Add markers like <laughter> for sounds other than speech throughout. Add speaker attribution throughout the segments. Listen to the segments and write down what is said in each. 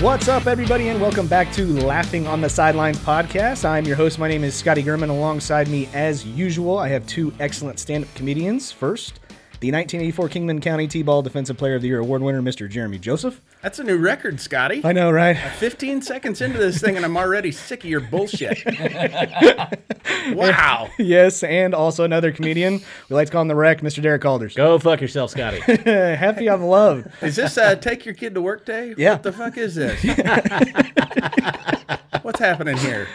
Speaker 1: What's up, everybody, and welcome back to Laughing on the Sidelines podcast. I'm your host. My name is Scotty Gurman. Alongside me, as usual, I have two excellent stand up comedians. First, the 1984 Kingman County T Ball Defensive Player of the Year award winner, Mr. Jeremy Joseph.
Speaker 2: That's a new record, Scotty.
Speaker 1: I know, right?
Speaker 2: 15 seconds into this thing, and I'm already sick of
Speaker 1: <laughs>
Speaker 2: your bullshit. wow.
Speaker 1: <laughs> yes, and also another comedian. We like to call him the wreck, Mr. Derek Alders.
Speaker 3: Go fuck yourself, Scotty.
Speaker 1: Happy on love.
Speaker 2: Is this uh, take your kid to work day?
Speaker 1: Yeah.
Speaker 2: What the fuck
Speaker 1: <laughs>
Speaker 2: is this? What's happening here?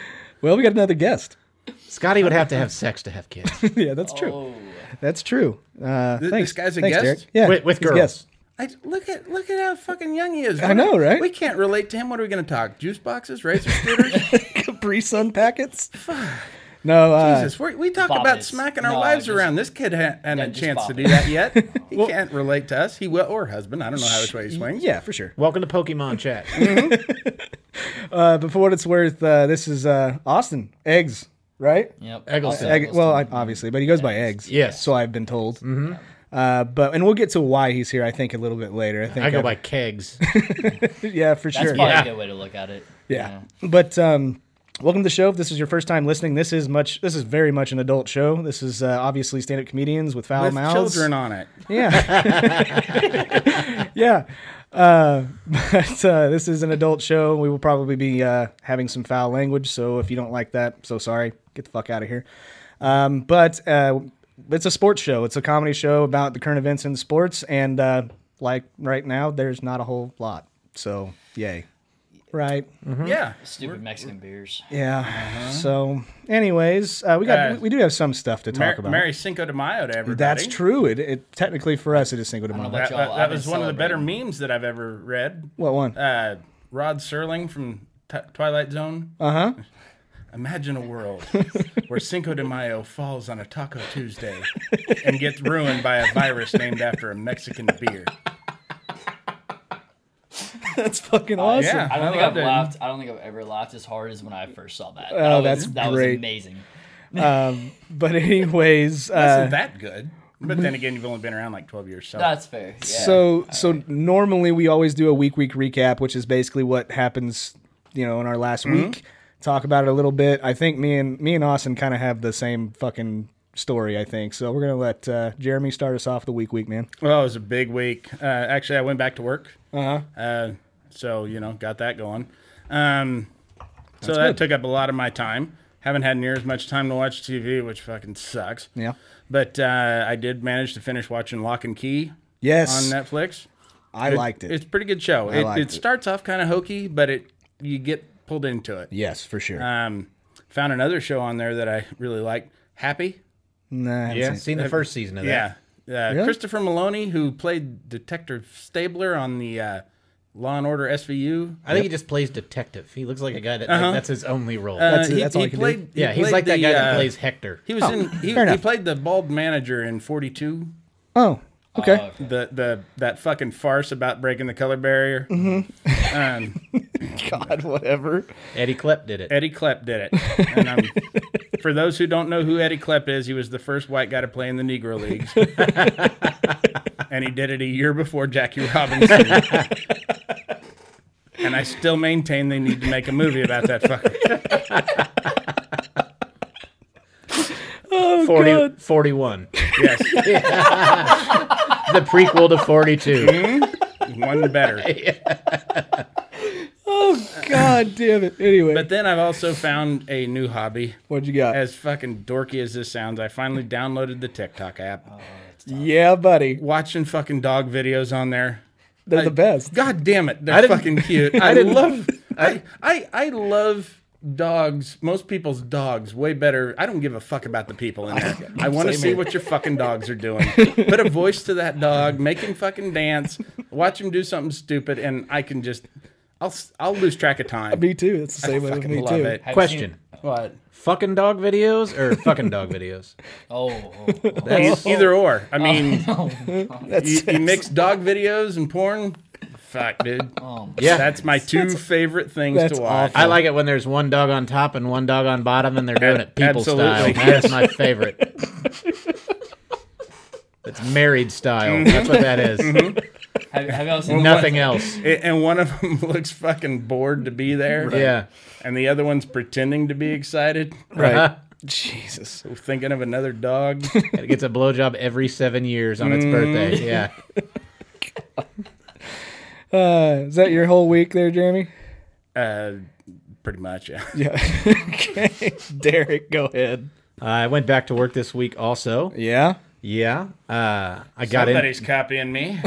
Speaker 1: Well, we got another guest.
Speaker 3: <laughs>
Speaker 1: <laughs>
Speaker 3: Scotty would have to have sex to have kids.
Speaker 1: yeah, that's true. That's true. Uh,
Speaker 2: Oh. Th-
Speaker 1: thanks.
Speaker 2: this guy's a
Speaker 1: Thanks,
Speaker 2: guest?
Speaker 1: Derek. Yeah,
Speaker 3: With- with
Speaker 1: he's a
Speaker 3: girls.
Speaker 1: guest. <laughs>
Speaker 2: I, look at look at how fucking young he is.
Speaker 1: I know, right?
Speaker 2: We can't relate to him. What are we going to talk? Juice boxes, razor scooters?
Speaker 1: <laughs> Capri Sun
Speaker 2: <sighs>
Speaker 1: packets. No, uh,
Speaker 2: Jesus, we we talk
Speaker 4: Bob
Speaker 2: about
Speaker 4: is-
Speaker 2: smacking our
Speaker 4: no,
Speaker 2: wives
Speaker 4: just-
Speaker 2: around. This kid ha- hadn't a
Speaker 4: just
Speaker 2: chance
Speaker 4: Bob.
Speaker 2: to do
Speaker 1: <laughs>
Speaker 2: that yet. He can't relate to us. He will, or husband. I don't know how which way he swings.
Speaker 1: yeah, for sure.
Speaker 3: <laughs> Welcome to Pokemon chat.
Speaker 1: Uh, but for what it's worth, uh, this is uh, Austin Eggs, right?
Speaker 4: Yep.
Speaker 3: Eggleston.
Speaker 4: Also,
Speaker 1: Egg, well, I, obviously, but he goes by Eggs.
Speaker 3: Yes.
Speaker 1: So I've been told. Uh, but and we'll get to why he's here. I think a little bit later. I think
Speaker 3: I go by kegs.
Speaker 1: yeah for
Speaker 4: that's
Speaker 1: sure.
Speaker 4: probably
Speaker 3: Yeah.
Speaker 4: a good way to look at it.
Speaker 1: Yeah. But um, welcome to the show. If this is your first time listening, this is much. This is very much an adult show. This is uh, obviously stand-up comedians with foul
Speaker 2: With
Speaker 1: mouths.
Speaker 2: children on it.
Speaker 1: Yeah. yeah. <laughs> Uh, but uh, this is an adult show. We will probably be uh, having some foul language. So if you don't like that, so sorry. Get the fuck out of here. Um, but uh, it's a sports show. It's a comedy show about the current events in sports. And uh, like right now, there's not a whole lot. So yay. Right.
Speaker 2: Yeah.
Speaker 4: Stupid Mexican beers.
Speaker 1: Yeah. So, anyways, uh, we got
Speaker 2: Uh,
Speaker 1: we, we do have some stuff to talk
Speaker 2: Mer-
Speaker 1: about.
Speaker 2: Merry Cinco de Mayo to everybody.
Speaker 1: That's true. It, it technically for us it is Cinco de
Speaker 4: I don't
Speaker 1: Mayo.
Speaker 4: know
Speaker 2: That,
Speaker 4: about
Speaker 2: that,
Speaker 4: y'all.
Speaker 2: that
Speaker 4: I've been
Speaker 2: was one of the better
Speaker 4: celebrating.
Speaker 2: memes that I've ever read.
Speaker 1: What one?
Speaker 2: Uh, Rod Serling from T- Twilight Zone.
Speaker 1: Uh huh.
Speaker 2: <laughs> Imagine a world <laughs> where Cinco de Mayo falls on a Taco Tuesday and gets ruined by a virus named after a Mexican beer.
Speaker 1: That's fucking awesome.
Speaker 2: yeah.
Speaker 4: I
Speaker 2: I
Speaker 4: don't think
Speaker 2: loved
Speaker 4: I've
Speaker 2: it.
Speaker 4: laughed. I don't think I've ever laughed as hard as when I first saw that.
Speaker 1: Oh,
Speaker 4: that was,
Speaker 1: that's
Speaker 4: that
Speaker 1: great.
Speaker 4: was amazing.
Speaker 1: But
Speaker 2: <laughs>
Speaker 1: anyways, uh,
Speaker 2: Isn't that good? But then again, you've only been around like 12 years. So
Speaker 4: That's fair. Yeah. Uh,
Speaker 1: so so normally we always do a week week recap, which is basically what happens, you know, in our last
Speaker 2: Mm-hmm.
Speaker 1: week. Talk about it a little bit. I think me and me and Austin kind of have the same fucking story. I think so. We're gonna let uh, Jeremy start us off the week week man.
Speaker 2: well, it was a big week. Uh, actually, I went back to work. Uh-huh. So, you know, got that going. Um, so that took up a lot of my time. Haven't had near as much time to watch TV, which fucking sucks.
Speaker 1: Yeah.
Speaker 2: But uh, I did manage to finish watching Lock and Key
Speaker 1: Yes,
Speaker 2: on Netflix.
Speaker 1: I liked it.
Speaker 2: It's a pretty good show. It,
Speaker 1: liked
Speaker 2: it
Speaker 1: it.
Speaker 2: starts off kind of hokey, but it you get pulled into it.
Speaker 1: yes, for sure.
Speaker 2: Um, found another show on there that I really liked, Happy.
Speaker 1: nah, I haven't
Speaker 3: Yeah,
Speaker 1: seen it.
Speaker 3: seen the first season of that.
Speaker 2: Yeah, uh,
Speaker 1: Really?
Speaker 2: Christopher Maloney, who played Detective Stabler on the uh, Law and Order SVU.
Speaker 3: I think he just plays detective. He looks like a guy that like, that's his only role.
Speaker 2: Uh-huh. Uh,
Speaker 1: That's- that's all he can do.
Speaker 2: he
Speaker 3: yeah, he's
Speaker 2: played
Speaker 3: like that
Speaker 2: the,
Speaker 3: guy that
Speaker 2: uh,
Speaker 3: plays Hector.
Speaker 2: He was in. He,
Speaker 1: fair
Speaker 2: he
Speaker 1: enough.
Speaker 2: played the bald manager in Forty Two.
Speaker 1: Oh, okay.
Speaker 4: Oh, okay.
Speaker 2: The the that fucking farce about breaking the color barrier. Um,
Speaker 1: <laughs> God, whatever.
Speaker 3: Eddie Klepp did it.
Speaker 2: Eddie Klepp did it. And um, for those who don't know who Eddie Klepp is, he was the first white guy to play in the Negro Leagues. and he did it a year before Jackie Robinson. and I still maintain they need to make a movie about that fucker.
Speaker 3: 40, 41.
Speaker 2: Yes,
Speaker 3: the prequel to <laughs> 42.
Speaker 2: one better.
Speaker 1: God damn it. Anyway,
Speaker 2: But then I've also found a new hobby.
Speaker 1: what'd you got?
Speaker 2: As fucking dorky as this sounds, I finally downloaded the TikTok app.
Speaker 1: yeah, buddy.
Speaker 2: Watching fucking dog videos on there.
Speaker 1: They're the
Speaker 2: I-
Speaker 1: best. <laughs>
Speaker 2: God damn it, they're
Speaker 3: I
Speaker 2: <laughs>
Speaker 3: didn't-
Speaker 2: fucking cute. I, love. I, I I love dogs, most people's dogs, way better. I don't give a fuck about the people in there. I want to see what your fucking dogs
Speaker 1: <laughs>
Speaker 2: are doing. Put a voice to that dog, make him fucking dance, watch him do something stupid, and I can just, I'll, s- I'll lose track of time.
Speaker 1: Me too. It's the same way with
Speaker 2: fucking
Speaker 1: me
Speaker 2: love
Speaker 1: too.
Speaker 2: it.
Speaker 4: Have you
Speaker 3: Question.
Speaker 4: seen-
Speaker 2: What?
Speaker 3: Fucking dog videos or
Speaker 2: <laughs>
Speaker 3: fucking dog videos?
Speaker 4: oh, oh, oh.
Speaker 2: E- either or. I mean,
Speaker 1: Oh. <laughs> That's
Speaker 2: you, you mix dog videos and porn. Fuck, dude.
Speaker 3: Yeah.
Speaker 2: That's my two favorite things
Speaker 1: that's
Speaker 2: to watch.
Speaker 1: awful.
Speaker 3: I like it when there's one dog on top and one dog on bottom and they're doing it people style.
Speaker 2: <laughs> Absolutely,
Speaker 3: That's my favorite. It's married style.
Speaker 2: Mm-hmm.
Speaker 3: That's what that is.
Speaker 4: Have, have
Speaker 1: <laughs>
Speaker 4: y'all seen
Speaker 3: Nothing else.
Speaker 2: It- and one of <laughs> them looks fucking bored to be there.
Speaker 3: Yeah.
Speaker 2: And the other one's pretending to be excited,
Speaker 1: right. Jesus.
Speaker 2: thinking of another dog.
Speaker 3: <laughs> It gets a blowjob every seven years on its birthday.
Speaker 2: Mm-hmm.
Speaker 3: Yeah.
Speaker 1: Uh, is that your whole week there, Jeremy? <laughs>
Speaker 2: Uh, pretty much, yeah.
Speaker 1: Yeah. okay. Derek, go ahead.
Speaker 3: Uh, I went back to work this week also.
Speaker 1: Yeah.
Speaker 3: Yeah. Uh, I got in,
Speaker 2: Somebody's copying me.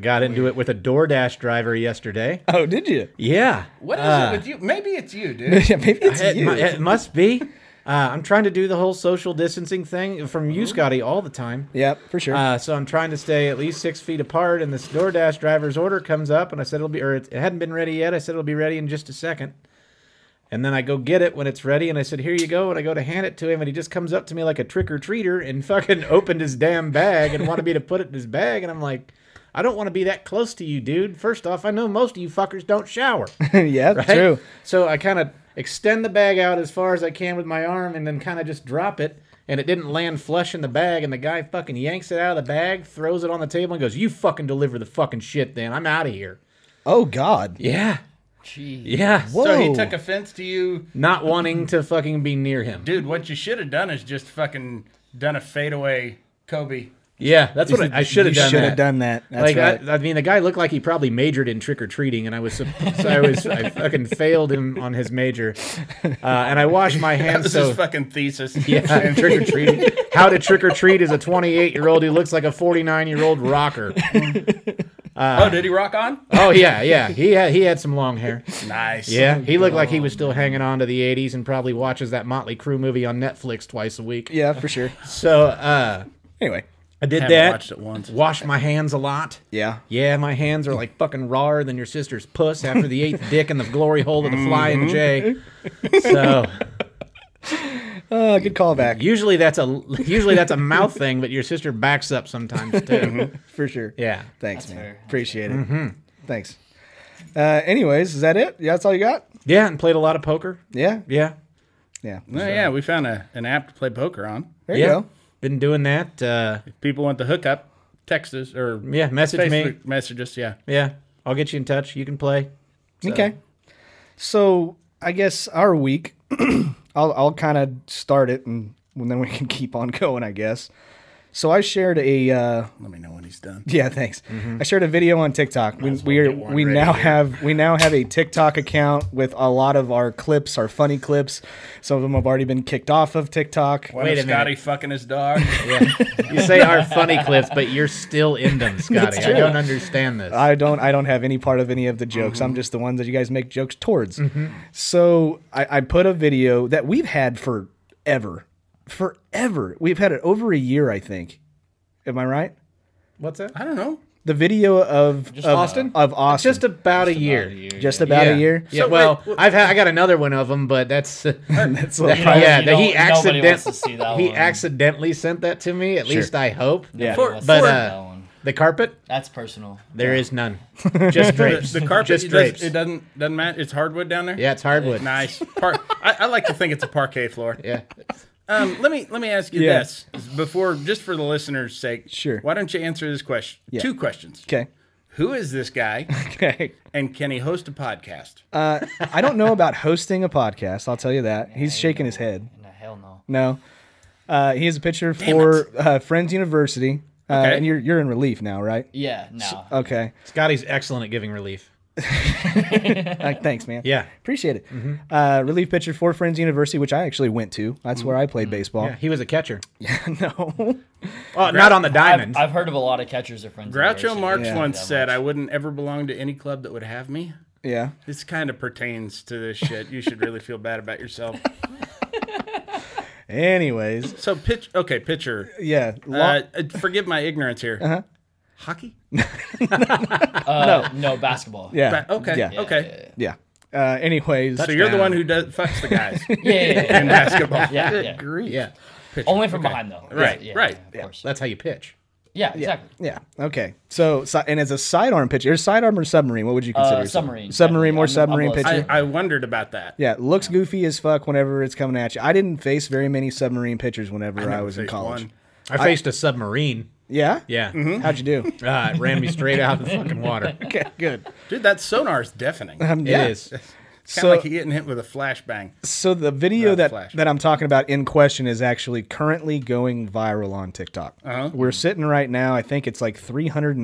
Speaker 3: got into it with a DoorDash driver yesterday.
Speaker 1: Oh, did
Speaker 3: <laughs>
Speaker 1: you?
Speaker 3: Yeah.
Speaker 2: What is
Speaker 3: Uh.
Speaker 2: it with you? Maybe it's you,
Speaker 3: <laughs>
Speaker 2: dude.
Speaker 1: Yeah, maybe it's
Speaker 3: It,
Speaker 1: you.
Speaker 3: mu- it must be. Uh, I'm trying to do the whole social distancing thing from you, Scotty, all the time.
Speaker 1: yep, for sure. <laughs>
Speaker 3: Uh, so I'm trying to stay at least six feet apart, and this DoorDash driver's order comes up, and I said it'll be, or it, it hadn't been ready yet. I said it'll be ready in just a second. And then I go get it when it's ready, and I said, Here you go. And I go to hand it to him, and he just comes up to me like a trick or treater and <laughs> fucking opened his damn bag and wanted me to put it in his bag. And I'm like, I don't want to be that close to you, dude. First off, I know most of you fuckers don't shower.
Speaker 1: yeah,
Speaker 3: <laughs> right?
Speaker 1: true.
Speaker 3: So I kind of extend the bag out as far as I can with my arm and then kind of just drop it. And it didn't land flush in the bag. And the guy fucking yanks it out of the bag, throws it on the table, and goes, You fucking deliver the fucking shit then. I'm out of here.
Speaker 1: Oh God.
Speaker 3: Yeah.
Speaker 4: Jeez.
Speaker 3: Yeah.
Speaker 1: Whoa.
Speaker 2: So he took offense to you.
Speaker 3: Not wanting to fucking be near him.
Speaker 2: Dude, what you should have done is just fucking done a fadeaway Kobe.
Speaker 3: Yeah. That's what I, I should have done.
Speaker 1: Should
Speaker 3: that.
Speaker 1: have done that. That's
Speaker 3: like
Speaker 1: right.
Speaker 3: I, I mean, the guy looked like he probably majored in trick or treating, and I was <laughs> so I was I fucking failed him on his major, uh, and I washed
Speaker 2: <laughs>
Speaker 3: my
Speaker 2: That
Speaker 3: hands
Speaker 2: was
Speaker 3: so
Speaker 2: his fucking thesis.
Speaker 3: <laughs> Yeah, trick or treating. How to trick or treat is a 28 year old who looks like a 49 year old rocker.
Speaker 2: oh, did he rock
Speaker 3: <laughs>
Speaker 2: on?
Speaker 3: Oh yeah, yeah. He had he had some long hair.
Speaker 2: Nice.
Speaker 3: Yeah, he looked like he was still hanging on to the 80s and probably watches that Motley Crue movie on Netflix twice a week.
Speaker 1: yeah, for sure.
Speaker 3: So uh,
Speaker 1: Anyway.
Speaker 3: I did
Speaker 2: Haven't
Speaker 3: that.
Speaker 2: watched it once.
Speaker 3: Washed my hands a lot.
Speaker 1: Yeah.
Speaker 3: Yeah, my hands are like fucking rawer than your sister's puss after the eighth dick in the glory hole of the flying J. So
Speaker 1: Uh, good callback
Speaker 3: usually that's a usually that's a mouth thing, but your sister backs up sometimes too.
Speaker 1: for sure.
Speaker 3: Yeah. Mm-hmm.
Speaker 1: Thanks,
Speaker 4: That's
Speaker 1: man.
Speaker 4: fair. That's
Speaker 1: Appreciate it. Thanks. Uh, anyways, is that it? Yeah, that's all you got.
Speaker 3: Yeah, and played a lot of poker.
Speaker 1: Yeah.
Speaker 3: Yeah.
Speaker 1: Yeah.
Speaker 2: Oh, yeah, we found a, an app to play poker on.
Speaker 1: There
Speaker 3: yeah.
Speaker 1: you go.
Speaker 3: Been doing that. Uh,
Speaker 2: People want the hookup, text us or
Speaker 3: yeah, message me.
Speaker 2: Facebook message us. Yeah.
Speaker 3: Yeah. I'll get you in touch. You can play.
Speaker 1: Okay. So I guess our week, <clears throat> I'll, I'll kind of start it and, and then we can <laughs> keep on going, I guess. So I shared a, uh, <laughs>
Speaker 2: Let me know when he's done.
Speaker 1: yeah, thanks. I shared a video on TikTok. We, we, are, we now have we now have a TikTok account with a lot of our clips, our funny clips. Some of them have already been kicked off of TikTok.
Speaker 2: What
Speaker 3: Wait
Speaker 2: if
Speaker 3: a minute.
Speaker 2: Scotty fucking his dog?
Speaker 1: <laughs>
Speaker 3: You say our funny clips, but you're still in them, Scotty. I don't understand this.
Speaker 1: I don't I don't have any part of any of the jokes.
Speaker 3: Mm-hmm.
Speaker 1: I'm just the ones that you guys make jokes towards. So I, I put a video that we've had forever. Forever. We've had it over a year, I think. Am I right?
Speaker 3: What's that?
Speaker 2: <laughs> I don't know.
Speaker 1: The video of, of
Speaker 3: Austin?
Speaker 1: of Austin.
Speaker 3: Just
Speaker 1: Just,
Speaker 3: about a year.
Speaker 1: about
Speaker 3: yeah.
Speaker 1: a year.
Speaker 3: <laughs> Yeah.
Speaker 2: So
Speaker 3: well,
Speaker 2: wait, what-
Speaker 3: I've had I got another one of them, but that's <laughs>
Speaker 1: That's what
Speaker 3: yeah.
Speaker 4: probably
Speaker 3: that he
Speaker 4: don't- nobody wants to see
Speaker 3: accident
Speaker 4: that
Speaker 3: he
Speaker 4: one.
Speaker 3: accidentally sent that to me. At least I hope.
Speaker 1: Yeah.
Speaker 4: For,
Speaker 3: But,
Speaker 4: but,
Speaker 3: uh,
Speaker 4: that one.
Speaker 3: The carpet,
Speaker 4: That's personal.
Speaker 3: there
Speaker 1: <laughs>
Speaker 3: is none. Just drapes.
Speaker 2: The carpet
Speaker 3: Just
Speaker 2: it, does,
Speaker 3: drapes.
Speaker 2: it doesn't doesn't matter. It's hardwood down there.
Speaker 3: yeah, it's hardwood.
Speaker 2: Nice. Par- I, I like to think it's a parquet floor.
Speaker 3: Yeah.
Speaker 2: Um, let me let me ask you
Speaker 1: Yeah.
Speaker 2: this before, just for the listeners' sake.
Speaker 1: Sure.
Speaker 2: Why don't you answer this question? Two questions.
Speaker 1: Okay.
Speaker 2: Who is this guy,
Speaker 1: Okay. Uh,
Speaker 2: and can he host a podcast?
Speaker 1: I don't know about hosting a podcast, I'll tell you that. He's shaking his head.
Speaker 4: No, hell no.
Speaker 1: No. Uh, he has a picture for uh, Friends University. Uh,
Speaker 2: Okay.
Speaker 1: and you're you're in relief now, right?
Speaker 4: Yeah, no.
Speaker 1: Okay.
Speaker 3: Scotty's excellent at giving relief.
Speaker 1: Uh, thanks, man.
Speaker 3: Yeah.
Speaker 1: Appreciate it. Uh, relief pitcher for Friends University, which I actually went to. That's where I played baseball.
Speaker 3: Yeah, he was a catcher.
Speaker 1: <laughs> no.
Speaker 3: Oh, not on the diamond.
Speaker 4: I've, I've heard of a lot of catchers or friends. in
Speaker 2: Groucho
Speaker 4: Varsity.
Speaker 2: Marx
Speaker 4: Yeah.
Speaker 2: once
Speaker 4: That
Speaker 2: said,
Speaker 4: much.
Speaker 2: "I wouldn't ever belong to any club that would have me."
Speaker 1: Yeah.
Speaker 2: This kind of pertains to this shit. You should really feel bad about
Speaker 3: <laughs>
Speaker 2: yourself.
Speaker 1: Anyways,
Speaker 2: So pitch. Okay, pitcher.
Speaker 1: yeah. Lo-
Speaker 2: Uh, uh, forgive my ignorance here. Uh-huh. Hockey.
Speaker 4: Uh, no. basketball.
Speaker 1: yeah.
Speaker 2: Ba- okay.
Speaker 1: Yeah.
Speaker 2: Okay.
Speaker 1: Yeah. Uh, anyways,
Speaker 2: So you're the
Speaker 3: Touchdown.
Speaker 2: one who does fucks the <laughs> guys
Speaker 4: Yeah, yeah, yeah, yeah.
Speaker 2: in basketball.
Speaker 4: yeah, yeah.
Speaker 3: Agree. Yeah.
Speaker 4: Only from behind though.
Speaker 2: Right,
Speaker 4: Yeah,
Speaker 2: right.
Speaker 4: Yeah, of course.
Speaker 3: That's how you pitch.
Speaker 4: Yeah, exactly.
Speaker 1: yeah. Okay. So, si- and as a sidearm pitcher, is sidearm or submarine? What would you consider?
Speaker 4: Uh,
Speaker 1: yourself?
Speaker 4: submarine,
Speaker 1: Submarine,
Speaker 4: definitely.
Speaker 1: more
Speaker 4: I'm- I'm
Speaker 1: submarine
Speaker 4: a
Speaker 1: pitcher.
Speaker 2: I, I wondered about that.
Speaker 1: yeah, looks goofy as fuck whenever it's coming at you. I didn't face very many submarine pitchers whenever I,
Speaker 2: never
Speaker 1: was in
Speaker 2: faced
Speaker 1: college.
Speaker 2: one.
Speaker 3: I faced a submarine.
Speaker 1: Yeah.
Speaker 3: Yeah.
Speaker 1: How'd you do?
Speaker 3: Ah, it ran me straight out of the fucking water.
Speaker 1: okay. Good.
Speaker 2: Dude, that sonar is deafening.
Speaker 1: Um,
Speaker 3: It
Speaker 1: yeah.
Speaker 3: is.
Speaker 2: Kind of like you getting hit with a flashbang.
Speaker 1: So the video
Speaker 2: Not
Speaker 1: that
Speaker 2: flash.
Speaker 1: that I'm talking about in question is actually currently going viral on TikTok. We're sitting right now. I think it's like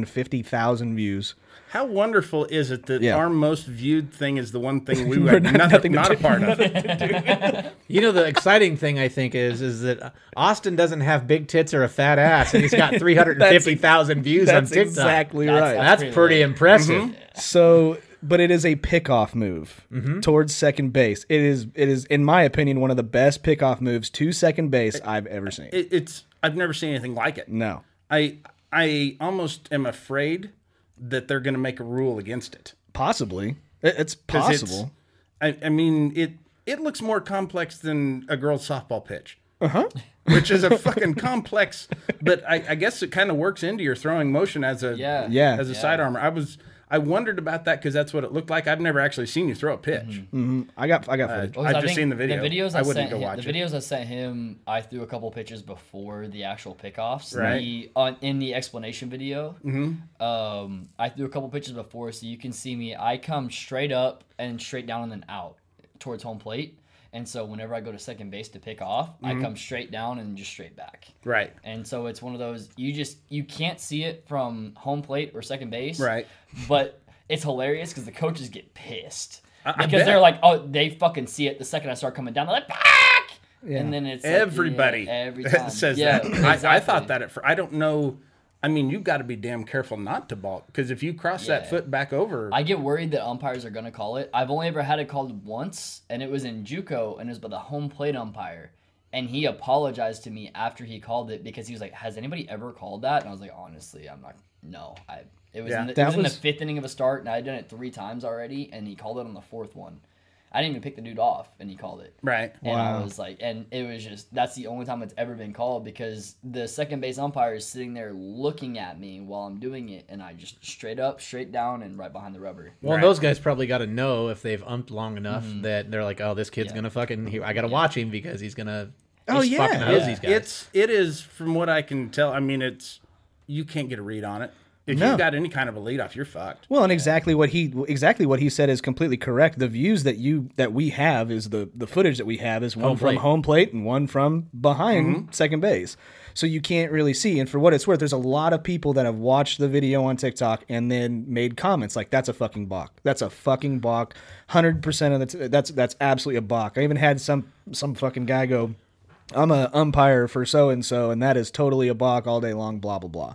Speaker 1: 350,000 views.
Speaker 2: How wonderful is it that
Speaker 1: Yeah.
Speaker 2: our most viewed thing is the one
Speaker 1: <laughs>
Speaker 2: thing we were not,
Speaker 1: nothing to
Speaker 2: not a
Speaker 1: <laughs>
Speaker 2: part of?
Speaker 3: You know the exciting thing I think is is that Austin doesn't have big tits or a fat ass, and he's got three hundred and fifty thousand views on TikTok.
Speaker 1: exactly
Speaker 4: That's-
Speaker 1: right.
Speaker 3: That's pretty impressive.
Speaker 1: So, but it is a pickoff move towards second base. It is it is in my opinion one of the best pickoff moves to second base I've ever seen.
Speaker 2: It, it's I've never seen anything like it.
Speaker 1: no.
Speaker 2: I I almost am afraid that they're going to make a rule against it.
Speaker 1: Possibly. It- it's
Speaker 2: 'Cause it's-
Speaker 1: possible.
Speaker 2: I, I mean, it it looks more complex than a girl's softball pitch. Uh huh. <laughs> Which is a fucking complex, but I, I guess it kind of works into your throwing motion as a
Speaker 4: Yeah.
Speaker 1: Yeah.
Speaker 2: as a side armor. I was I wondered about that because that's what it looked like. I've never actually seen you throw a pitch.
Speaker 1: I got I got footage.
Speaker 4: Mm-hmm. Well,
Speaker 2: I've
Speaker 4: 'cause I
Speaker 2: just
Speaker 4: think
Speaker 2: seen the video.
Speaker 4: The videos
Speaker 2: I
Speaker 4: I,
Speaker 2: wouldn't
Speaker 4: sent
Speaker 2: go
Speaker 4: him,
Speaker 2: watch
Speaker 4: the
Speaker 2: it.
Speaker 4: videos I sent him, I threw a couple pictures before the actual pickoffs.
Speaker 2: Right. Mm-hmm.
Speaker 4: The, on, in the explanation video, um, I threw a couple pictures before, so you can see me. I come straight up and straight down and then out towards home plate. And so whenever I go to second base to pick off,
Speaker 2: Mm-hmm.
Speaker 4: I come straight down and just straight back.
Speaker 2: Right.
Speaker 4: And so it's one of those you just you can't see it from home plate or second base.
Speaker 2: Right.
Speaker 4: But it's hilarious because the coaches get pissed
Speaker 2: I
Speaker 4: because
Speaker 2: bet.
Speaker 4: they're like, oh, they fucking see it the second I start coming down. They're like, back. And then it's like, yeah,
Speaker 2: Everybody
Speaker 4: every
Speaker 2: <laughs>
Speaker 4: time
Speaker 2: says
Speaker 4: Yeah,
Speaker 2: that. I, I
Speaker 4: exactly.
Speaker 2: thought that at first. I don't know. I mean, you've got to be damn careful not to balk because if you cross that
Speaker 4: Yeah.
Speaker 2: foot back over,
Speaker 4: I get worried that umpires are gonna call it. I've only ever had it called once, and it was in JUCO, and it was by the home plate umpire. And he apologized to me after he called it because he was like, "Has anybody ever called that?" And I was like, "Honestly, I'm not. No, I. It was,
Speaker 2: Yeah,
Speaker 4: in, the, it
Speaker 1: that
Speaker 4: was in the
Speaker 1: was-
Speaker 4: fifth inning of a start, and I had done it three times already, and he called it on the fourth one. I didn't even pick the dude off, and he called it.
Speaker 2: right?
Speaker 4: And I was like, and it was just that's the only time it's ever been called because the second base umpire is sitting there looking at me while I'm doing it, and I just straight up, straight down, and right behind the rubber.
Speaker 3: Well,
Speaker 2: Right.
Speaker 3: those guys probably got to know if they've umped long enough that they're like, "Oh, this kid's gonna fucking. He, I gotta watch him because he's gonna.
Speaker 1: Oh,
Speaker 3: just
Speaker 1: yeah.
Speaker 3: fucking hose
Speaker 4: Yeah.
Speaker 3: these guys.
Speaker 2: It's it is from what I can tell. I mean, it's you can't get a read on it. If
Speaker 1: No.
Speaker 2: you've got any kind of a lead off, you're fucked.
Speaker 1: Well, and exactly what he exactly what he said is completely correct. The views that you that we have is the the footage that we have is one from
Speaker 3: plate.
Speaker 1: home plate and one from behind second base. So you can't really see. And for what it's worth, there's a lot of people that have watched the video on TikTok and then made comments like, "That's a fucking balk. That's a fucking balk. Hundred percent of that's that's that's absolutely a balk." I even had some some fucking guy go, I'm a umpire for so and so, and that is totally a balk all day long, blah blah blah.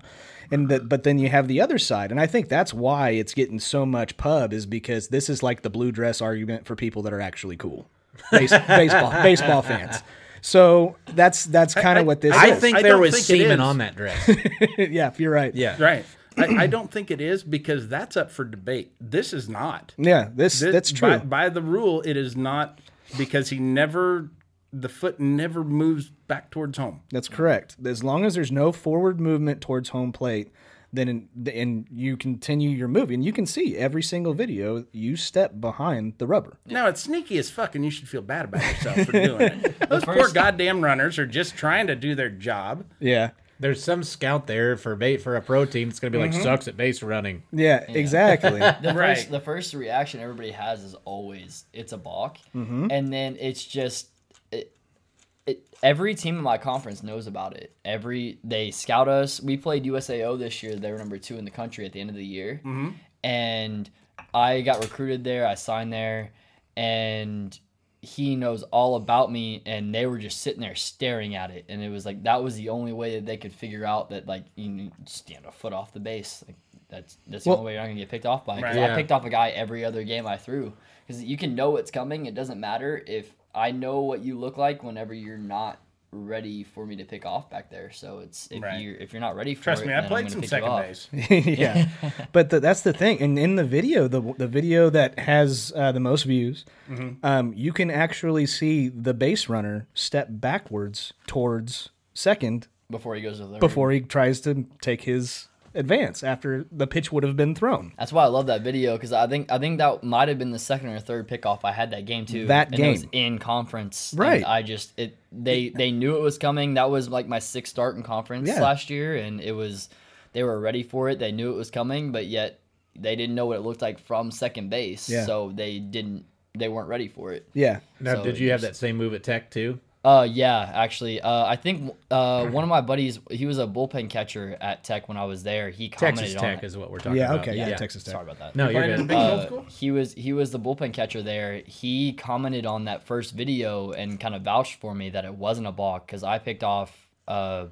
Speaker 1: And that, but then you have the other side, and I think that's why it's getting so much pub is because this is like the blue dress argument for people that are actually cool, Base, baseball baseball fans. So that's that's kind of what this.
Speaker 3: I
Speaker 1: is.
Speaker 3: think
Speaker 2: I
Speaker 3: there
Speaker 2: don't
Speaker 3: was
Speaker 2: think it is.
Speaker 3: semen on that dress.
Speaker 1: yeah, you're right.
Speaker 3: Yeah.
Speaker 2: Right.
Speaker 1: <clears throat>
Speaker 2: I, I don't think it is because that's up for debate. This is not.
Speaker 1: yeah. This,
Speaker 2: Thi-
Speaker 1: that's true.
Speaker 2: By, by the rule, it is not because he never the foot never moves back towards home.
Speaker 1: That's correct. As long as there's no forward movement towards home plate, then in, and you continue your move, and you can see every single video you step behind the rubber.
Speaker 2: Now it's sneaky as fuck, and you should feel bad about yourself
Speaker 1: <laughs>
Speaker 2: for doing it. Those poor goddamn runners are just trying to do their job.
Speaker 1: Yeah.
Speaker 3: There's some scout there for bait for a pro team. that's gonna be
Speaker 2: Mm-hmm.
Speaker 3: like sucks at base running.
Speaker 1: Yeah, <laughs> exactly.
Speaker 4: The
Speaker 2: Right.
Speaker 4: first, the first reaction everybody has is always it's a balk, and then it's just it, it. Every team in my conference knows about it. Every they scout us. We played USAO this year. They were number two in the country at the end of the year, and I got recruited there. I signed there, and he knows all about me and they were just sitting there staring at it and it was like that was the only way that they could figure out that like you need to stand a foot off the base like that's that's the
Speaker 1: Well-
Speaker 4: only way you're not gonna get picked off by because
Speaker 2: Right.
Speaker 4: I
Speaker 3: Yeah.
Speaker 4: picked off a guy every other game I threw because you can know what's coming it doesn't matter if I know what you look like whenever you're not ready for me to pick off back there so it's if
Speaker 2: Right.
Speaker 4: you're if you're not ready for
Speaker 2: Trust
Speaker 4: it,
Speaker 2: me,
Speaker 4: then
Speaker 2: I
Speaker 4: I'm
Speaker 2: played
Speaker 4: gonna
Speaker 2: some
Speaker 4: pick you
Speaker 2: second
Speaker 4: off.
Speaker 2: base.
Speaker 1: yeah, but the, that's the thing. And in the video, the the video that has uh, the most views, um, you can actually see the base runner step backwards towards second
Speaker 4: before he goes to the
Speaker 1: before he tries to take his advance after the pitch would have been thrown.
Speaker 4: That's why I love that video because I think I think that might have been the second or third pickoff I had that game too.
Speaker 1: That
Speaker 4: and it was
Speaker 1: game.
Speaker 4: in conference, and
Speaker 1: Right.
Speaker 4: I just it they they knew it was coming. That was like my sixth start in conference
Speaker 1: Yeah.
Speaker 4: last year, and it was they were ready for it. They knew it was coming, but yet they didn't know what it looked like from second base,
Speaker 1: Yeah.
Speaker 4: so they didn't they weren't ready for it.
Speaker 1: Yeah,
Speaker 3: Now,
Speaker 4: So
Speaker 3: did
Speaker 4: it
Speaker 3: you have
Speaker 4: just-
Speaker 3: that same move at Tech too?
Speaker 4: Uh, yeah, actually, uh, I think uh, one of my buddies, he was a bullpen catcher at Tech when I was there. He commented
Speaker 3: Texas
Speaker 4: on
Speaker 3: Tech
Speaker 4: it.
Speaker 3: is what we're talking
Speaker 1: yeah,
Speaker 3: about.
Speaker 1: okay, yeah, Texas Tech.
Speaker 4: Sorry about that.
Speaker 3: No, you're
Speaker 2: Playing in the
Speaker 3: good.
Speaker 2: Big Twelve
Speaker 4: Uh,
Speaker 2: school?
Speaker 4: he was he was the bullpen catcher there. He commented on that first video and kind of vouched for me that it wasn't a balk because I picked off uh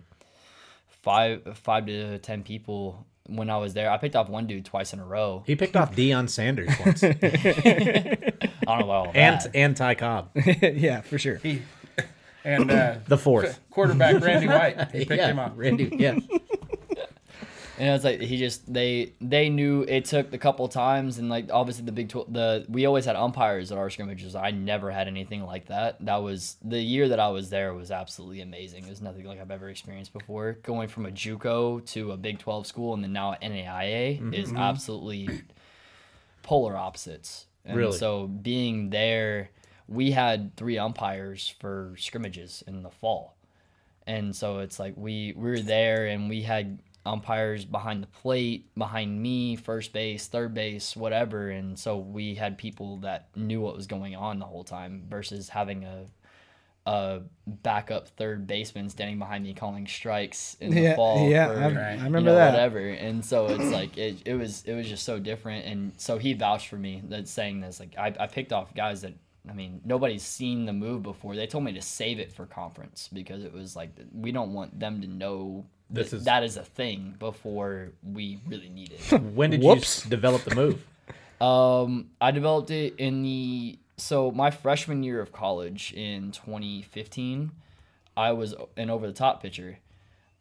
Speaker 4: five five to ten people when I was there. I picked off one dude twice in a row.
Speaker 3: He picked off Dion Sanders once, and
Speaker 4: I don't know about all that.
Speaker 3: and Ty Cobb,
Speaker 1: <laughs> yeah, for sure.
Speaker 2: And uh,
Speaker 3: the fourth.
Speaker 2: <laughs> quarterback Randy White, he picked <laughs>
Speaker 3: yeah,
Speaker 2: him up.
Speaker 3: Randy. Yeah,
Speaker 4: And it's like he just they they knew it took the couple times and like obviously the big tw- the we always had umpires at our scrimmages. I never had anything like that. That was the year that I was there was absolutely amazing. It was nothing like I've ever experienced before. Going from a JUCO to a Big Twelve school and then now at NAIA is absolutely polar opposites. And
Speaker 3: Really?
Speaker 4: So being there, we had three umpires for scrimmages in the fall and so it's like we we were there and we had umpires behind the plate behind me first base third base whatever and so we had people that knew what was going on the whole time versus having a a backup third baseman standing behind me calling strikes in the
Speaker 1: Yeah,
Speaker 4: fall
Speaker 1: yeah,
Speaker 4: for,
Speaker 1: I,
Speaker 4: you
Speaker 1: I remember
Speaker 4: know,
Speaker 1: that.
Speaker 4: whatever and so it's like it, it was it was just so different and so he vouched for me that saying this like I, I picked off guys that I mean, nobody's seen the move before. They told me to save it for conference because it was like we don't want them to know that
Speaker 3: This is-
Speaker 4: that is a thing before we really need it.
Speaker 3: when did
Speaker 1: Whoops.
Speaker 3: you s- develop the move?
Speaker 4: Um, I developed it in the so my freshman year of college in 2015. I was an over the top pitcher,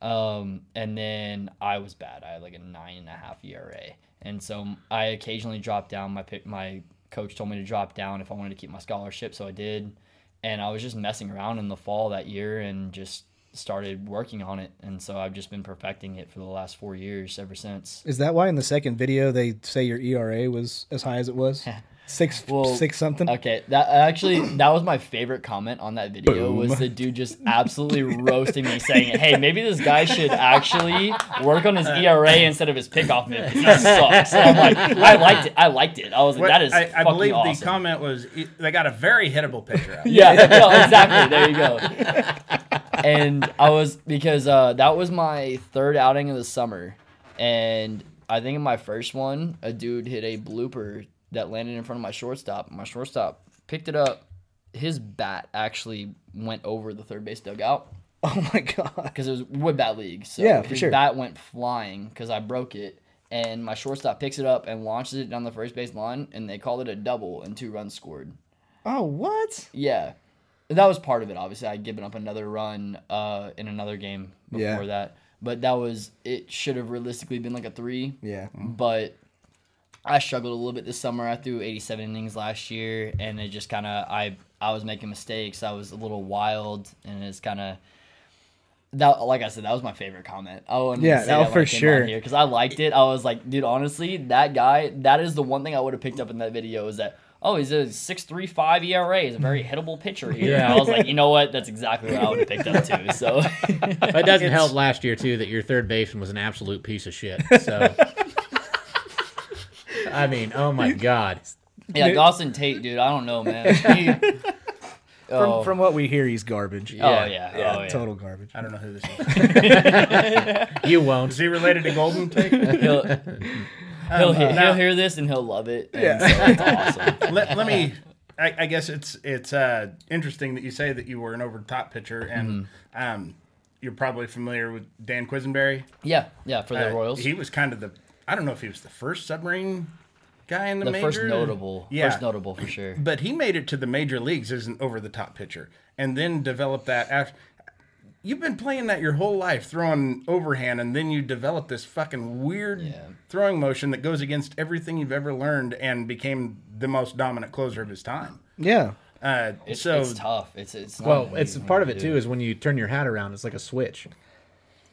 Speaker 4: um, and then I was bad. I had like a nine and a half ERA, and so I occasionally dropped down. My pi- my coach told me to drop down if I wanted to keep my scholarship, so I did. And I was just messing around in the fall that year and just started working on it, and so I've just been perfecting it for the last four years ever since.
Speaker 1: Is that why in the second video they say your ERA was as high as it <laughs> was? Six,
Speaker 4: Well,
Speaker 1: six something.
Speaker 4: Okay, that actually that was my favorite comment on that video was the dude just absolutely roasting me, saying, "Hey, maybe this guy should actually work on his ERA instead of his pickoff move. 'cause He sucks." And I'm like, I liked it. I liked it. I was
Speaker 2: What-
Speaker 4: like, "That is
Speaker 2: I, I
Speaker 4: fucking
Speaker 2: believe
Speaker 4: awesome."
Speaker 2: the comment was "E- they got a very hittable pitcher.
Speaker 1: <laughs>
Speaker 2: Out.
Speaker 4: <laughs> Yeah, no, exactly. There you go. And I was because uh, that was my third outing of the summer, and I think in my first one, a dude hit a blooper that landed in front of my shortstop. My shortstop picked it up. His bat actually went over the third base dugout
Speaker 1: <laughs> Oh my god.
Speaker 4: because it was wood bat league. So
Speaker 1: Yeah, for
Speaker 4: his
Speaker 1: sure.
Speaker 4: bat went flying because I broke it, and my shortstop picks it up and launches it down the first base line, and they called it a double, and two runs scored.
Speaker 1: Oh what?
Speaker 4: Yeah. That was part of it, obviously. I'd given up another run uh, in another game before
Speaker 1: Yeah.
Speaker 4: that. But that was, it should have realistically been like a three.
Speaker 1: Yeah.
Speaker 4: But I struggled a little bit this summer. I threw 87 innings last year, and it just kind of, I, I was making mistakes. I was a little wild, and it's kind of, that, like I said, that was my favorite comment. I wanted
Speaker 1: Yeah,
Speaker 4: to say
Speaker 1: no,
Speaker 4: that when
Speaker 1: for
Speaker 4: I came on
Speaker 1: sure.
Speaker 4: here because I liked it. I was like, dude, honestly, that guy, that is the one thing I would have picked up in that video is that, oh, he's a six three five ERA. He's
Speaker 1: <laughs>
Speaker 4: a very hittable pitcher here. And I was like, you know what? That's exactly what I would have picked up too. So <laughs>
Speaker 3: It doesn't help last year too that your third baseman was an absolute piece of shit. So, I mean, oh my god,
Speaker 4: yeah, Dawson Tate, dude, I don't know,
Speaker 1: <laughs>
Speaker 4: man. He- oh,
Speaker 1: From, from what we hear, he's garbage.
Speaker 4: oh, yeah, oh, yeah.
Speaker 1: Total garbage.
Speaker 2: I don't know who this is.
Speaker 3: you won't.
Speaker 2: Is he related to Golden
Speaker 4: <laughs>
Speaker 2: Tate?
Speaker 4: He'll, he'll, hear,
Speaker 2: Um, now-
Speaker 4: he'll hear this and he'll love it. And
Speaker 1: Yeah.
Speaker 4: so it's awesome.
Speaker 2: Let, let me I, I guess it's it's uh, interesting that you say that you were an over the top pitcher, and
Speaker 4: Mm-hmm.
Speaker 2: um, you're probably familiar with Dan Quisenberry.
Speaker 4: Yeah, yeah, for the
Speaker 2: Uh,
Speaker 4: Royals.
Speaker 2: He was kind of the I don't know if he was the first submarine guy in the,
Speaker 4: the
Speaker 2: major.
Speaker 4: first notable,
Speaker 2: Yeah.
Speaker 4: first notable for sure.
Speaker 2: But he made it to the major leagues as an over the top pitcher and then developed that after you've been playing that your whole life, throwing overhand, and then you develop this fucking weird
Speaker 4: Yeah.
Speaker 2: throwing motion that goes against everything you've ever learned and became the most dominant closer of his time.
Speaker 1: Yeah.
Speaker 2: Uh,
Speaker 4: It's,
Speaker 2: so
Speaker 4: it's tough. It's it's not
Speaker 3: Well,
Speaker 4: an
Speaker 3: it's
Speaker 4: easy
Speaker 3: part of
Speaker 4: one
Speaker 3: it
Speaker 4: to do.
Speaker 3: too is when you turn your hat around, it's like a switch.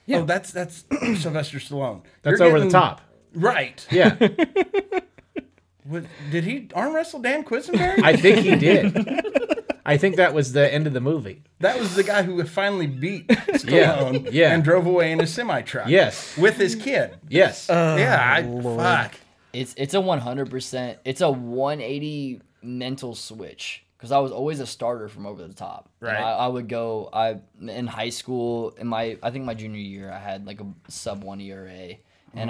Speaker 2: Oh, that's that's <clears throat> Sylvester Stallone.
Speaker 3: That's
Speaker 2: You're
Speaker 3: over
Speaker 2: getting-
Speaker 3: the top.
Speaker 2: right?
Speaker 3: Yeah,
Speaker 2: What- Did he arm wrestle Dan Quisenberry?
Speaker 3: <laughs> I think he did. I think that was the end of the movie.
Speaker 2: That was the guy who finally beat
Speaker 3: <laughs> Yeah,
Speaker 2: Stallone
Speaker 3: yeah.
Speaker 2: and drove away in a semi truck.
Speaker 3: Yes.
Speaker 2: with his kid.
Speaker 3: Yes.
Speaker 1: Uh,
Speaker 4: Oh,
Speaker 2: yeah, I, fuck.
Speaker 4: It's it's a one hundred percent. It's a one eighty mental switch because I was always a starter from over the top. And
Speaker 2: Right.
Speaker 4: I, I would go. I in high school in my I think my junior year I had like a sub one ERA and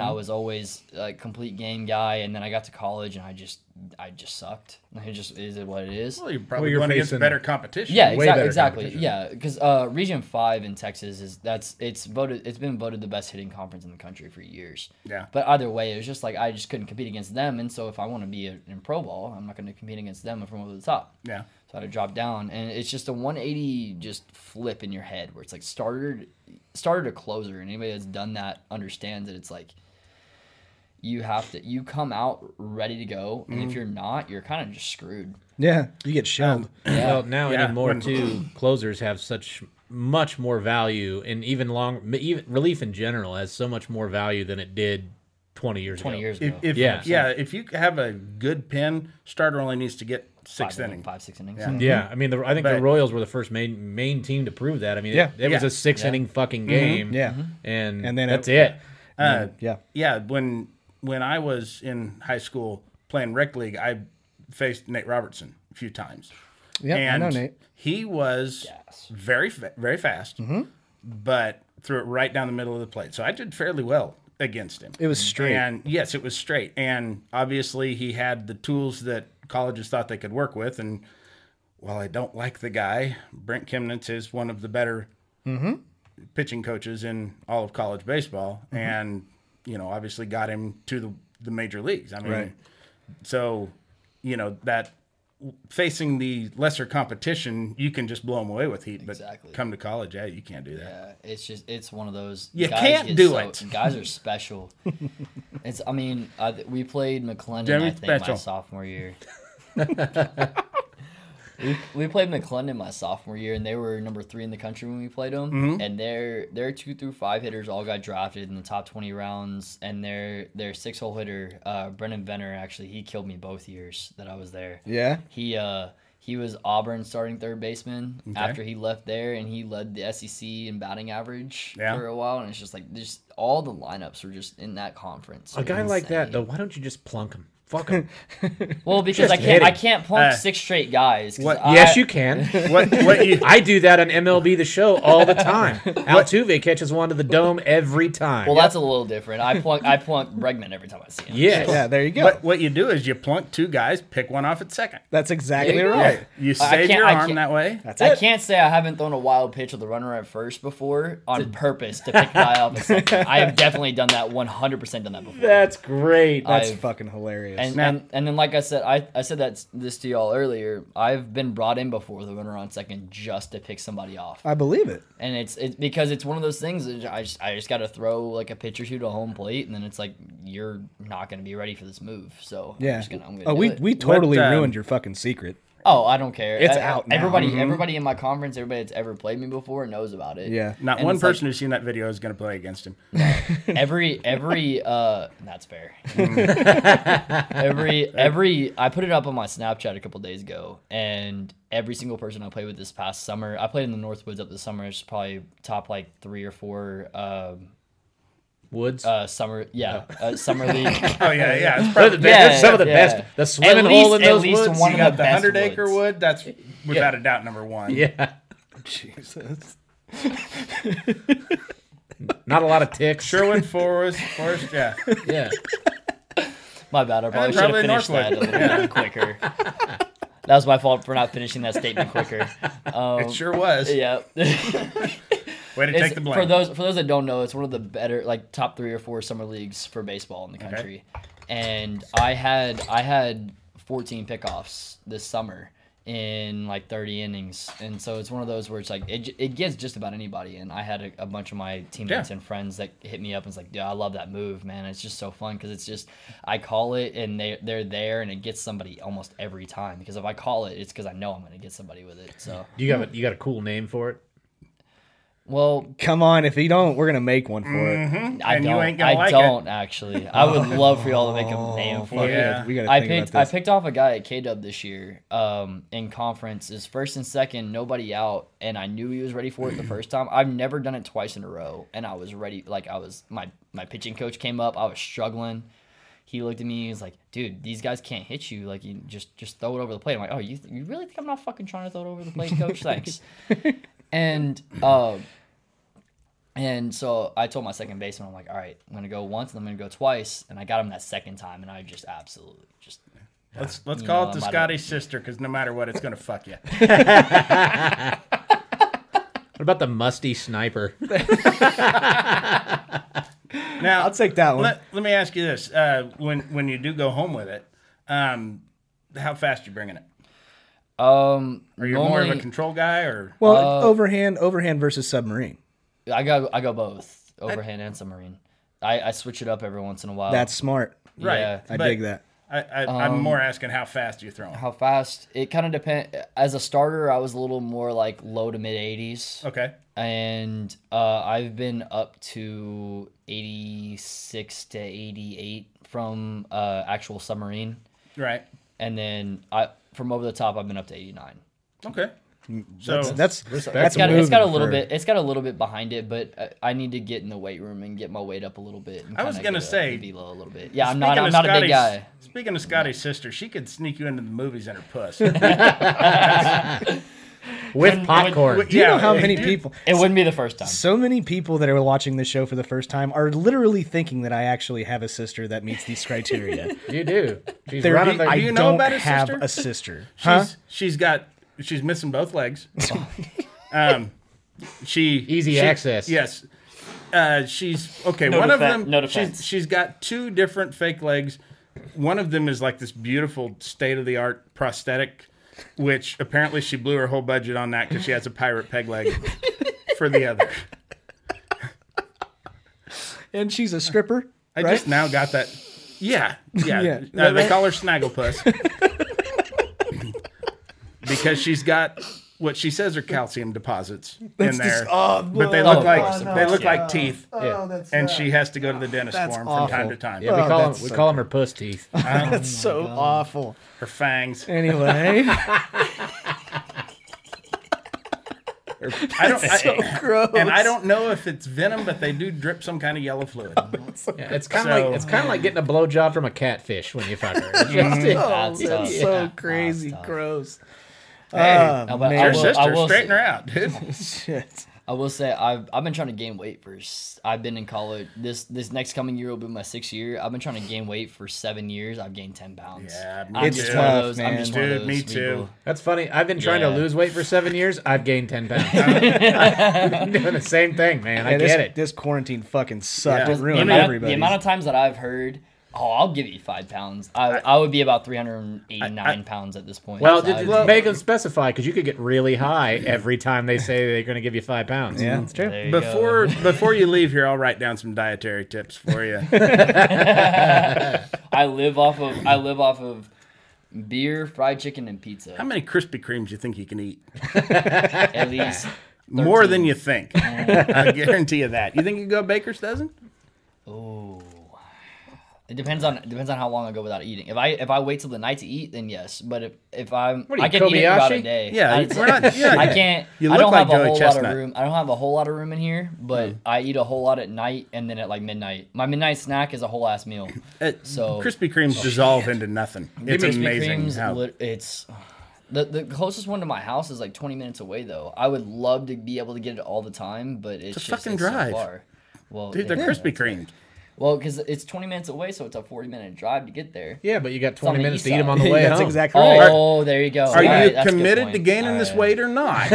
Speaker 2: Mm-hmm.
Speaker 4: I was always a complete game guy. And then I got to college and I just I just sucked. <laughs> It just is it what it is.
Speaker 2: Well, you're probably
Speaker 3: Well, you're
Speaker 2: going against
Speaker 3: facing-
Speaker 2: better competition.
Speaker 4: Yeah,
Speaker 3: way
Speaker 4: exactly.
Speaker 3: better
Speaker 4: Exactly.
Speaker 3: competition.
Speaker 4: Yeah, because uh, Region Five in Texas is that's it's voted it's been voted the best hitting conference in the country for years.
Speaker 2: Yeah.
Speaker 4: But either way, it was just like I just couldn't compete against them, and so if I want to be a, in pro ball, I'm not going to compete against them from over the top.
Speaker 2: Yeah.
Speaker 4: So I had to drop down, and it's just a 180 just flip in your head where it's like starter, starter to closer, and anybody that's done that understands that it's like you have to you come out ready to go, and
Speaker 2: Mm-hmm.
Speaker 4: if you're not, you're kind of just screwed.
Speaker 1: Yeah. You get shelled.
Speaker 4: Um,
Speaker 3: Well, now
Speaker 2: Yeah,
Speaker 3: anymore
Speaker 2: when-
Speaker 3: too, closers have such much more value, and even long, even relief in general has so much more value than it did twenty years ago.
Speaker 4: Twenty years
Speaker 2: If,
Speaker 4: ago.
Speaker 2: if,
Speaker 3: Yeah.
Speaker 2: yeah. if you have a good pin, starter only needs to get sixth
Speaker 4: five,
Speaker 2: inning.
Speaker 4: five, six innings.
Speaker 3: Yeah, I mean, the, I think the
Speaker 2: But-
Speaker 3: Royals were the first main main team to prove that. I mean,
Speaker 1: Yeah. Mm-hmm.
Speaker 3: it, it was
Speaker 2: Yeah.
Speaker 3: a six inning fucking game.
Speaker 1: Yeah.
Speaker 4: Mm-hmm.
Speaker 3: and
Speaker 1: And then
Speaker 3: that's
Speaker 1: it-
Speaker 3: it.
Speaker 2: Uh,
Speaker 1: Yeah.
Speaker 2: yeah, when when I was in high school playing rec league, I faced Nate Robertson a few times.
Speaker 1: Yeah, I
Speaker 2: and
Speaker 1: know Nate.
Speaker 2: He was
Speaker 4: Yes.
Speaker 2: very fa- very fast,
Speaker 3: Mm-hmm.
Speaker 2: but threw it right down the middle of the plate. So I did fairly well against him.
Speaker 1: It was straight.
Speaker 2: And yes, it was straight. And obviously, he had the tools that colleges thought they could work with. And while I don't like the guy, Brent Kimnitz is one of the better pitching coaches in all of college baseball, and you know, obviously got him to the the major leagues. I mean,
Speaker 1: Right.
Speaker 2: so you know that facing the lesser competition, you can just blow them away with heat. But
Speaker 4: Exactly.
Speaker 2: come to college, yeah, you can't do that.
Speaker 4: Yeah, Uh, it's just it's one of those.
Speaker 2: You
Speaker 4: guys
Speaker 2: can't
Speaker 4: get
Speaker 2: do
Speaker 4: so-
Speaker 2: it.
Speaker 4: <laughs> Guys are
Speaker 2: <laughs>
Speaker 4: special. it's. I mean, I, th- we played McClendon.
Speaker 2: Very
Speaker 4: I think my
Speaker 2: special.
Speaker 4: sophomore year.
Speaker 2: <laughs>
Speaker 4: we, we played McClendon my sophomore year, and they were number three in the country when we played them.
Speaker 2: Mm-hmm.
Speaker 4: And their their two through five hitters all got drafted in the top twenty rounds, and their their six hole hitter uh, Brennan Venner actually he killed me both years that I was there.
Speaker 1: Yeah.
Speaker 4: He uh he was Auburn starting third baseman after he left there, and he led the SEC in batting average
Speaker 2: Yeah.
Speaker 4: for a while. And it's just like just all the lineups were just in that conference.
Speaker 3: A guy like that, though,
Speaker 4: Insane.
Speaker 3: why don't you just plunk him? Fuck
Speaker 1: <laughs>
Speaker 3: him.
Speaker 4: Well, because I
Speaker 3: hit
Speaker 4: can't I
Speaker 3: him.
Speaker 4: can't plunk
Speaker 2: Uh,
Speaker 4: six straight guys. 'cause
Speaker 2: what-
Speaker 4: I,
Speaker 3: yes,
Speaker 1: <laughs>
Speaker 3: you can.
Speaker 2: What what
Speaker 3: <laughs>
Speaker 2: you
Speaker 3: I do that on MLB The Show all
Speaker 4: <laughs>
Speaker 3: the time. Altuve catches one to the dome every time.
Speaker 4: Well, that's a little different. I plunk I plunk Bregman every time I see him.
Speaker 3: yes.
Speaker 1: Yeah. There you go.
Speaker 2: what, what you do is you plunk two guys, pick one off at second.
Speaker 1: That's exactly
Speaker 4: There you go.
Speaker 1: right.
Speaker 2: You
Speaker 4: I
Speaker 2: save
Speaker 4: can't-
Speaker 2: your
Speaker 4: I
Speaker 2: arm
Speaker 4: can't-
Speaker 2: that way.
Speaker 4: I can't say I haven't thrown a wild pitch with the runner at first before on purpose to pick a guy up. I have definitely done that. One hundred percent done that before.
Speaker 3: That's great.
Speaker 1: That's
Speaker 4: I've-
Speaker 1: fucking hilarious.
Speaker 4: And,
Speaker 2: Now-
Speaker 4: and and then like I said, I, I said that this to y'all earlier. I've been brought in before the runner on second just to pick somebody off,
Speaker 1: I believe it.
Speaker 4: and it's it's because it's one of those things. That I just I just got to throw like a pitch or two to home plate, and then it's like you're not gonna be ready for this move. So I'm
Speaker 1: Yeah.
Speaker 4: just gonna, I'm gonna
Speaker 1: oh,
Speaker 4: do
Speaker 1: we,
Speaker 4: it.
Speaker 1: we totally
Speaker 2: um,
Speaker 1: ruined your fucking secret.
Speaker 4: oh I don't care.
Speaker 1: It's
Speaker 4: I-
Speaker 1: out now. Mm-hmm.
Speaker 4: Everybody everybody in my conference, everybody that's ever played me before knows about it.
Speaker 1: Yeah.
Speaker 2: Not
Speaker 4: And
Speaker 2: one
Speaker 4: it's like-
Speaker 2: person who's seen that video is going to play against him.
Speaker 4: every every uh that's fair
Speaker 2: Mm. <laughs>
Speaker 4: every every i put it up on my snapchat a couple days ago and every single person i played with this past summer i played in the northwoods up this summer it's probably top like three or four um
Speaker 3: Woods.
Speaker 4: uh summer yeah uh, summer league
Speaker 2: Oh yeah, yeah.
Speaker 4: <laughs>
Speaker 2: It's
Speaker 3: They're
Speaker 2: probably
Speaker 3: the best- they're
Speaker 4: yeah,
Speaker 3: some of the
Speaker 4: yeah.
Speaker 3: best. The
Speaker 4: At
Speaker 3: swimming
Speaker 4: least-
Speaker 3: hole in
Speaker 4: at
Speaker 3: those
Speaker 4: least
Speaker 3: woods.
Speaker 4: one
Speaker 2: you
Speaker 4: of
Speaker 2: got the
Speaker 4: the best
Speaker 2: hundred acre
Speaker 4: woods.
Speaker 2: wood. That's without a doubt number one. <laughs>
Speaker 3: Yeah.
Speaker 1: Jesus.
Speaker 3: Not a lot of ticks.
Speaker 2: Sherwood Forest, Forest, <laughs> yeah.
Speaker 3: Yeah.
Speaker 4: <laughs> my bad i probably
Speaker 2: And
Speaker 4: should have
Speaker 2: probably
Speaker 4: finished that a
Speaker 2: Northwood.
Speaker 4: little bit quicker That was my fault for not finishing that statement quicker.
Speaker 2: <laughs>
Speaker 4: Um,
Speaker 2: It sure was.
Speaker 4: Yeah.
Speaker 2: Way to
Speaker 4: <laughs> It's-
Speaker 2: take the blame.
Speaker 4: for those for those that don't know, it's one of the better like top three or four summer leagues for baseball in the country. And I had I had 14 pickoffs this summer in like 30 innings, and so it's one of those where it's like it, j- it gets just about anybody. And I had a, a bunch of my teammates
Speaker 2: Yeah.
Speaker 4: and friends that hit me up and was like, "Dude, I love that move, man. It's just so fun because it's just I call it and they they're there and it gets somebody almost every time because if I call it, it's because I know I'm gonna get somebody with it. So
Speaker 3: You got a, you got a cool name for it.
Speaker 4: well,
Speaker 1: Come on, if you don't, we're gonna make one for it.
Speaker 4: I
Speaker 2: and you
Speaker 4: don't.
Speaker 2: ain't gonna
Speaker 4: I
Speaker 2: like it.
Speaker 4: don't actually. I would love for y'all to make <laughs> a name for
Speaker 1: Fuck,
Speaker 4: it.
Speaker 2: Yeah.
Speaker 1: We gotta
Speaker 4: I
Speaker 1: think
Speaker 4: picked I
Speaker 1: about this.
Speaker 4: picked off a guy at K Dub this year um, in conference. Is first and second, nobody out, and I knew he was ready <clears throat> for it the first time. I've never done it twice in a row, and I was ready. Like I was my my pitching coach came up. I was struggling. He looked at me. He was like, "Dude, these guys can't hit you. Like you just just throw it over the plate." I'm like, "Oh, you th- you really think I'm not fucking trying to throw it over the plate, <laughs> coach? Thanks." and um, and so I told my second baseman, I'm like, all right, I'm gonna go once and I'm gonna go twice, and I got him that second time, and I just absolutely just
Speaker 2: Let's let's
Speaker 4: You
Speaker 2: call
Speaker 4: know,
Speaker 2: it the
Speaker 4: I might
Speaker 2: Scottish sister because no matter what, it's gonna fuck
Speaker 4: <laughs>
Speaker 2: you.
Speaker 3: What about the musty
Speaker 4: <laughs>
Speaker 3: sniper?
Speaker 2: Now
Speaker 1: I'll take that one.
Speaker 2: Let, let me ask you this: uh, when when you do go home with it, um, how fast you bringing it?
Speaker 4: um.
Speaker 2: Are you more of a control guy, or
Speaker 1: well,
Speaker 4: uh,
Speaker 1: overhand, overhand versus submarine.
Speaker 4: I go I go both overhand and submarine. I I switch it up every once in a while.
Speaker 1: That's smart.
Speaker 2: right?
Speaker 4: yeah.
Speaker 1: I
Speaker 2: but
Speaker 1: dig that.
Speaker 2: I, I, I'm more asking how fast you throwing.
Speaker 4: Um, how fast it kind of depend. As a starter, I was a little more like low to mid 80s.
Speaker 2: Okay,
Speaker 4: and uh, I've been up to 86 to 88 from uh, actual submarine,
Speaker 2: right?
Speaker 4: and then I from over the top I've been up to 89.
Speaker 2: Okay.
Speaker 4: Mm,
Speaker 2: So
Speaker 1: That's
Speaker 4: It's
Speaker 1: that's
Speaker 4: got, it's got a
Speaker 1: moving
Speaker 4: little
Speaker 1: for-
Speaker 4: bit. It's got a little bit behind it, but uh, I need to get in the weight room and get my weight up a little bit. And
Speaker 2: I was
Speaker 4: kinda
Speaker 2: gonna
Speaker 4: get a-
Speaker 2: say,
Speaker 4: be low a little bit. Yeah, I'm
Speaker 2: speaking
Speaker 4: not. I'm
Speaker 2: of
Speaker 4: not a
Speaker 2: Scotty's-
Speaker 4: big guy.
Speaker 2: Speaking of Scotty's sister, she could sneak you into the movies in her
Speaker 1: <laughs>
Speaker 2: puss.
Speaker 3: With popcorn.
Speaker 2: With-
Speaker 1: Do you know
Speaker 2: yeah,
Speaker 1: how
Speaker 2: it-
Speaker 1: many
Speaker 2: it-
Speaker 1: people?
Speaker 4: It wouldn't be the
Speaker 2: <laughs>
Speaker 4: first time.
Speaker 1: So many people that are watching this show for the first time are literally thinking that I actually have a sister that meets these criteria.
Speaker 4: <laughs>
Speaker 3: you do. She's
Speaker 1: They're-
Speaker 3: running the.
Speaker 1: I
Speaker 2: you know
Speaker 1: don't
Speaker 2: about a
Speaker 1: have
Speaker 2: sister?
Speaker 1: a sister.
Speaker 2: She's, she's got she's missing both
Speaker 4: <laughs>
Speaker 2: legs. um, she
Speaker 3: Easy
Speaker 2: she-
Speaker 3: access.
Speaker 2: Yes. Uh, she's okay.
Speaker 4: No
Speaker 2: one of
Speaker 4: defen-
Speaker 2: them.
Speaker 4: no
Speaker 2: she's,
Speaker 4: defense.
Speaker 2: she's got two different fake legs. One of them is like this beautiful state of the art prosthetic, which apparently she blew her whole budget on that because she has a pirate peg
Speaker 4: <laughs>
Speaker 2: leg for the other.
Speaker 1: And she's a stripper.
Speaker 2: I
Speaker 1: right?
Speaker 2: just now got that. Yeah, yeah.
Speaker 1: Yeah.
Speaker 2: Uh, they call her Snagglepuss because she's got what she says are calcium deposits in there.
Speaker 1: just- oh,
Speaker 2: but they
Speaker 1: no.
Speaker 2: look
Speaker 4: Oh,
Speaker 2: like
Speaker 4: of course,
Speaker 2: they
Speaker 4: of
Speaker 2: look
Speaker 4: course,
Speaker 2: like teeth,
Speaker 3: yeah.
Speaker 2: and she has to go to the dentist for
Speaker 1: That's
Speaker 2: 'em from time
Speaker 1: awful.
Speaker 2: to time.
Speaker 3: Yeah, we
Speaker 1: Oh,
Speaker 3: call
Speaker 1: that's
Speaker 3: them, we
Speaker 1: so
Speaker 3: call them her
Speaker 4: <laughs>
Speaker 3: puss teeth.
Speaker 1: That's so awful.
Speaker 2: Her fangs.
Speaker 1: <laughs> Anyway,
Speaker 2: I don't. <laughs> I,
Speaker 1: gross.
Speaker 2: and I don't know if it's venom, but they do drip some kind of yellow fluid.
Speaker 3: Yeah, it's kind of
Speaker 2: So-
Speaker 3: like it's kind of like getting a blowjob from a catfish when
Speaker 4: <laughs>
Speaker 3: you fuck her. It's just-
Speaker 2: Oh,
Speaker 4: That's uh, tough.
Speaker 1: so <laughs> crazy, gross. Um,
Speaker 4: No, but
Speaker 2: Your
Speaker 4: I will, I
Speaker 2: sister,
Speaker 4: will
Speaker 2: straighten
Speaker 4: say,
Speaker 2: her out, dude.
Speaker 1: Oh, Shit.
Speaker 4: I will say I've I've been trying to gain weight for. s- I've been in college. This this next coming year will be my sixth year. I've been trying to gain weight for seven years. I've gained ten pounds.
Speaker 2: Yeah, me
Speaker 4: I'm
Speaker 1: It's
Speaker 4: just
Speaker 1: too.
Speaker 4: one of
Speaker 1: tough,
Speaker 4: those.
Speaker 1: man.
Speaker 4: I'm just one of
Speaker 2: Dude,
Speaker 4: those
Speaker 2: me too.
Speaker 4: people.
Speaker 3: That's funny. I've been trying
Speaker 4: Yeah.
Speaker 3: to lose weight for seven years. I've gained ten
Speaker 1: <laughs>
Speaker 3: pounds. I'm doing the same thing, man. I
Speaker 1: Yeah, this,
Speaker 3: get it.
Speaker 1: This quarantine fucking sucked.
Speaker 2: Yeah.
Speaker 1: It
Speaker 4: the
Speaker 1: ruined
Speaker 4: amount,
Speaker 1: everybody.
Speaker 4: The amount of times that I've heard, "Oh, I'll give you five pounds," I, I, would be about three hundred and eighty-nine pounds at this point.
Speaker 3: Well,
Speaker 4: So
Speaker 3: just
Speaker 4: I-
Speaker 3: make them specify because you could get really high every time they say they're going to give you five pounds.
Speaker 1: yeah, it's true.
Speaker 4: there you go.
Speaker 2: Before before you leave here, I'll write down some dietary tips for you.
Speaker 4: I live off of I live off of beer, fried chicken, and
Speaker 2: How
Speaker 4: pizza.
Speaker 2: many Krispy Kremes you think you can eat?
Speaker 4: At least
Speaker 2: More than you think. I guarantee you that. You think you can go baker's dozen?
Speaker 4: oh, it depends on it depends on how long I go without eating. If I if I wait till the night to eat, then yes. But if if I'm
Speaker 3: are you,
Speaker 4: I can eat it throughout a
Speaker 3: Kobayashi?
Speaker 4: day.
Speaker 2: Yeah,
Speaker 4: <laughs> I,
Speaker 2: you- we're not- yeah.
Speaker 4: I can't.
Speaker 2: You
Speaker 4: I
Speaker 2: look
Speaker 4: don't
Speaker 2: like
Speaker 4: have a
Speaker 2: Joey
Speaker 4: whole lot
Speaker 2: Chestnut. Hmm.
Speaker 4: of room. I don't have a whole lot of room in here, but I eat a whole lot at night and then at like midnight. My midnight snack is a whole ass meal.
Speaker 2: Uh,
Speaker 4: So- oh,
Speaker 2: Krispy Kremes dissolve into nothing. It's
Speaker 4: Krispy
Speaker 2: amazing
Speaker 4: Kremes,
Speaker 2: how.
Speaker 4: lit- it's the the closest one to my house is like 20 minutes away though. I would love to be able to get it all the time, but it's
Speaker 2: Just
Speaker 4: just
Speaker 2: fucking
Speaker 4: it's
Speaker 2: drive.
Speaker 4: so far. Well,
Speaker 2: Dude, they're
Speaker 4: yeah.
Speaker 2: Krispy Kremes.
Speaker 4: Well, because it's 20 minutes away, so it's a 40 minute drive to get there.
Speaker 3: Yeah, but you got
Speaker 4: on the
Speaker 3: 20 minutes
Speaker 4: east
Speaker 3: to eat them
Speaker 4: side.
Speaker 3: on the way
Speaker 1: That's
Speaker 3: home.
Speaker 1: exactly right.
Speaker 4: Oh, there you go.
Speaker 2: Are
Speaker 4: All right,
Speaker 2: you
Speaker 4: that's a good
Speaker 2: committed
Speaker 4: point.
Speaker 2: to gaining
Speaker 4: All
Speaker 2: this
Speaker 4: right.
Speaker 2: weight or
Speaker 4: <laughs>
Speaker 2: not?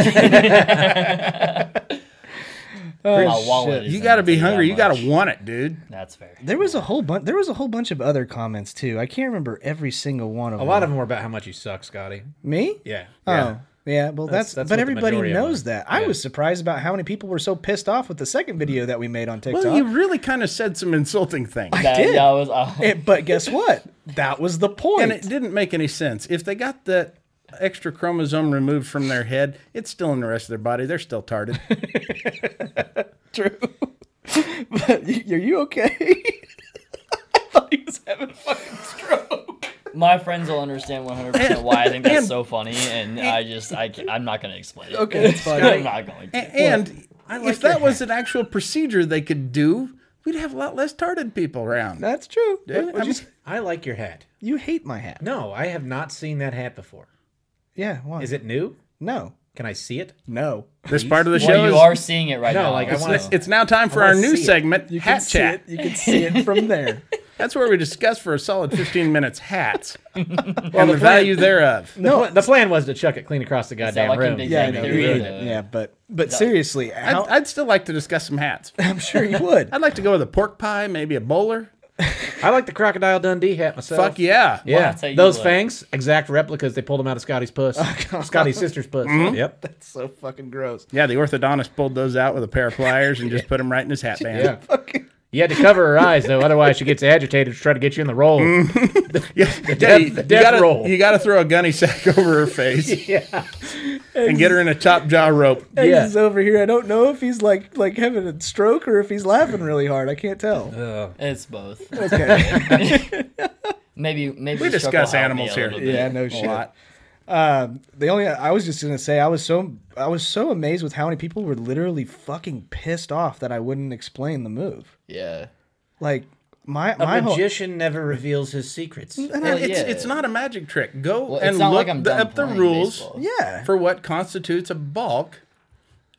Speaker 4: My wallet is
Speaker 2: you
Speaker 4: in
Speaker 2: got to
Speaker 4: it,
Speaker 2: be
Speaker 4: tell
Speaker 2: hungry.
Speaker 4: that
Speaker 2: You got
Speaker 4: much.
Speaker 2: to want it, dude.
Speaker 4: That's fair.
Speaker 1: There was a whole bunch. There was a whole bunch of other comments too. I can't remember every single one of
Speaker 3: A
Speaker 1: them.
Speaker 3: lot of them were about how much you suck, Scotty.
Speaker 1: me.
Speaker 3: Yeah.
Speaker 1: Oh. Yeah, well, that's,
Speaker 3: That's- that's
Speaker 1: but
Speaker 3: what the
Speaker 1: everybody
Speaker 3: majority of them
Speaker 1: knows
Speaker 3: are.
Speaker 1: that. I
Speaker 3: Yeah.
Speaker 1: was surprised about how many people were so pissed off with the second video that we made on TikTok.
Speaker 2: Well, you
Speaker 1: <laughs>
Speaker 2: really kind of said some insulting things.
Speaker 4: That,
Speaker 1: did.
Speaker 4: that was
Speaker 2: <laughs>
Speaker 4: uh,
Speaker 1: It- but guess what? That was the point.
Speaker 2: And it didn't make any sense. If they got that extra chromosome removed from their head, it's still in the rest of their body. They're still tarted.
Speaker 1: true. <laughs> but y- are you okay? <laughs> I thought he was having a fucking stroke.
Speaker 4: my friends will understand 100 percent why I think that's
Speaker 2: And-
Speaker 4: so funny, and I just I can't, I'm not gonna explain it.
Speaker 1: Okay, that's fine.
Speaker 4: <laughs> I'm not going.
Speaker 2: A-
Speaker 4: To.
Speaker 2: And if that was an actual procedure they could do, we'd have a lot less tarted people around.
Speaker 1: That's true.
Speaker 2: Yeah,
Speaker 1: What-
Speaker 2: I
Speaker 1: what'd you,
Speaker 2: mean-
Speaker 1: say?
Speaker 3: I like your hat.
Speaker 1: you hate my hat.
Speaker 3: No, I have not seen that hat before.
Speaker 1: Yeah. Why?
Speaker 3: Is it new?
Speaker 1: No.
Speaker 3: Can I see it?
Speaker 1: No.
Speaker 2: this part of the show
Speaker 4: Well, you
Speaker 2: is-
Speaker 4: are seeing it right
Speaker 3: No,
Speaker 4: now.
Speaker 3: like, I
Speaker 4: so-
Speaker 3: wanna-
Speaker 2: It's now time for
Speaker 3: I
Speaker 2: our
Speaker 3: wanna
Speaker 2: new
Speaker 3: see it.
Speaker 2: segment,
Speaker 1: You can
Speaker 2: Hat
Speaker 1: see
Speaker 2: Chat.
Speaker 1: it. You can see it from there.
Speaker 2: That's where we discuss for a solid 15 minutes hats and the value thereof.
Speaker 3: The pla- the plan was to chuck it clean across the goddamn
Speaker 4: like
Speaker 3: room.
Speaker 1: <laughs>
Speaker 4: Big
Speaker 1: Yeah, I
Speaker 4: Bang
Speaker 1: know.
Speaker 4: Theory,
Speaker 1: Yeah,
Speaker 4: the-
Speaker 1: yeah, but but seriously, how,
Speaker 2: I'd, I'd still like to discuss some hats.
Speaker 1: <laughs> I'm sure you would.
Speaker 2: I'd like to go with a pork pie, maybe a bowler.
Speaker 3: I like the Crocodile Dundee hat myself.
Speaker 2: Fuck yeah.
Speaker 4: Well,
Speaker 3: Yeah,
Speaker 4: that's how you
Speaker 3: those
Speaker 4: look.
Speaker 3: fangs, exact replicas. They pulled them out of Scotty's puss, Scotty's sister's puss.
Speaker 1: <laughs>
Speaker 3: Yep.
Speaker 1: That's so fucking gross.
Speaker 2: Yeah, the orthodontist pulled those out with a pair of pliers and just put them right in his hat band.
Speaker 3: Yeah. You had to cover her eyes though, otherwise she gets agitated to try to get you in the roll.
Speaker 2: <laughs> Yeah,
Speaker 3: death-
Speaker 2: you- you,
Speaker 3: death
Speaker 2: gotta,
Speaker 3: roll.
Speaker 2: you gotta throw a gunny sack <laughs> over her face
Speaker 3: Yeah.
Speaker 2: and get her in a top jaw rope.
Speaker 1: <laughs> Eggs
Speaker 3: Yeah.
Speaker 1: is over here. I don't know if he's like like having a stroke or if he's laughing really hard. I can't tell.
Speaker 4: It's both.
Speaker 1: Okay.
Speaker 4: Maybe maybe
Speaker 2: We
Speaker 4: the truck will
Speaker 2: discuss
Speaker 4: help
Speaker 2: animals
Speaker 4: me a
Speaker 2: here.
Speaker 4: little bit.
Speaker 1: yeah, no shit. Um, the only I was just gonna say I was so I was so amazed with how many people were literally fucking pissed off that I wouldn't explain the move.
Speaker 4: Yeah.
Speaker 1: Like my my
Speaker 3: A
Speaker 1: whole
Speaker 3: magician never reveals his secrets.
Speaker 1: and I-
Speaker 4: Well,
Speaker 2: It's,
Speaker 4: yeah.
Speaker 2: it's not a magic trick. Go
Speaker 4: Well,
Speaker 2: and
Speaker 4: it's not
Speaker 2: look
Speaker 4: like I'm
Speaker 2: the-
Speaker 4: done
Speaker 2: up the
Speaker 4: playing
Speaker 2: rules
Speaker 4: baseball.
Speaker 1: yeah.
Speaker 2: for what constitutes a balk,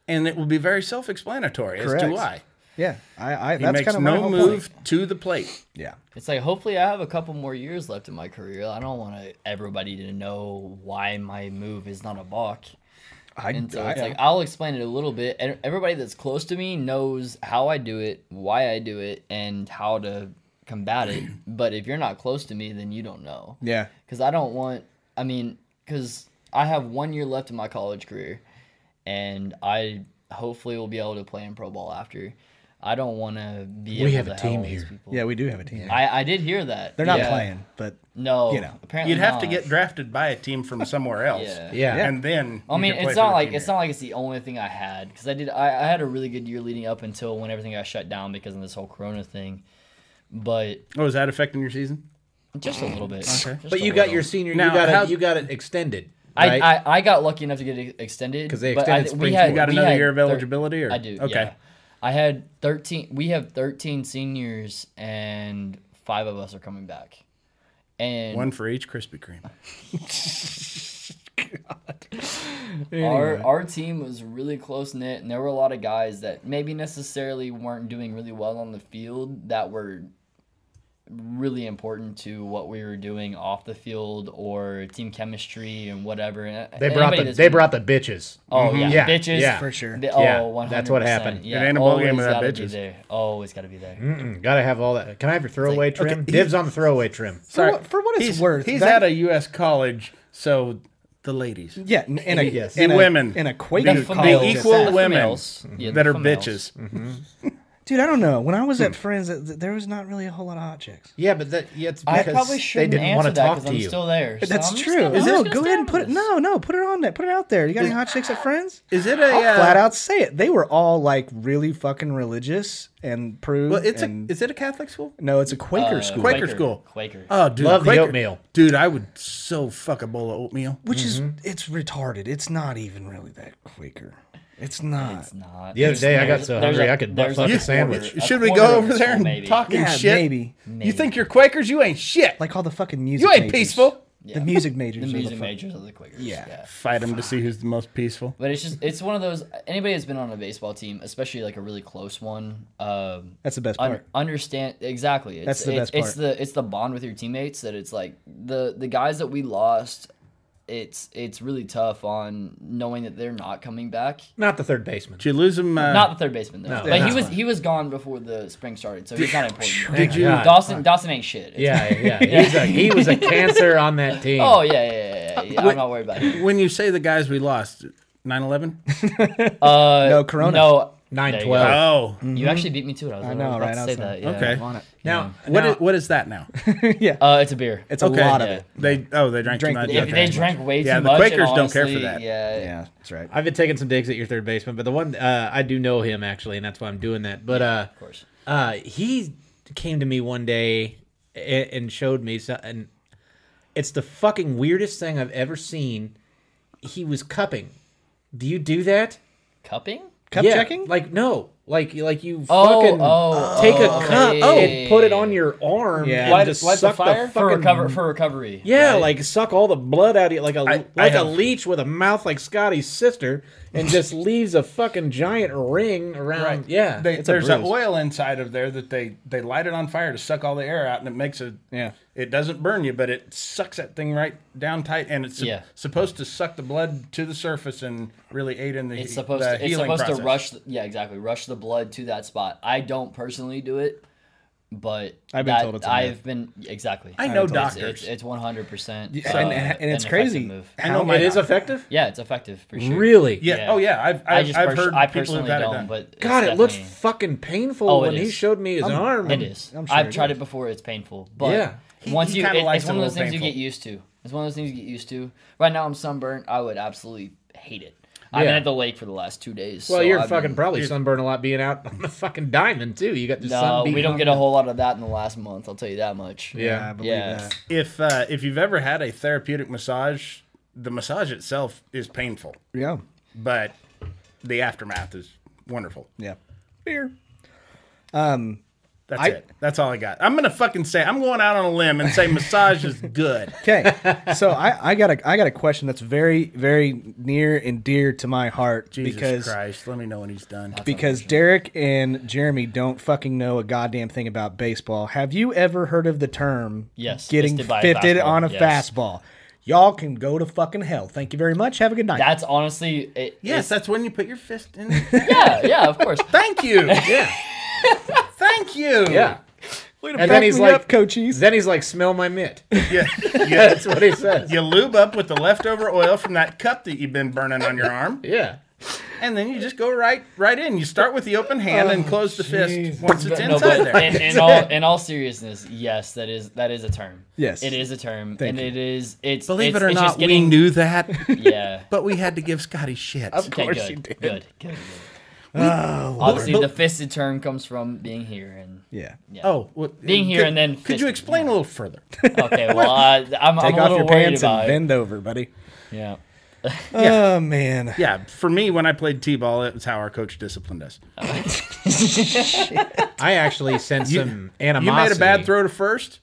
Speaker 2: and it will be very self explanatory as to
Speaker 1: Correct.
Speaker 2: why.
Speaker 1: yeah. I, I
Speaker 2: He
Speaker 1: that's
Speaker 2: makes
Speaker 1: kind of my
Speaker 2: no
Speaker 1: whole
Speaker 2: move
Speaker 1: Point.
Speaker 2: to the plate.
Speaker 1: Yeah.
Speaker 4: It's like hopefully I have a couple more years left in my career. I don't want to everybody to know why my move is not a balk.
Speaker 1: I,
Speaker 4: And so
Speaker 1: I-
Speaker 4: it's like I'll explain it a little bit, and everybody that's close to me knows how I do it, why I do it, and how to combat it. <clears throat> But if you're not close to me, then you don't know.
Speaker 1: yeah.
Speaker 4: Because I don't want. I mean, because I have one year left in my college career, and I hopefully will be able to play in pro ball after. I don't want to be. able
Speaker 3: have
Speaker 4: to
Speaker 3: a
Speaker 4: have all
Speaker 3: team
Speaker 4: these
Speaker 3: here.
Speaker 4: people.
Speaker 1: Yeah, we do have a team.
Speaker 4: I, I did hear that.
Speaker 1: They're not
Speaker 4: Yeah.
Speaker 1: playing, but
Speaker 4: No,
Speaker 1: You know.
Speaker 4: apparently
Speaker 2: You'd have to
Speaker 4: not.
Speaker 2: get drafted by a team from somewhere else.
Speaker 4: <laughs> Yeah.
Speaker 3: Yeah.
Speaker 1: Yeah.
Speaker 2: And then
Speaker 4: I
Speaker 2: you
Speaker 4: mean,
Speaker 2: can play
Speaker 4: it's
Speaker 2: for
Speaker 4: not
Speaker 2: the
Speaker 4: like
Speaker 2: team
Speaker 4: it's
Speaker 2: here.
Speaker 4: not like it's the only thing I had because I did I, I had a really good year leading up until when everything got shut down because of this whole Corona thing, but
Speaker 2: Oh, is that affecting your season?
Speaker 4: just a little bit. Just a
Speaker 3: But you got
Speaker 4: little.
Speaker 3: your senior.
Speaker 2: Now,
Speaker 3: you got
Speaker 2: how-
Speaker 3: it. You got it extended.
Speaker 4: I,
Speaker 3: Right?
Speaker 4: I, I got lucky enough to get it extended
Speaker 3: 'Cause they
Speaker 4: but
Speaker 3: extended
Speaker 4: I, we
Speaker 3: spring
Speaker 4: had,
Speaker 3: sport.
Speaker 2: You got
Speaker 4: we
Speaker 2: another
Speaker 4: had
Speaker 2: year of
Speaker 4: thir-
Speaker 2: eligibility, or
Speaker 4: I do.
Speaker 2: Okay.
Speaker 4: Okay. I had thirteen. We have thirteen seniors, and five of us are coming back. And
Speaker 2: One for each Krispy Kreme.
Speaker 4: Our our team was really close knit, and there were a lot of guys that maybe necessarily weren't doing really well on the field that were really important to what we were doing off the field or team chemistry and whatever. And
Speaker 3: they
Speaker 4: anybody
Speaker 3: brought the.
Speaker 4: that's
Speaker 3: They
Speaker 4: been-
Speaker 3: brought the bitches.
Speaker 4: Oh yeah,
Speaker 3: Yeah,
Speaker 4: bitches.
Speaker 3: yeah.
Speaker 1: for sure.
Speaker 4: They- oh,
Speaker 3: Yeah,
Speaker 4: 100%.
Speaker 3: that's what happened.
Speaker 4: Yeah,
Speaker 2: It ain't a ball
Speaker 4: always
Speaker 2: game without
Speaker 4: gotta be
Speaker 2: bitches.
Speaker 4: there. Always got to be there.
Speaker 3: Mm-mm, gotta have all that. Can I have your throwaway trim? Divs on the throwaway trim.
Speaker 1: For what- for what it's
Speaker 2: he's,
Speaker 1: worth,
Speaker 2: He's
Speaker 1: that-
Speaker 2: at a U.S. college, so the ladies,
Speaker 1: yeah, and and a,
Speaker 3: Yes.
Speaker 1: and
Speaker 2: The
Speaker 1: a-
Speaker 2: women.
Speaker 1: and a
Speaker 2: The-
Speaker 1: Quaker
Speaker 4: The
Speaker 1: college.
Speaker 4: females.
Speaker 2: the equal
Speaker 4: The
Speaker 2: women
Speaker 4: females. Yeah, the
Speaker 2: that are
Speaker 4: females.
Speaker 2: bitches.
Speaker 1: Dude, I don't know. When I was at Friends, th- th- there was not really a whole lot of hot chicks.
Speaker 3: Yeah, but that. Yeah, it's
Speaker 4: I
Speaker 3: because
Speaker 4: probably
Speaker 3: they
Speaker 4: shouldn't
Speaker 3: didn't want
Speaker 4: answer
Speaker 3: to
Speaker 4: that
Speaker 3: talk
Speaker 4: because
Speaker 3: to
Speaker 4: I'm
Speaker 3: you.
Speaker 4: still there. so
Speaker 1: That's
Speaker 4: I'm just
Speaker 1: true.
Speaker 4: gonna- I'm
Speaker 1: no,
Speaker 4: just
Speaker 1: go
Speaker 4: gonna
Speaker 1: ahead and
Speaker 4: stand
Speaker 1: put
Speaker 4: on
Speaker 1: it.
Speaker 4: this.
Speaker 1: No, no, put it on there. Put it out there. You got any hot chicks at Friends?
Speaker 2: Is it a
Speaker 1: I'll
Speaker 2: uh,
Speaker 1: flat out say it. They were all like really fucking religious and prude.
Speaker 2: Well, it's
Speaker 1: and-
Speaker 2: a. Is it a Catholic school?
Speaker 1: no, it's a Quaker
Speaker 4: Uh,
Speaker 1: school,
Speaker 2: Quaker school.
Speaker 4: Quaker.
Speaker 2: Oh, dude,
Speaker 3: Love the
Speaker 2: Quaker-
Speaker 3: oatmeal.
Speaker 2: Dude, I would so fuck a bowl of oatmeal.
Speaker 1: which
Speaker 4: Mm-hmm.
Speaker 1: is it's retarded. It's not even really that Quaker. It's not.
Speaker 4: It's not.
Speaker 3: The other
Speaker 4: There's-
Speaker 3: day, I got
Speaker 4: there's-
Speaker 3: so
Speaker 4: there's
Speaker 3: hungry
Speaker 4: a-
Speaker 3: I could butt
Speaker 4: there's
Speaker 3: fuck a
Speaker 4: quarter-
Speaker 3: sandwich.
Speaker 4: a
Speaker 2: Should we
Speaker 4: quarter
Speaker 2: go
Speaker 4: of
Speaker 2: over
Speaker 4: a
Speaker 2: there
Speaker 4: soul,
Speaker 2: and
Speaker 4: maybe.
Speaker 2: talking
Speaker 1: yeah,
Speaker 2: shit?
Speaker 1: maybe
Speaker 2: You think you're Quakers? You ain't shit.
Speaker 1: like all the fucking music.
Speaker 2: you ain't
Speaker 1: majors.
Speaker 2: peaceful.
Speaker 4: Yeah.
Speaker 1: The music majors.
Speaker 4: <laughs> The
Speaker 1: are
Speaker 4: music
Speaker 1: fu-
Speaker 4: majors are the quickers.
Speaker 1: Yeah.
Speaker 2: Fight them to see who's the most peaceful.
Speaker 4: But it's just it's one of those anybody that's been on a baseball team, especially like a really close one, um
Speaker 1: That's the best
Speaker 4: un-
Speaker 1: part.
Speaker 4: understand exactly. It's,
Speaker 1: That's the
Speaker 4: it's,
Speaker 1: best part.
Speaker 4: It's the it's the bond with your teammates that it's like the the guys that we lost it's it's really tough on knowing that they're not coming back.
Speaker 3: Not the third baseman.
Speaker 2: Did you lose them? Uh,
Speaker 4: Not the third baseman though.
Speaker 3: No,
Speaker 4: but he
Speaker 3: no.
Speaker 4: was he was gone before the spring started, so he's
Speaker 2: <laughs>
Speaker 4: not important.
Speaker 3: Thank
Speaker 2: you-
Speaker 3: God.
Speaker 4: Dawson Dawson ain't shit. It's-
Speaker 3: Yeah, yeah. yeah. He's a, he was a cancer on that team.
Speaker 4: Oh yeah, yeah, yeah, yeah, yeah. I'm not worried about him.
Speaker 2: when you say the guys we lost,
Speaker 4: <laughs>
Speaker 2: 9-11?
Speaker 4: Uh,
Speaker 1: No, Corona.
Speaker 4: No,
Speaker 3: Nine
Speaker 4: there you
Speaker 3: twelve.
Speaker 2: Oh,
Speaker 4: go. You actually beat me to it. I was, I
Speaker 1: know,
Speaker 4: was about
Speaker 1: right?
Speaker 4: to
Speaker 1: I
Speaker 4: say
Speaker 1: was
Speaker 4: that.
Speaker 1: like,
Speaker 4: Yeah.
Speaker 2: okay.
Speaker 1: On it.
Speaker 3: Now,
Speaker 2: What
Speaker 3: now-
Speaker 2: is, what is that
Speaker 4: <laughs>
Speaker 2: now?
Speaker 4: Uh, it's a beer.
Speaker 1: It's a
Speaker 2: Okay.
Speaker 1: lot of
Speaker 4: Yeah.
Speaker 1: it.
Speaker 2: They oh they drank
Speaker 1: Drink-
Speaker 2: too much.
Speaker 4: If
Speaker 2: okay.
Speaker 4: they drank way
Speaker 2: Yeah,
Speaker 4: too
Speaker 2: the
Speaker 4: much. and
Speaker 2: Quakers don't care for
Speaker 4: honestly,
Speaker 2: that.
Speaker 4: Yeah,
Speaker 1: Yeah, that's right.
Speaker 3: I've been taking some digs at your third baseman, but the one uh, I do know him actually, and that's why I'm doing that. But uh,
Speaker 4: of course.
Speaker 3: uh, he came to me one day and, and showed me something. It's the fucking weirdest thing I've ever seen. He was cupping. Do you do that?
Speaker 4: Cupping?
Speaker 1: Cup
Speaker 3: Yeah,
Speaker 1: checking?
Speaker 3: Like no, like like you
Speaker 4: Oh,
Speaker 3: fucking
Speaker 4: oh,
Speaker 3: take a
Speaker 4: oh,
Speaker 3: cup
Speaker 4: yeah, yeah,
Speaker 3: and put it
Speaker 4: yeah,
Speaker 3: on
Speaker 4: yeah.
Speaker 3: your arm
Speaker 1: Yeah.
Speaker 3: and
Speaker 1: Light-
Speaker 3: just
Speaker 1: light the
Speaker 3: suck the,
Speaker 1: fire?
Speaker 4: For
Speaker 3: fucking
Speaker 4: recover for recovery.
Speaker 3: yeah,
Speaker 4: right?
Speaker 3: like suck all the blood out of you like a like
Speaker 2: I
Speaker 3: a
Speaker 2: have-
Speaker 3: leech with a mouth like Scotty's sister, and just
Speaker 2: <laughs>
Speaker 3: leaves a fucking giant ring around. Yeah,
Speaker 2: Mm. They,
Speaker 3: it's a
Speaker 2: there's that
Speaker 3: bruise.
Speaker 2: oil inside of there that they they light it on fire to suck all the air out, and it makes a
Speaker 1: Yeah.
Speaker 2: It doesn't burn you, but it sucks that thing right down tight, and it's sup-
Speaker 4: Yeah.
Speaker 2: supposed to suck the blood to the surface and really aid in the
Speaker 4: It's
Speaker 2: he-
Speaker 4: supposed
Speaker 2: the
Speaker 4: to, it's
Speaker 2: healing
Speaker 4: supposed
Speaker 2: process.
Speaker 4: to rush. The, yeah, exactly. Rush the blood to that spot. I don't personally do it, but
Speaker 1: I've been
Speaker 4: that-
Speaker 1: told it's a myth.
Speaker 4: I've been exactly.
Speaker 2: I know
Speaker 4: It's-
Speaker 2: doctors.
Speaker 4: It's it's one hundred percent.
Speaker 1: and, and it's crazy.
Speaker 2: I know
Speaker 1: how-
Speaker 2: my
Speaker 3: it is
Speaker 2: doctor-
Speaker 3: effective.
Speaker 4: Yeah, it's effective for sure.
Speaker 3: Really?
Speaker 2: Yeah.
Speaker 4: Yeah.
Speaker 2: Oh yeah. I've I've,
Speaker 4: I just
Speaker 2: I've
Speaker 4: pers-
Speaker 2: heard
Speaker 4: I
Speaker 2: people
Speaker 4: personally
Speaker 2: who've had it
Speaker 4: don't,
Speaker 2: done.
Speaker 4: but it's
Speaker 3: God, it looks
Speaker 4: definitely-
Speaker 3: fucking painful
Speaker 4: Oh, it
Speaker 3: when he
Speaker 4: is.
Speaker 3: showed me his arm.
Speaker 4: It is.
Speaker 1: I'm
Speaker 4: I'm
Speaker 1: sure
Speaker 4: I've
Speaker 1: it
Speaker 4: tried
Speaker 1: is.
Speaker 4: it before. It's painful, but
Speaker 3: Yeah.
Speaker 2: He-
Speaker 4: once
Speaker 2: he
Speaker 4: you,
Speaker 2: kinda
Speaker 4: it-
Speaker 2: likes
Speaker 4: it's
Speaker 2: it
Speaker 4: one
Speaker 2: a
Speaker 4: of those
Speaker 2: little
Speaker 4: things you get
Speaker 2: painful.
Speaker 4: used to. It's one of those things you get used to. Right now, I'm sunburnt. I would absolutely hate it. I've
Speaker 3: Yeah.
Speaker 4: been at the lake for the last two days.
Speaker 3: Well,
Speaker 4: so
Speaker 3: you're
Speaker 4: I've
Speaker 3: fucking
Speaker 4: been-
Speaker 3: probably sunburned a lot being out <laughs> on the fucking diamond too. You got the sun.
Speaker 4: No, we
Speaker 3: beating
Speaker 4: don't
Speaker 3: on
Speaker 4: get a
Speaker 3: you.
Speaker 4: whole lot of that in the last month. I'll tell you that much.
Speaker 1: Yeah, I believe
Speaker 4: Yeah.
Speaker 1: that.
Speaker 2: if uh, if you've ever had a therapeutic massage, the massage itself is painful,
Speaker 1: Yeah.
Speaker 2: but the aftermath is wonderful.
Speaker 1: Yeah. Beer.
Speaker 2: That's
Speaker 1: I-
Speaker 2: it. That's all I got. I'm gonna fucking say I'm going out on a limb and say massage is good.
Speaker 4: <laughs>
Speaker 1: Okay. so I, I got a I got a question that's very very near and dear to my heart
Speaker 2: Jesus
Speaker 1: because
Speaker 2: Christ, let me know when he's done.
Speaker 1: because Derek and Jeremy don't fucking know a goddamn thing about baseball. Have you ever heard of the term
Speaker 4: Yes,
Speaker 1: getting
Speaker 4: fisted by a
Speaker 1: fifted
Speaker 4: fastball,
Speaker 1: on a
Speaker 4: yes.
Speaker 1: fastball? Y'all can go to fucking hell. Thank you very much. Have a good night.
Speaker 4: That's honestly. It,
Speaker 2: Yes, that's when you put your fist in.
Speaker 4: it's- yeah, yeah, of
Speaker 2: <laughs>
Speaker 4: course.
Speaker 2: Thank you. Yeah. <laughs> Thank you.
Speaker 3: Yeah.
Speaker 1: Way to
Speaker 3: And
Speaker 1: back
Speaker 3: then he's
Speaker 1: me
Speaker 3: like,
Speaker 1: up, coachies.
Speaker 3: Then he's like, "Smell my mitt." <laughs>
Speaker 2: Yeah. yeah.
Speaker 3: That's what he
Speaker 2: <laughs>
Speaker 3: says.
Speaker 2: You lube up with the leftover oil from that cup that you've been burning on your arm,
Speaker 3: Yeah.
Speaker 2: and then you just go right right in. You start with the open hand and close the fist once it's
Speaker 4: No,
Speaker 2: inside
Speaker 4: but
Speaker 2: there.
Speaker 4: in, in all in all seriousness, yes, that is that is a term.
Speaker 1: Yes.
Speaker 4: it is a term,
Speaker 1: Thank
Speaker 4: and
Speaker 1: you.
Speaker 4: it is it's
Speaker 2: Believe
Speaker 4: it's,
Speaker 2: it or
Speaker 4: it's
Speaker 2: not,
Speaker 4: just getting,
Speaker 2: we knew that,
Speaker 4: Yeah,
Speaker 2: but we had to give Scotty shit.
Speaker 4: Okay,
Speaker 1: course
Speaker 4: good,
Speaker 1: you did.
Speaker 4: Good, good, good. Ah, Obviously, the fisted term comes from being here, and
Speaker 1: yeah.
Speaker 4: yeah.
Speaker 2: Oh, well,
Speaker 4: Being here
Speaker 2: could-
Speaker 4: and then
Speaker 2: could you
Speaker 4: fist-
Speaker 2: explain a little
Speaker 3: <laughs>
Speaker 2: further?
Speaker 4: okay. Well, I, I'm, I'm
Speaker 1: Take
Speaker 4: a
Speaker 1: off
Speaker 4: little
Speaker 1: your
Speaker 4: worried
Speaker 1: pants
Speaker 4: about
Speaker 1: and
Speaker 4: it.
Speaker 1: bend over, buddy.
Speaker 4: Yeah.
Speaker 1: Oh man.
Speaker 2: Yeah, for me, when I played t-ball, it was how our coach disciplined us.
Speaker 3: I actually sent some
Speaker 2: You
Speaker 3: animosity.
Speaker 2: made a bad throw to first.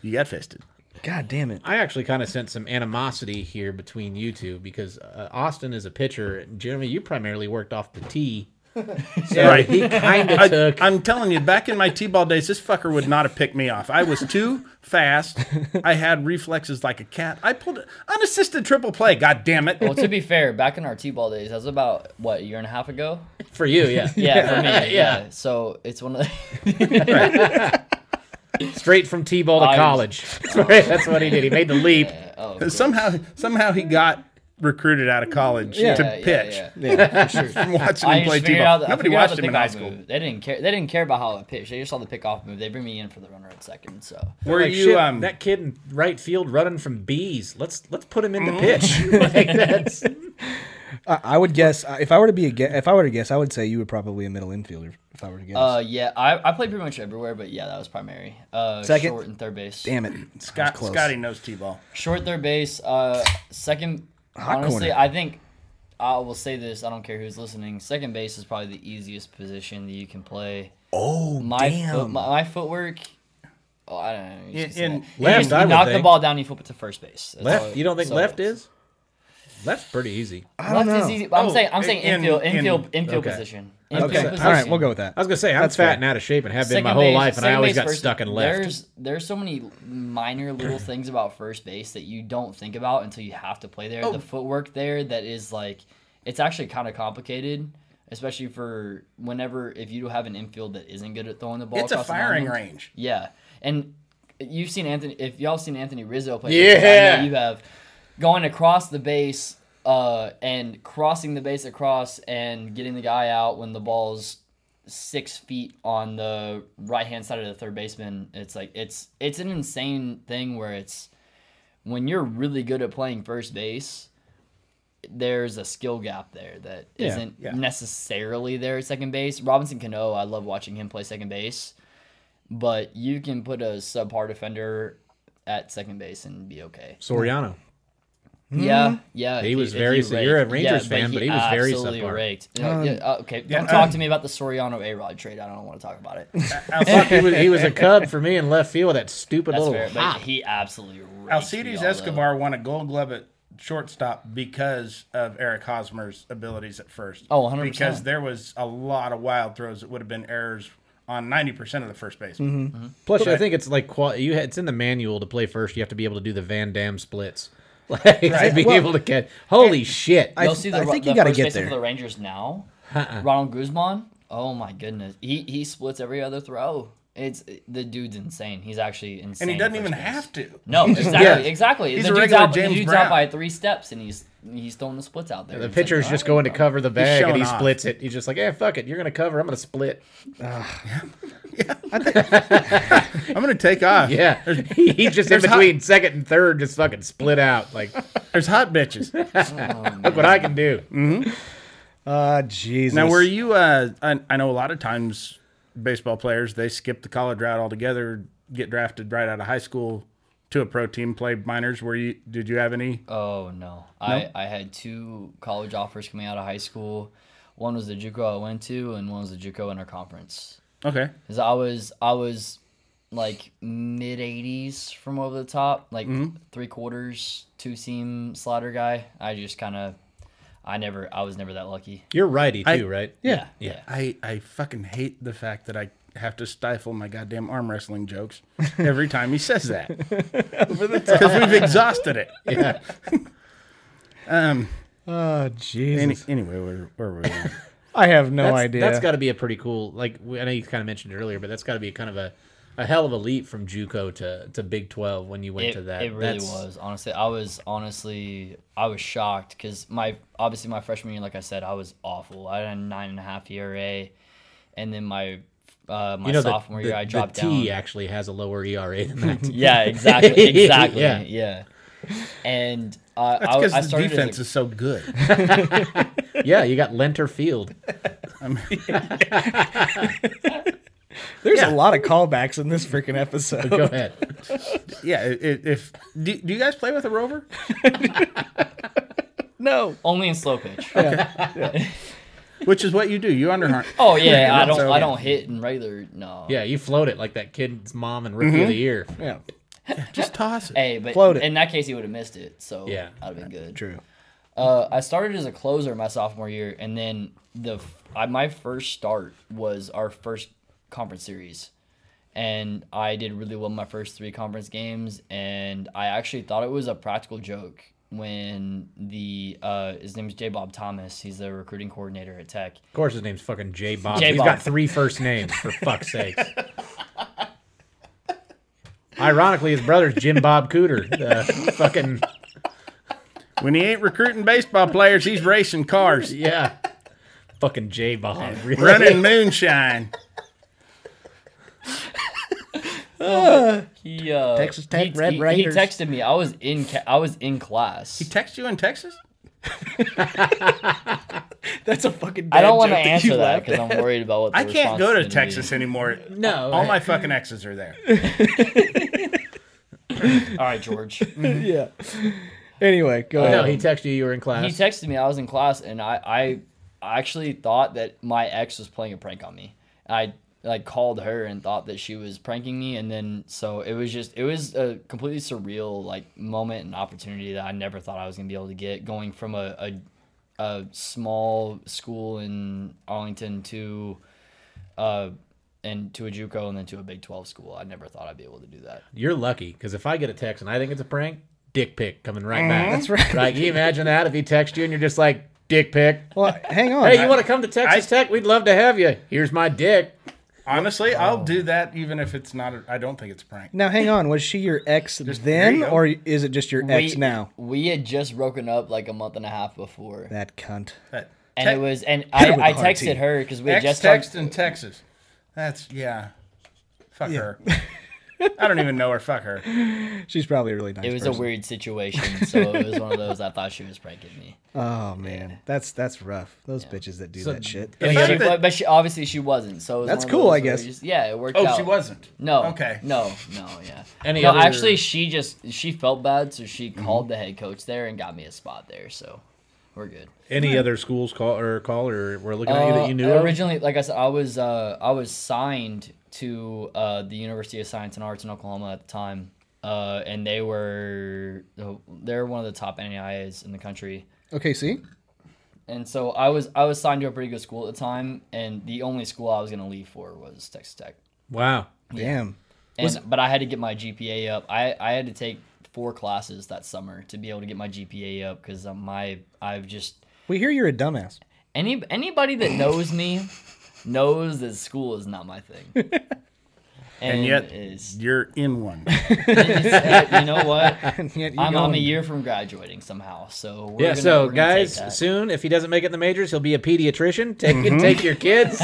Speaker 2: You got
Speaker 3: <laughs>
Speaker 2: fisted.
Speaker 1: God damn it.
Speaker 3: I actually kind of sent some animosity here between you two because uh, Austin is a pitcher. and Jeremy, you primarily worked off the tee. So
Speaker 2: Right.
Speaker 3: He kind <laughs> of took.
Speaker 2: I'm telling you, back in my t-ball days, this fucker would not have picked me off. I was too fast. I had reflexes like a cat. I pulled a- unassisted triple play. God damn it!
Speaker 4: Well, to be fair, back in our t-ball days, that was about what a year and a half ago.
Speaker 3: for you, yeah.
Speaker 4: <laughs> Yeah, for me. Yeah.
Speaker 3: <laughs> Yeah.
Speaker 4: So it's one of the.
Speaker 3: Straight from T ball to
Speaker 4: I-
Speaker 3: college. <laughs> That's what he did. He made
Speaker 4: <laughs>
Speaker 3: the leap.
Speaker 4: Oh,
Speaker 2: Somehow, somehow he got recruited out of college to
Speaker 4: <laughs> yeah, yeah,
Speaker 2: pitch
Speaker 4: yeah.
Speaker 1: Yeah, for sure.
Speaker 2: from watching
Speaker 4: I
Speaker 2: him play
Speaker 4: just figured
Speaker 2: t-ball.
Speaker 4: out that
Speaker 2: Nobody
Speaker 4: I figured out
Speaker 2: watched
Speaker 4: the
Speaker 2: him in high
Speaker 4: pickoff
Speaker 2: school.
Speaker 4: move. They didn't care. They didn't care about how I pitched. They just saw the pickoff move. They bring me in for the runner at second. So
Speaker 2: Were
Speaker 3: Like,
Speaker 2: you
Speaker 3: shit,
Speaker 2: um?
Speaker 3: that kid in right field running from bees? Let's let's put him in the pitch. Mm. <laughs> like that's
Speaker 1: I, I would guess uh, if I were to be a guess, if I were to guess, I would say you were probably a middle infielder. If I were to guess,
Speaker 4: uh, yeah, I, I played pretty much everywhere, but yeah, that was primary. Uh,
Speaker 1: Second?
Speaker 4: short and third base.
Speaker 1: damn it, That
Speaker 2: Scott,
Speaker 1: was close.
Speaker 2: Scotty knows t-ball.
Speaker 4: Short third base. Uh, second.
Speaker 1: Hot
Speaker 4: honestly,
Speaker 1: corner.
Speaker 4: I think I will say this. I don't care who's listening. Second base is probably the easiest position that you can play.
Speaker 1: Oh
Speaker 4: My foot, my, my footwork Oh, I don't know. You just
Speaker 2: In- in
Speaker 4: consider that. You
Speaker 3: left,
Speaker 4: just-
Speaker 3: I
Speaker 4: you
Speaker 3: would
Speaker 4: knock the
Speaker 3: think.
Speaker 4: ball down, and you flip it to first base. That's all
Speaker 3: Left?
Speaker 4: it-
Speaker 3: You don't think
Speaker 4: so
Speaker 3: left
Speaker 4: it
Speaker 3: is? Left's pretty easy.
Speaker 1: I don't
Speaker 4: left
Speaker 1: know.
Speaker 4: is easy. but I'm
Speaker 2: Oh,
Speaker 4: saying I'm
Speaker 2: in-
Speaker 4: saying
Speaker 2: in-
Speaker 4: infield
Speaker 2: in-
Speaker 4: infield infield
Speaker 3: okay.
Speaker 4: position.
Speaker 1: Okay.
Speaker 4: Infield
Speaker 1: All right,
Speaker 4: position.
Speaker 1: we'll go with that.
Speaker 3: I was gonna say I'm
Speaker 1: That's
Speaker 3: fat
Speaker 1: fair.
Speaker 3: and out of shape and have
Speaker 4: Second
Speaker 3: been my whole
Speaker 4: base-
Speaker 3: life, and I
Speaker 4: second
Speaker 3: always
Speaker 4: base,
Speaker 3: got
Speaker 4: first-
Speaker 3: stuck in left.
Speaker 4: There's there's so many minor
Speaker 3: <clears throat>
Speaker 4: little things about first base that you don't think about until you have to play there. The footwork there that is like it's actually kind of complicated, especially for whenever if you have an infield that isn't good at throwing the ball.
Speaker 2: It's a
Speaker 4: across the
Speaker 2: firing <laughs>
Speaker 4: mountain.
Speaker 2: range.
Speaker 4: Yeah, and you've seen Anthony. If y'all seen Anthony Rizzo play,
Speaker 3: Yeah.
Speaker 4: first base, I know you have going across the base uh, and crossing the base across and getting the guy out when the ball's six feet on the right hand side of the third baseman. It's like it's it's an insane thing where it's when you're really good at playing first base. There's a skill gap there that not
Speaker 2: yeah.
Speaker 4: necessarily there at second base. Robinson Cano, I love watching him play second base but you can put a subpar defender at second base and be okay.
Speaker 3: Soriano.
Speaker 2: Hmm.
Speaker 4: Yeah, yeah.
Speaker 3: He
Speaker 4: if
Speaker 3: was
Speaker 4: if
Speaker 3: very- so you're a
Speaker 4: raked.
Speaker 3: Rangers fan, but he was very
Speaker 4: absolutely
Speaker 3: subpar.
Speaker 4: raked. No,
Speaker 2: Um,
Speaker 4: yeah, uh, okay, don't talk to me about the Soriano A Rod trade. I don't want to talk
Speaker 2: <laughs>
Speaker 4: about it. That's
Speaker 3: Fuck, he, was, he was a <laughs> cub for me in left field. That stupid little
Speaker 4: fair, but
Speaker 3: hop.
Speaker 4: he absolutely raked. me,
Speaker 2: Alcides
Speaker 4: although-
Speaker 2: Escobar won a Gold Glove at shortstop because of Eric Hosmer's abilities at first.
Speaker 4: Oh, 100%.
Speaker 2: Because there was a lot of wild throws that would have been errors on ninety percent of the first base.
Speaker 3: Plus, I think it's like qual- you. Had, it's in the manual to play first. You have to be able to do the Van Dam splits, <laughs> like to be
Speaker 1: Well,
Speaker 3: able to catch. Holy shit!
Speaker 4: You'll
Speaker 1: I-
Speaker 4: see the,
Speaker 1: I
Speaker 4: ru-
Speaker 1: think you
Speaker 4: the
Speaker 1: gotta
Speaker 4: first
Speaker 1: get
Speaker 4: baseman
Speaker 1: there.
Speaker 4: for the Rangers now.
Speaker 3: Uh-uh.
Speaker 4: Ronald Guzman. Oh my goodness, he he splits every other throw. It's the dude's insane. He's actually insane.
Speaker 2: and he
Speaker 4: at
Speaker 2: doesn't
Speaker 4: first
Speaker 2: even
Speaker 4: base.
Speaker 2: have to.
Speaker 4: No, exactly,
Speaker 3: Yes.
Speaker 4: exactly.
Speaker 2: He's
Speaker 4: the
Speaker 2: a
Speaker 4: dude's,
Speaker 2: regular
Speaker 4: out, the
Speaker 2: James
Speaker 4: dude's
Speaker 2: Brown.
Speaker 4: out by three steps, and he's he's throwing the splits out there.
Speaker 3: <laughs> the
Speaker 4: It's
Speaker 3: pitcher's
Speaker 4: like,
Speaker 3: just
Speaker 4: all right,
Speaker 3: going to cover the bag, and
Speaker 2: showing
Speaker 3: he
Speaker 2: off.
Speaker 3: splits it. He's just like, "Yeah, fuck it. You're gonna cover. I'm gonna <laughs> split."
Speaker 2: I'm gonna take off.
Speaker 3: Yeah, <laughs> he's just in
Speaker 2: there's hot-
Speaker 3: between second and third, just fucking split out. Like,
Speaker 2: There's hot bitches.
Speaker 3: look what I can <laughs> do.
Speaker 1: Ah, Jesus.
Speaker 2: Now, were you? Uh, I, I know a lot of times baseball players they skip the college route altogether, get drafted right out of high school to a pro team, play minors. Were you? Did you have any?
Speaker 4: Oh no, I I had two college offers coming out of high school. One was the JUCO I went to, and one was the JUCO interconference.
Speaker 2: Okay,
Speaker 4: Cause I was I was like mid eighties from over the top, like
Speaker 3: Mm-hmm.
Speaker 4: three quarters, two seam slider guy. I just kind of, I never, I was never that lucky.
Speaker 3: You're righty too,
Speaker 2: I-
Speaker 3: right?
Speaker 4: yeah.
Speaker 2: I I fucking hate the fact that I have to stifle my goddamn arm wrestling jokes every time he says
Speaker 4: <laughs>
Speaker 2: that <laughs> because we've exhausted it.
Speaker 3: yeah.
Speaker 2: Um.
Speaker 1: Ah, Jesus.
Speaker 2: Any, anyway, where, where <laughs> were we?
Speaker 1: I have no
Speaker 3: that's,
Speaker 1: idea.
Speaker 3: That's got to be a pretty cool. Like we- I know you kind of mentioned it earlier, but that's got to be kind of a, a hell of a leap from JUCO to, to Big Twelve when you went
Speaker 4: it,
Speaker 3: to that.
Speaker 4: It really
Speaker 3: That's-
Speaker 4: was. Honestly, I was honestly I was shocked because my obviously my freshman year, like I said, I was awful. I had a nine and a half ERA, and then my uh, my
Speaker 3: You know, the,
Speaker 4: sophomore
Speaker 3: the,
Speaker 4: year I
Speaker 3: the
Speaker 4: dropped down.
Speaker 3: T actually has a lower ERA
Speaker 4: <laughs>
Speaker 3: than that. T.
Speaker 4: Yeah, exactly,
Speaker 3: <laughs>
Speaker 4: exactly.
Speaker 3: Yeah.
Speaker 4: yeah. and uh,
Speaker 2: That's
Speaker 4: I, I
Speaker 2: because the
Speaker 4: started
Speaker 2: defense
Speaker 4: as a,
Speaker 2: is so good.
Speaker 3: yeah, you got Lenter Field.
Speaker 1: There's a lot of callbacks in this freaking episode.
Speaker 3: Go ahead. <laughs>
Speaker 2: Yeah. i- i- If do, do you guys play with a rover?
Speaker 1: No.
Speaker 4: only in slow pitch.
Speaker 2: Which is what you do. You underhand.
Speaker 4: Oh yeah, I don't
Speaker 2: So-
Speaker 4: I don't hit in regular. No.
Speaker 3: Yeah, you float it like that kid's mom and rookie
Speaker 1: Mm-hmm.
Speaker 3: of the year.
Speaker 1: <laughs> Yeah.
Speaker 2: Just toss it.
Speaker 4: Hey, but
Speaker 1: Float it.
Speaker 4: in that case, he would have missed it. So
Speaker 3: Yeah.
Speaker 4: I'd have been good.
Speaker 1: True.
Speaker 4: Uh, I started as a closer my sophomore year, and then the f- I, my first start was our first conference series, and I did really well my first three conference games, and I actually thought it was a practical joke when the uh, his name is J Bob Thomas, he's the recruiting coordinator at Tech.
Speaker 3: Of course, his name's fucking J Bob.
Speaker 4: J.
Speaker 3: He's
Speaker 4: Bob.
Speaker 3: got three first names for fuck's sakes. <laughs> Ironically, his brother's Jim Bob Cooter. The fucking
Speaker 2: When he ain't recruiting baseball players, he's racing cars,
Speaker 3: yeah, fucking
Speaker 4: <laughs>
Speaker 3: J Bob. Really.
Speaker 2: running moonshine.
Speaker 4: He uh,
Speaker 1: Texas Tech
Speaker 4: he-
Speaker 1: Red
Speaker 4: he-
Speaker 1: Raiders.
Speaker 4: He texted me. I was in ca- I was in class.
Speaker 2: He text you in Texas?
Speaker 1: That's a fucking.
Speaker 4: I don't
Speaker 1: want to
Speaker 4: answer that because I'm worried about what the
Speaker 2: I can't go to
Speaker 4: response is gonna be.
Speaker 2: Texas anymore.
Speaker 3: No,
Speaker 2: All my fucking exes are there.
Speaker 4: All right, George.
Speaker 1: <laughs> yeah. Anyway, go ahead.
Speaker 3: no. oh He texted you. You were in
Speaker 4: he
Speaker 3: class.
Speaker 4: texted me. I was in class, and I, I actually thought that my ex was playing a prank on me. I like called her and thought that she was pranking me and then so it was just it was a completely surreal like moment and opportunity that I never thought I was gonna be able to get going from a a, a small school in Arlington to uh and to a JUCO and then to a Big Twelve school. I never thought I'd be able to do that.
Speaker 3: You're lucky because if I get a text and I think it's a prank, dick pic coming right back. That's right. Like, can you imagine that if he texts you and you're just like, dick pic.
Speaker 1: Well, hang on.
Speaker 3: Hey, you want to come to Texas Tech? We'd love to have you. Here's my dick.
Speaker 2: Honestly, I'll do that even if it's not. A, I don't think it's a prank.
Speaker 1: now, hang on. Was she your ex then,
Speaker 2: go.
Speaker 1: or is it just your ex
Speaker 4: we,
Speaker 1: now?
Speaker 4: We had just broken up like a month and a half before.
Speaker 1: That cunt.
Speaker 2: But
Speaker 4: and
Speaker 2: te-
Speaker 4: it was and I,
Speaker 1: with
Speaker 4: I
Speaker 1: the hard
Speaker 4: texted
Speaker 1: T.
Speaker 4: her because we had
Speaker 2: ex
Speaker 4: just
Speaker 2: text
Speaker 4: talked-
Speaker 2: in Texas. That's yeah. Fuck <laughs> her. I don't even know her. Fuck her.
Speaker 1: She's probably a really nice.
Speaker 4: it was a
Speaker 1: person.
Speaker 4: weird situation, so it was one of those I thought she was pranking me.
Speaker 1: Oh man, that's that's rough. Those bitches that do that shit.
Speaker 2: The
Speaker 4: But, she,
Speaker 2: fact that-
Speaker 4: but, but she obviously she wasn't. So it was
Speaker 1: That's
Speaker 4: one of those
Speaker 1: cool, I
Speaker 4: where
Speaker 1: guess.
Speaker 4: you just- yeah, it worked out.
Speaker 2: oh, she wasn't.
Speaker 4: No.
Speaker 2: Okay.
Speaker 4: No. No. Yeah.
Speaker 3: Any
Speaker 4: no,
Speaker 3: other-
Speaker 4: actually, she just she felt bad, so she called the head coach there and got me a spot there. So we're good.
Speaker 3: Any other schools call or call or were looking at you that you knew
Speaker 4: Uh,
Speaker 3: of?
Speaker 4: originally, like I said, I was uh, I was signed to uh, the University of Science and Arts in Oklahoma at the time, uh, and they were they're one of the top NAIAs in the country.
Speaker 1: Okay, see,
Speaker 4: And so I was I was signed to a pretty good school at the time, and the only school I was gonna leave for was Texas Tech.
Speaker 3: Wow.
Speaker 1: damn.
Speaker 4: And, but I had to get my GPA up. I, I had to take four classes that summer to be able to get my GPA up because my I've just
Speaker 1: We hear you're a dumbass. <laughs>
Speaker 4: any anybody that knows me knows that school is not my
Speaker 3: <laughs>
Speaker 4: thing. And,
Speaker 2: yet-
Speaker 4: it's,
Speaker 2: You're in one.
Speaker 4: it's- uh, you know
Speaker 3: <laughs>
Speaker 4: what?
Speaker 1: And yet you're
Speaker 4: I'm, I'm a
Speaker 1: going-
Speaker 4: year from graduating somehow, so we're
Speaker 3: Yeah,
Speaker 4: gonna-
Speaker 3: so
Speaker 4: we're gonna take
Speaker 3: guys,
Speaker 4: that.
Speaker 3: soon if he doesn't make it in the majors, he'll be a pediatrician. Take take your kids.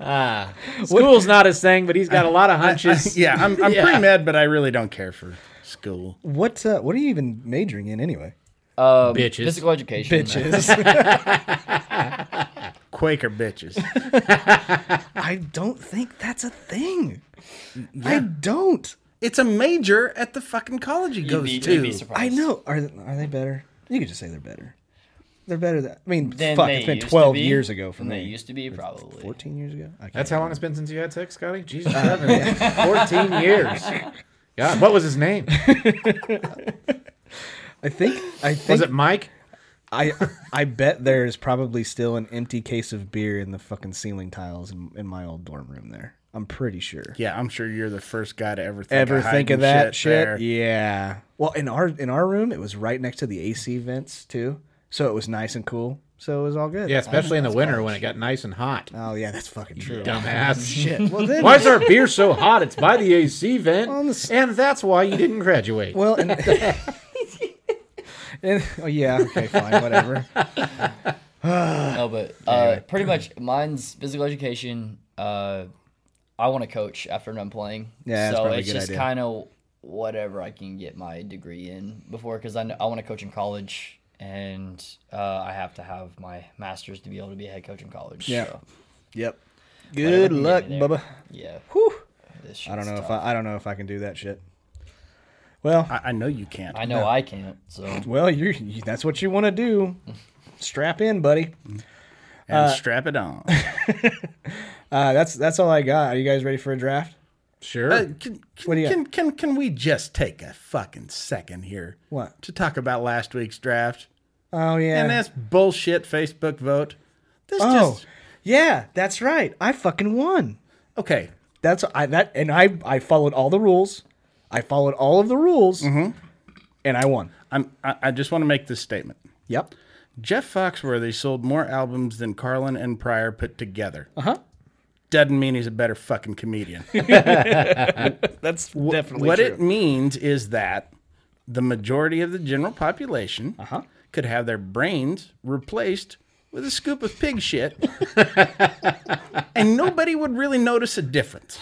Speaker 3: ah, school's not his thing, but he's got a lot of hunches.
Speaker 2: <laughs> <laughs> yeah, I'm. I'm
Speaker 3: <laughs> Yeah.
Speaker 2: pretty mad, but I really don't care for school.
Speaker 1: What uh, what are you even majoring in anyway?
Speaker 4: um,
Speaker 3: Bitches.
Speaker 4: physical education, uh,
Speaker 2: Quaker bitches.
Speaker 1: <laughs> I don't think that's a thing. I don't.
Speaker 2: it's a major at the fucking college he
Speaker 4: You'd
Speaker 2: goes
Speaker 4: be,
Speaker 2: to.
Speaker 4: you'd be
Speaker 1: I
Speaker 4: surprised.
Speaker 1: know. Are are they better? You could just say they're better. They're better than. I mean,
Speaker 4: Than
Speaker 1: fuck.
Speaker 4: they
Speaker 1: It's been
Speaker 4: used to
Speaker 1: twelve
Speaker 4: be,
Speaker 1: years ago for
Speaker 4: than
Speaker 1: me.
Speaker 4: They used to be probably.
Speaker 1: Fourteen years ago. I can't
Speaker 3: That's how long it's been since you had sex, Scotty. Jesus,
Speaker 1: Uh,
Speaker 3: fourteen
Speaker 1: <laughs>
Speaker 3: years. God, what was his name?
Speaker 1: I think. I think.
Speaker 4: <laughs>
Speaker 3: Was it Mike?
Speaker 1: I I bet there is probably still an empty case of beer in the fucking ceiling tiles in, in my old dorm room. There, I'm pretty sure.
Speaker 2: Yeah, I'm sure you're the first guy to ever think
Speaker 1: Ever
Speaker 2: of
Speaker 1: think of
Speaker 2: hiding
Speaker 1: that shit?
Speaker 2: there.
Speaker 1: Yeah. Well, in our in our room, it was right next to the AC vents too, so it was nice and cool. So it was all good.
Speaker 3: Yeah, especially in the winter when it got nice and hot.
Speaker 1: Oh yeah, that's fucking true.
Speaker 3: Dumbass. <laughs>
Speaker 1: Shit. Well then.
Speaker 3: Why is our beer so hot? It's by the AC vent,
Speaker 1: On the s-
Speaker 3: and that's why you didn't graduate.
Speaker 1: Well, <laughs> and, and- oh yeah, okay, fine, <laughs> whatever.
Speaker 4: No,
Speaker 1: <laughs>
Speaker 4: but uh, pretty much mine's physical education. Uh, I want to coach after I'm done playing.
Speaker 1: Yeah, that's
Speaker 4: so
Speaker 1: probably a
Speaker 4: it's
Speaker 1: good
Speaker 4: just
Speaker 1: idea.
Speaker 4: kind of whatever I can get my degree in before, because I kn- I want to coach in college, and uh, I have to have my master's to be able to be a head coach in college.
Speaker 1: Yeah.
Speaker 4: so,
Speaker 1: Yep.
Speaker 4: whatever
Speaker 1: Good
Speaker 4: can get
Speaker 1: luck,
Speaker 4: me there.
Speaker 1: Bubba.
Speaker 4: Yeah.
Speaker 1: Whew.
Speaker 4: This
Speaker 1: I don't know
Speaker 4: shit's
Speaker 1: if
Speaker 4: tough.
Speaker 1: I, I don't know if I can do that shit. Well,
Speaker 2: I, I know you can't.
Speaker 4: I know I can't. So
Speaker 1: well, you're, you that's what you want to do. Strap in, buddy.
Speaker 2: And strap it <laughs> on.
Speaker 1: Uh, that's that's all I got. Are you guys ready for a draft?
Speaker 3: sure.
Speaker 2: Uh, can,
Speaker 1: What do
Speaker 2: can,
Speaker 1: you
Speaker 2: can, can, can we just take a fucking second here?
Speaker 1: What?
Speaker 2: To talk about last week's draft
Speaker 1: Oh yeah.
Speaker 2: and this bullshit Facebook vote. This
Speaker 1: oh,
Speaker 2: just
Speaker 1: yeah. That's right. I fucking won.
Speaker 2: okay.
Speaker 1: That's I that and I I followed all the rules. I followed all of the rules, and I won.
Speaker 2: I'm. I, I just want to make this statement.
Speaker 1: Yep.
Speaker 2: Jeff Foxworthy sold more albums than Carlin and Pryor put together. Uh
Speaker 1: Uh-huh.
Speaker 2: huh. Doesn't mean he's a better fucking comedian.
Speaker 1: That's <laughs> definitely
Speaker 2: what it means is that the majority of the general population
Speaker 1: Uh-huh.
Speaker 2: could have their brains replaced with a scoop of pig
Speaker 1: <laughs>
Speaker 2: shit, and nobody would really notice a difference.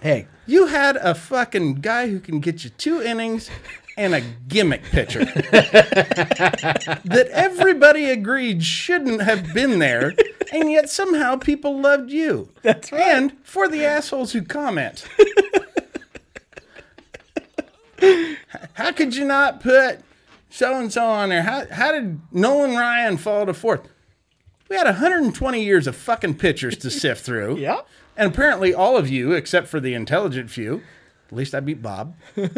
Speaker 1: hey,
Speaker 2: You had a fucking guy who can get you two innings and a gimmick pitcher <laughs> that everybody agreed shouldn't have been there, and yet somehow people loved you. That's right. And for the assholes who comment, how could you not put so and so on there? How, how did Nolan Ryan fall to fourth? We had 120 years of fucking pictures to sift <laughs> through.
Speaker 1: Yeah.
Speaker 2: And apparently, all of you, except for the intelligent few, at least I beat Bob,
Speaker 1: <laughs> Did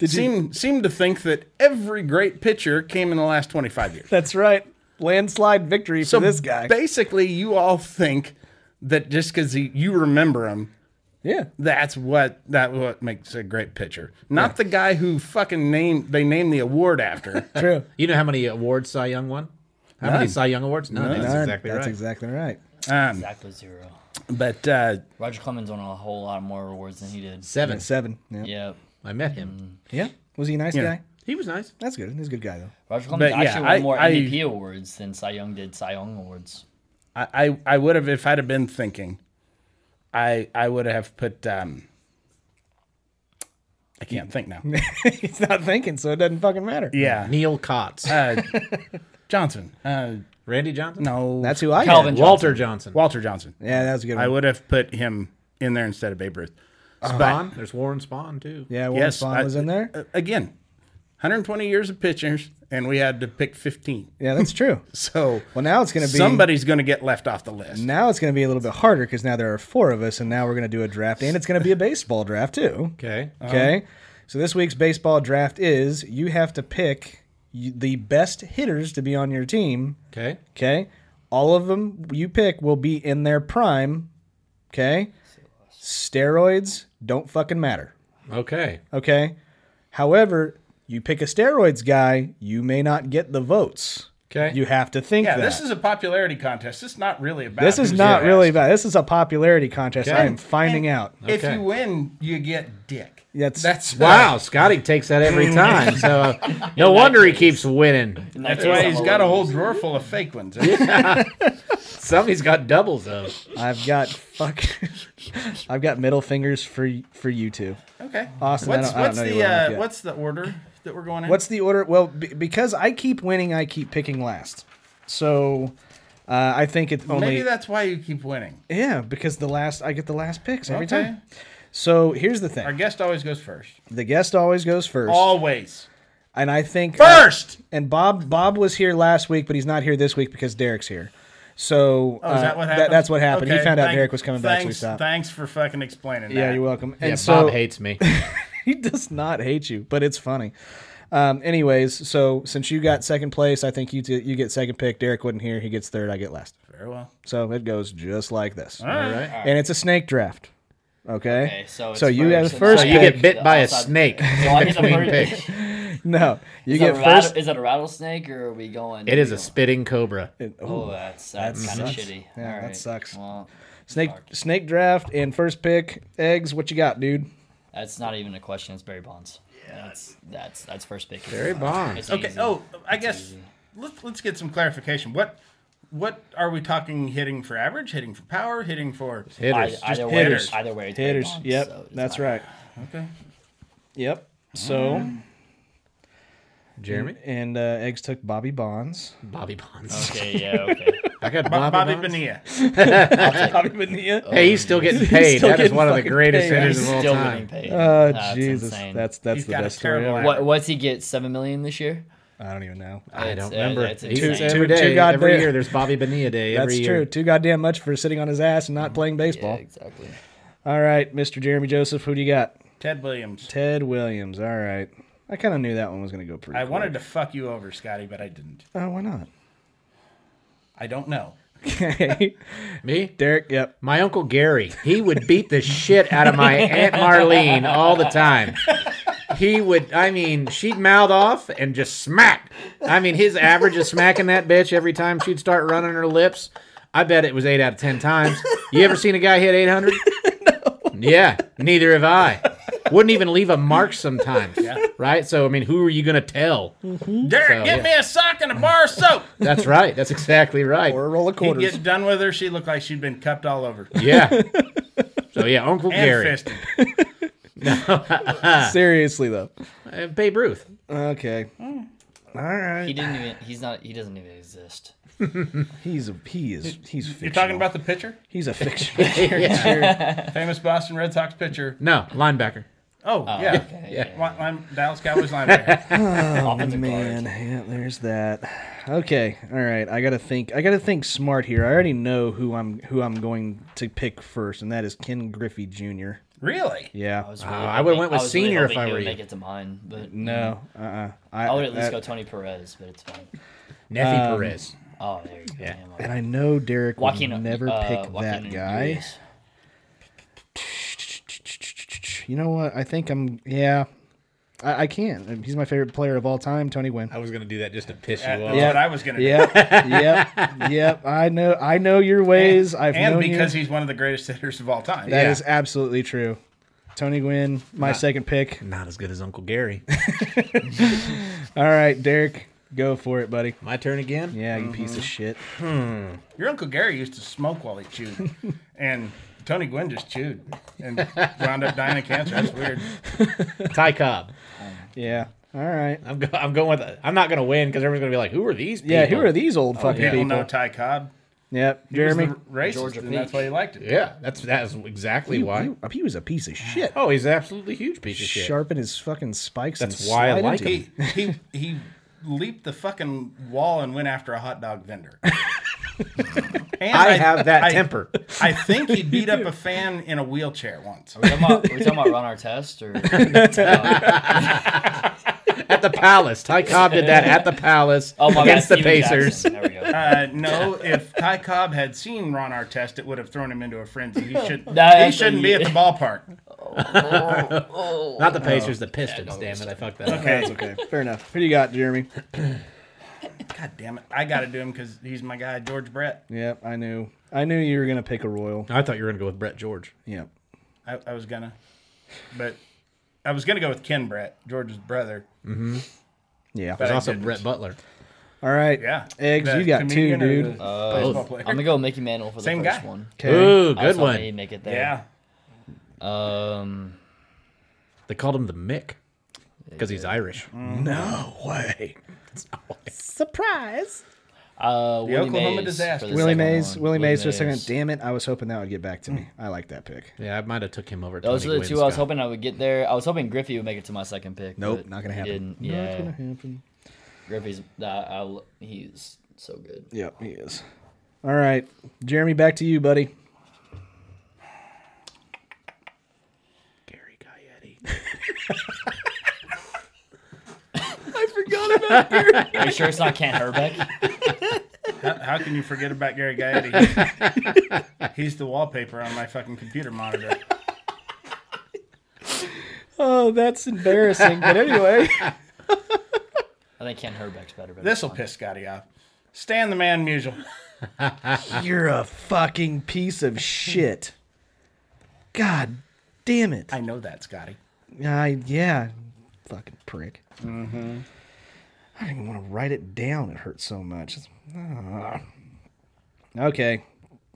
Speaker 1: you?
Speaker 2: seem, seem to think that every great picture came in the last 25 years.
Speaker 1: That's right. Landslide victory
Speaker 2: So
Speaker 1: for this guy.
Speaker 2: Basically, you all think that just because you remember him,
Speaker 1: yeah.
Speaker 2: that's what that what makes a great pitcher. Not the guy who fucking named they named the award
Speaker 1: <laughs>
Speaker 2: after.
Speaker 1: True.
Speaker 3: You know how many awards Cy Young won? How many Cy Young awards? None. That's
Speaker 1: None.
Speaker 3: exactly
Speaker 1: That's
Speaker 3: right.
Speaker 1: exactly right.
Speaker 2: Um,
Speaker 4: Exactly zero.
Speaker 2: but uh,
Speaker 4: Roger Clemens won a whole lot more awards than he did.
Speaker 3: Seven.
Speaker 1: Seven. Yeah. yeah.
Speaker 4: Yeah.
Speaker 3: I met him.
Speaker 1: Was he a nice guy?
Speaker 3: He was nice.
Speaker 1: That's good. He's a good guy though. <laughs>
Speaker 4: Roger Clemens
Speaker 2: yeah,
Speaker 4: actually won
Speaker 2: I-
Speaker 4: more
Speaker 2: I-
Speaker 4: MVP awards than Cy Young did Cy Young awards.
Speaker 2: I, I I would have if I'd have been thinking, I I would have put. Um, I can't
Speaker 1: <laughs>
Speaker 2: think now.
Speaker 1: He's not thinking, so it doesn't fucking matter.
Speaker 2: Yeah,
Speaker 3: Neil Kotz.
Speaker 2: uh, Johnson. Uh,
Speaker 3: Randy Johnson?
Speaker 2: no,
Speaker 1: That's who I am.
Speaker 4: Calvin Johnson.
Speaker 3: Walter Johnson.
Speaker 2: Walter Johnson.
Speaker 1: Yeah, that was a good one.
Speaker 2: I would have put him in there instead of Babe Ruth.
Speaker 3: Spawn. There's Warren Spawn, too.
Speaker 1: yeah, Warren
Speaker 2: Yes,
Speaker 1: Spahn
Speaker 2: I-
Speaker 1: was in there.
Speaker 2: Uh, again, 120 years of pitchers, and we had to pick 15.
Speaker 1: Yeah, that's true.
Speaker 2: So
Speaker 1: Well, now it's going to be
Speaker 2: somebody's going to get left off the list.
Speaker 1: Now it's going to be a little bit harder because now there are four of us, and now we're going to do a draft, and it's going to be a baseball draft too.
Speaker 3: Okay.
Speaker 1: Okay. So this week's baseball draft is you have to pick y- the best hitters to be on your team.
Speaker 3: Okay.
Speaker 1: Okay. All of them you pick will be in their prime. Okay. Steroids don't fucking matter.
Speaker 3: Okay.
Speaker 1: Okay. However, you pick a steroids guy, you may not get the votes.
Speaker 3: Okay.
Speaker 1: You have to think
Speaker 2: yeah,
Speaker 1: that.
Speaker 2: this is a popularity contest. This is not really about.
Speaker 1: this is
Speaker 2: who's
Speaker 1: not
Speaker 2: the
Speaker 1: really
Speaker 2: best.
Speaker 1: bad. This is a popularity contest.
Speaker 3: Okay.
Speaker 1: I am finding
Speaker 2: <laughs>
Speaker 1: out.
Speaker 2: If
Speaker 3: Okay.
Speaker 2: you win, you get dick.
Speaker 1: That's-
Speaker 2: that's
Speaker 3: Wow, Scotty takes that <laughs> every time. So uh, no wonder he keeps winning.
Speaker 2: That's why he's got a whole drawer full of fake ones. Yeah.
Speaker 3: Some he's got doubles of.
Speaker 1: I've got fuck. <laughs> I've got middle fingers for y- for you two.
Speaker 2: okay.
Speaker 1: Austin, I
Speaker 2: What's,
Speaker 1: don't- I don't
Speaker 2: what's
Speaker 1: know you
Speaker 2: the
Speaker 1: well enough
Speaker 2: uh,
Speaker 1: yet.
Speaker 2: what's the order that we're going in?
Speaker 1: What's the order? Well, b- because I keep winning, I keep picking last. So uh, I think it's only
Speaker 2: maybe that's why you keep winning.
Speaker 1: yeah because the last I get the last picks every
Speaker 2: Okay.
Speaker 1: time. So here's the
Speaker 2: Our
Speaker 1: thing:
Speaker 2: guest always goes first.
Speaker 1: the guest always goes first,
Speaker 2: Always
Speaker 1: Uh, and I think uh,
Speaker 2: first.
Speaker 1: and Bob Bob was here last week, but he's not here this week because Derek's here. So
Speaker 2: Oh, is
Speaker 1: uh,
Speaker 2: that what happened?
Speaker 1: that's what happened. he
Speaker 2: Okay,
Speaker 1: found out
Speaker 2: thank-
Speaker 1: Derek was coming back, so he
Speaker 2: thanks-
Speaker 1: stopped.
Speaker 2: Thanks for fucking explaining
Speaker 1: yeah,
Speaker 2: that.
Speaker 1: you're welcome.
Speaker 3: Yeah,
Speaker 1: and so <laughs>
Speaker 3: Bob hates me.
Speaker 1: he does not hate you, but it's funny. Um, anyways, so since you got second place, I think you t- you get second pick. Derek wasn't here; he gets third. I get last.
Speaker 2: Very well.
Speaker 1: So it goes just like this,
Speaker 3: All right.
Speaker 1: and it's a snake draft. Okay.
Speaker 4: Okay, so it's
Speaker 1: you have
Speaker 4: first
Speaker 1: the
Speaker 4: and
Speaker 1: first
Speaker 3: So
Speaker 4: then
Speaker 3: you
Speaker 1: pick.
Speaker 3: get bit by a
Speaker 4: Outside- <laughs>
Speaker 3: snake
Speaker 4: So I get the
Speaker 3: between
Speaker 4: first-
Speaker 3: picks.
Speaker 1: <laughs> no, you
Speaker 4: Is that,
Speaker 1: get
Speaker 4: a
Speaker 1: first.
Speaker 4: rattle, is that a rattlesnake or are we going?
Speaker 3: It is a spitting cobra.
Speaker 4: Oh, that's that's
Speaker 1: that
Speaker 4: kind of
Speaker 1: sucks.
Speaker 4: shitty.
Speaker 1: Yeah,
Speaker 4: All
Speaker 1: that
Speaker 4: right.
Speaker 1: sucks.
Speaker 4: Well,
Speaker 1: snake snake draft and first pick eggs. What you got, dude?
Speaker 4: that's not even a question. It's Barry Bonds. Yeah, that's that's that's first pick.
Speaker 3: Barry Bonds.
Speaker 4: It's
Speaker 2: Okay.
Speaker 4: easy.
Speaker 2: Oh, I guess let's let's get some clarification. What what are we talking? Hitting for average? Hitting for power? Hitting for
Speaker 4: Either,
Speaker 3: Hitters.
Speaker 4: either way,
Speaker 2: hitters.
Speaker 4: either way, it's Barry
Speaker 1: Hitters.
Speaker 4: Bonds,
Speaker 1: yep,
Speaker 4: so it's
Speaker 1: that's
Speaker 4: not-
Speaker 1: right.
Speaker 2: okay.
Speaker 1: Yep. So
Speaker 3: Jeremy?
Speaker 1: and uh, eggs took Bobby Bonds.
Speaker 3: Bobby Bonds.
Speaker 4: Okay.
Speaker 1: <laughs>
Speaker 4: Yeah. Okay.
Speaker 3: I <laughs> got
Speaker 2: Bo- Bobby
Speaker 3: Bobby, Bonds.
Speaker 2: Bonilla.
Speaker 1: Bobby Bonilla.
Speaker 3: Hey, <laughs> he's still getting paid.
Speaker 1: still
Speaker 3: that is
Speaker 1: getting
Speaker 3: one of the
Speaker 1: fucking
Speaker 3: greatest
Speaker 1: paid.
Speaker 3: hitters
Speaker 4: He's
Speaker 3: of all
Speaker 4: still
Speaker 3: time.
Speaker 4: getting paid.
Speaker 1: Oh
Speaker 4: That's
Speaker 1: Jesus,
Speaker 4: insane.
Speaker 1: that's that's
Speaker 2: He's
Speaker 1: the
Speaker 2: got a
Speaker 1: best story
Speaker 2: terrible
Speaker 1: ever.
Speaker 4: What what's he get? Seven million this year?
Speaker 1: I don't even know.
Speaker 3: I
Speaker 4: It's-
Speaker 3: don't
Speaker 4: uh,
Speaker 3: remember.
Speaker 4: it's
Speaker 3: He's
Speaker 4: insane.
Speaker 3: every
Speaker 1: Too- too
Speaker 3: day,
Speaker 1: goddamn-
Speaker 3: every year. There's Bobby Bonilla Day every
Speaker 1: That's
Speaker 3: year.
Speaker 1: true. Too goddamn much for sitting on his ass and not playing
Speaker 4: Yeah,
Speaker 1: baseball.
Speaker 4: exactly.
Speaker 1: All right, Mr. Jeremy Joseph, who do you got?
Speaker 2: Ted Williams.
Speaker 1: Ted Williams. All right. I kind of knew that one was going to go pretty.
Speaker 2: I wanted
Speaker 1: quick.
Speaker 2: to fuck you over, Scotty, but I didn't.
Speaker 1: Oh, why not?
Speaker 2: I don't know.
Speaker 1: Okay.
Speaker 3: Me?
Speaker 1: Derek. Yep.
Speaker 3: My uncle Gary, he would beat the shit out of my aunt Marlene all the time. He would, I mean, she'd mouth off and just smack. I mean, his average of smacking that bitch every time she'd start running her lips. I bet it was eight out of ten times. You ever seen a guy hit eight hundred? Yeah, neither have I. Wouldn't even leave a mark sometimes. Right? So, I mean, who are you going to tell?
Speaker 2: Derek,
Speaker 3: So,
Speaker 2: get
Speaker 3: yeah.
Speaker 2: me a sock and a bar
Speaker 1: <laughs>
Speaker 2: of soap.
Speaker 3: That's right. That's exactly right.
Speaker 1: Or a roll of
Speaker 2: He'd
Speaker 1: quarters.
Speaker 2: get done with her. She looked like she'd been cupped all over and
Speaker 3: Yeah. So, yeah, Uncle Gary.
Speaker 2: fisted.
Speaker 1: Seriously though.
Speaker 3: Uh, Babe Ruth.
Speaker 1: Okay. All
Speaker 4: He
Speaker 1: right.
Speaker 4: didn't even. He's not. He doesn't even exist.
Speaker 1: He's a he is he's fictional.
Speaker 2: You're talking about the pitcher,
Speaker 1: he's a fictional.
Speaker 2: famous Boston Red Sox pitcher.
Speaker 3: No, linebacker.
Speaker 2: Oh, yeah.
Speaker 4: Okay,
Speaker 3: Yeah.
Speaker 2: Li- line- Dallas Cowboys linebacker.
Speaker 4: Offensive
Speaker 1: Man,
Speaker 4: guard.
Speaker 1: yeah, there's that. Okay, all right. I gotta think. I gotta think smart here. I already know who I'm who I'm going to pick first, and that is Ken Griffey Jr.
Speaker 2: really?
Speaker 1: Yeah.
Speaker 4: was
Speaker 3: Oh, I would've went with
Speaker 4: I was
Speaker 3: senior
Speaker 4: really hoping
Speaker 3: if I
Speaker 4: he
Speaker 3: were
Speaker 4: would
Speaker 3: you.
Speaker 4: Make it to mine, but
Speaker 1: no. Uh. uh
Speaker 4: I would at least
Speaker 1: that-
Speaker 4: go Tony Perez, but it's fine.
Speaker 3: Nephi Perez.
Speaker 4: Oh, there you go. Damn,
Speaker 1: And I know Derek
Speaker 4: Joaquin,
Speaker 1: would never
Speaker 4: uh,
Speaker 1: pick
Speaker 4: Joaquin
Speaker 1: that guy.
Speaker 4: Urias.
Speaker 1: You know what? I think I'm. Yeah. I, I can't. He's my favorite player of all time, Tony Wynn.
Speaker 3: I was gonna do that just to piss
Speaker 2: That-
Speaker 3: you
Speaker 2: That's
Speaker 3: off.
Speaker 2: what I was going to
Speaker 1: Yep, yep, yep. I know. I know your ways. I've
Speaker 2: do. And
Speaker 1: known you.
Speaker 2: because he's one of the greatest hitters of all time.
Speaker 1: That
Speaker 3: Yeah.
Speaker 1: is absolutely true. Tony Gwynn, my second
Speaker 2: <laughs>
Speaker 1: pick.
Speaker 3: Not as good as Uncle Gary.
Speaker 1: All right, Derek, go for it, buddy.
Speaker 3: <laughs> My turn again.
Speaker 1: Yeah, you piece
Speaker 2: Mm-hmm.
Speaker 1: of shit.
Speaker 2: Your Uncle Gary used to smoke while he chewed. and Tony Gwynn just chewed and wound up dying of cancer. That's weird.
Speaker 3: Ty Cobb.
Speaker 1: Yeah. All right.
Speaker 3: I'm go- I'm going with. I'm not gonna win because everyone's gonna be like, who are these? People?
Speaker 1: Yeah, who are these old fucking
Speaker 2: People
Speaker 1: people?
Speaker 2: know Ty Cobb.
Speaker 1: Yep,
Speaker 2: He was
Speaker 1: Jeremy.
Speaker 2: the racist,
Speaker 4: Georgia
Speaker 2: and that's
Speaker 4: Peach.
Speaker 2: why he liked it.
Speaker 3: Yeah, that's that's exactly
Speaker 1: He-
Speaker 3: why.
Speaker 1: He, he was a piece of shit.
Speaker 3: Oh, he's an absolutely huge piece of shit.
Speaker 1: Sharpen his fucking spikes.
Speaker 3: That's
Speaker 1: and
Speaker 3: why I
Speaker 1: slide
Speaker 3: like
Speaker 1: into
Speaker 3: him.
Speaker 1: it.
Speaker 2: He, he, he leaped the fucking wall and went after a hot dog vendor. And
Speaker 3: I have that
Speaker 2: I-
Speaker 3: temper.
Speaker 2: I think he beat up a fan in a wheelchair once.
Speaker 4: Are we talking about, are we talking about Ron
Speaker 1: <laughs>
Speaker 4: Artest or? uh,
Speaker 3: at the Palace. Ty Cobb did that at the Palace
Speaker 4: Oh my
Speaker 3: against
Speaker 4: God,
Speaker 3: the
Speaker 4: Steven
Speaker 3: Pacers.
Speaker 4: Jackson.
Speaker 1: <laughs>
Speaker 4: There we go.
Speaker 2: Uh, no, if Ty Cobb had seen Ron Artest, it would have thrown him into a frenzy. He should.
Speaker 4: That
Speaker 2: he shouldn't be at the ballpark.
Speaker 3: Not <laughs> the Pacers, the Pistons. damn it, I fucked that up.
Speaker 2: Okay.
Speaker 1: That's okay. Fair enough. Who do you got, Jeremy?
Speaker 2: God damn it! I got to do him because he's my guy, George Brett.
Speaker 1: Yep, I knew. I knew you were gonna pick a royal.
Speaker 3: I thought you were gonna go with Brett George.
Speaker 1: Yep.
Speaker 2: I, I was gonna, but I was gonna go with Ken Brett, George's brother.
Speaker 1: Yeah.
Speaker 2: But I
Speaker 3: Also,
Speaker 2: didn't.
Speaker 3: Brett Butler.
Speaker 1: All right.
Speaker 2: Yeah,
Speaker 1: Eggs,
Speaker 2: The
Speaker 1: you got two,
Speaker 2: comedian or
Speaker 1: dude.
Speaker 2: the baseball player.
Speaker 4: I'm gonna go Mickey Mantle for the
Speaker 2: Same
Speaker 4: first
Speaker 2: guy.
Speaker 4: one.
Speaker 1: Okay.
Speaker 3: Ooh,
Speaker 4: I was
Speaker 3: good
Speaker 4: hoping he'd
Speaker 3: one.
Speaker 4: make it
Speaker 2: yeah,
Speaker 4: there. Yeah. Um.
Speaker 3: They called him the Mick because he's Irish. No way.
Speaker 1: Surprise.
Speaker 4: Uh, Willie
Speaker 2: Oklahoma
Speaker 4: Mays
Speaker 2: disaster.
Speaker 4: for the
Speaker 1: Willie
Speaker 4: second
Speaker 1: Mays.
Speaker 4: one.
Speaker 1: Willie Mays for a second. Damn it! I was hoping that would get back to me. I like that pick.
Speaker 3: Yeah, I might have took him over.
Speaker 4: Those
Speaker 3: Tony
Speaker 4: are the two
Speaker 3: Gwynn's
Speaker 4: I was
Speaker 3: guy.
Speaker 4: hoping I would get there. I was hoping Griffey would make it to my second pick.
Speaker 1: Nope,
Speaker 4: but
Speaker 1: not gonna
Speaker 4: he
Speaker 1: happen.
Speaker 4: Didn't. Yeah,
Speaker 1: happen.
Speaker 4: Griffey's. Uh, I'll, he's so good.
Speaker 1: Yep, he is. All right, Jeremy, back to you, buddy.
Speaker 3: Gary
Speaker 1: <laughs>
Speaker 3: Gaetti.
Speaker 4: Are you sure it's not Kent Herbeck?
Speaker 2: How, how can you forget about Gary Gaetti? he's the wallpaper on my fucking computer monitor.
Speaker 1: <laughs> Oh, that's embarrassing. But anyway,
Speaker 4: I think Kent Herbeck's better. but
Speaker 2: This will
Speaker 4: it's
Speaker 2: piss Scotty off. Stan the Man Musial.
Speaker 1: <laughs> you're a fucking piece of shit. God damn it!
Speaker 2: I know that, Scotty.
Speaker 1: I yeah, fucking prick. Mm-hmm. I didn't even want to write it down. It hurt so much. It's- ah. Okay.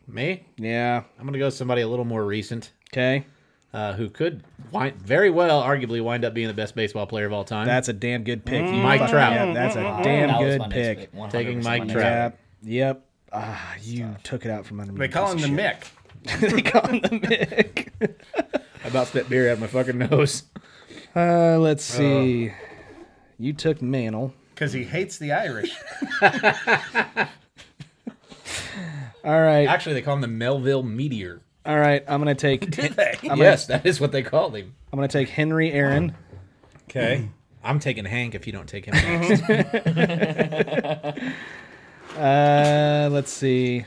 Speaker 3: Me?
Speaker 1: Yeah.
Speaker 3: I'm gonna go with somebody a little more recent.
Speaker 1: Okay.
Speaker 3: Uh, who could wind, very well, arguably, wind up being the best baseball player of all time?
Speaker 1: That's a damn good pick.
Speaker 2: Mm-hmm.
Speaker 1: You
Speaker 3: Mike
Speaker 1: fucking-
Speaker 3: Trout.
Speaker 1: yeah, that's a
Speaker 4: fine.
Speaker 1: damn
Speaker 4: That was
Speaker 1: good
Speaker 4: my next
Speaker 1: pick.
Speaker 4: pick. 100%
Speaker 3: Taking
Speaker 4: my
Speaker 3: Mike
Speaker 4: next
Speaker 3: Trout.
Speaker 4: pick.
Speaker 1: Yep. Yep. Ah, you took it out from under me.
Speaker 2: They call him the Mick.
Speaker 1: Mick. <laughs> they call him the
Speaker 2: <laughs>
Speaker 1: Mick.
Speaker 3: I about spit beer out of my fucking nose.
Speaker 1: Uh, let's see. You took Mantle.
Speaker 2: Because he hates the Irish.
Speaker 1: All right.
Speaker 3: Actually, they call him the Melville Meteor.
Speaker 1: All right. I'm gonna
Speaker 2: <laughs>
Speaker 1: take.
Speaker 2: Did they?
Speaker 3: yes, that is what they called him.
Speaker 1: I'm gonna take Henry Aaron.
Speaker 3: Okay. I'm taking Hank if you don't <laughs> take him. next.
Speaker 1: Uh, let's see.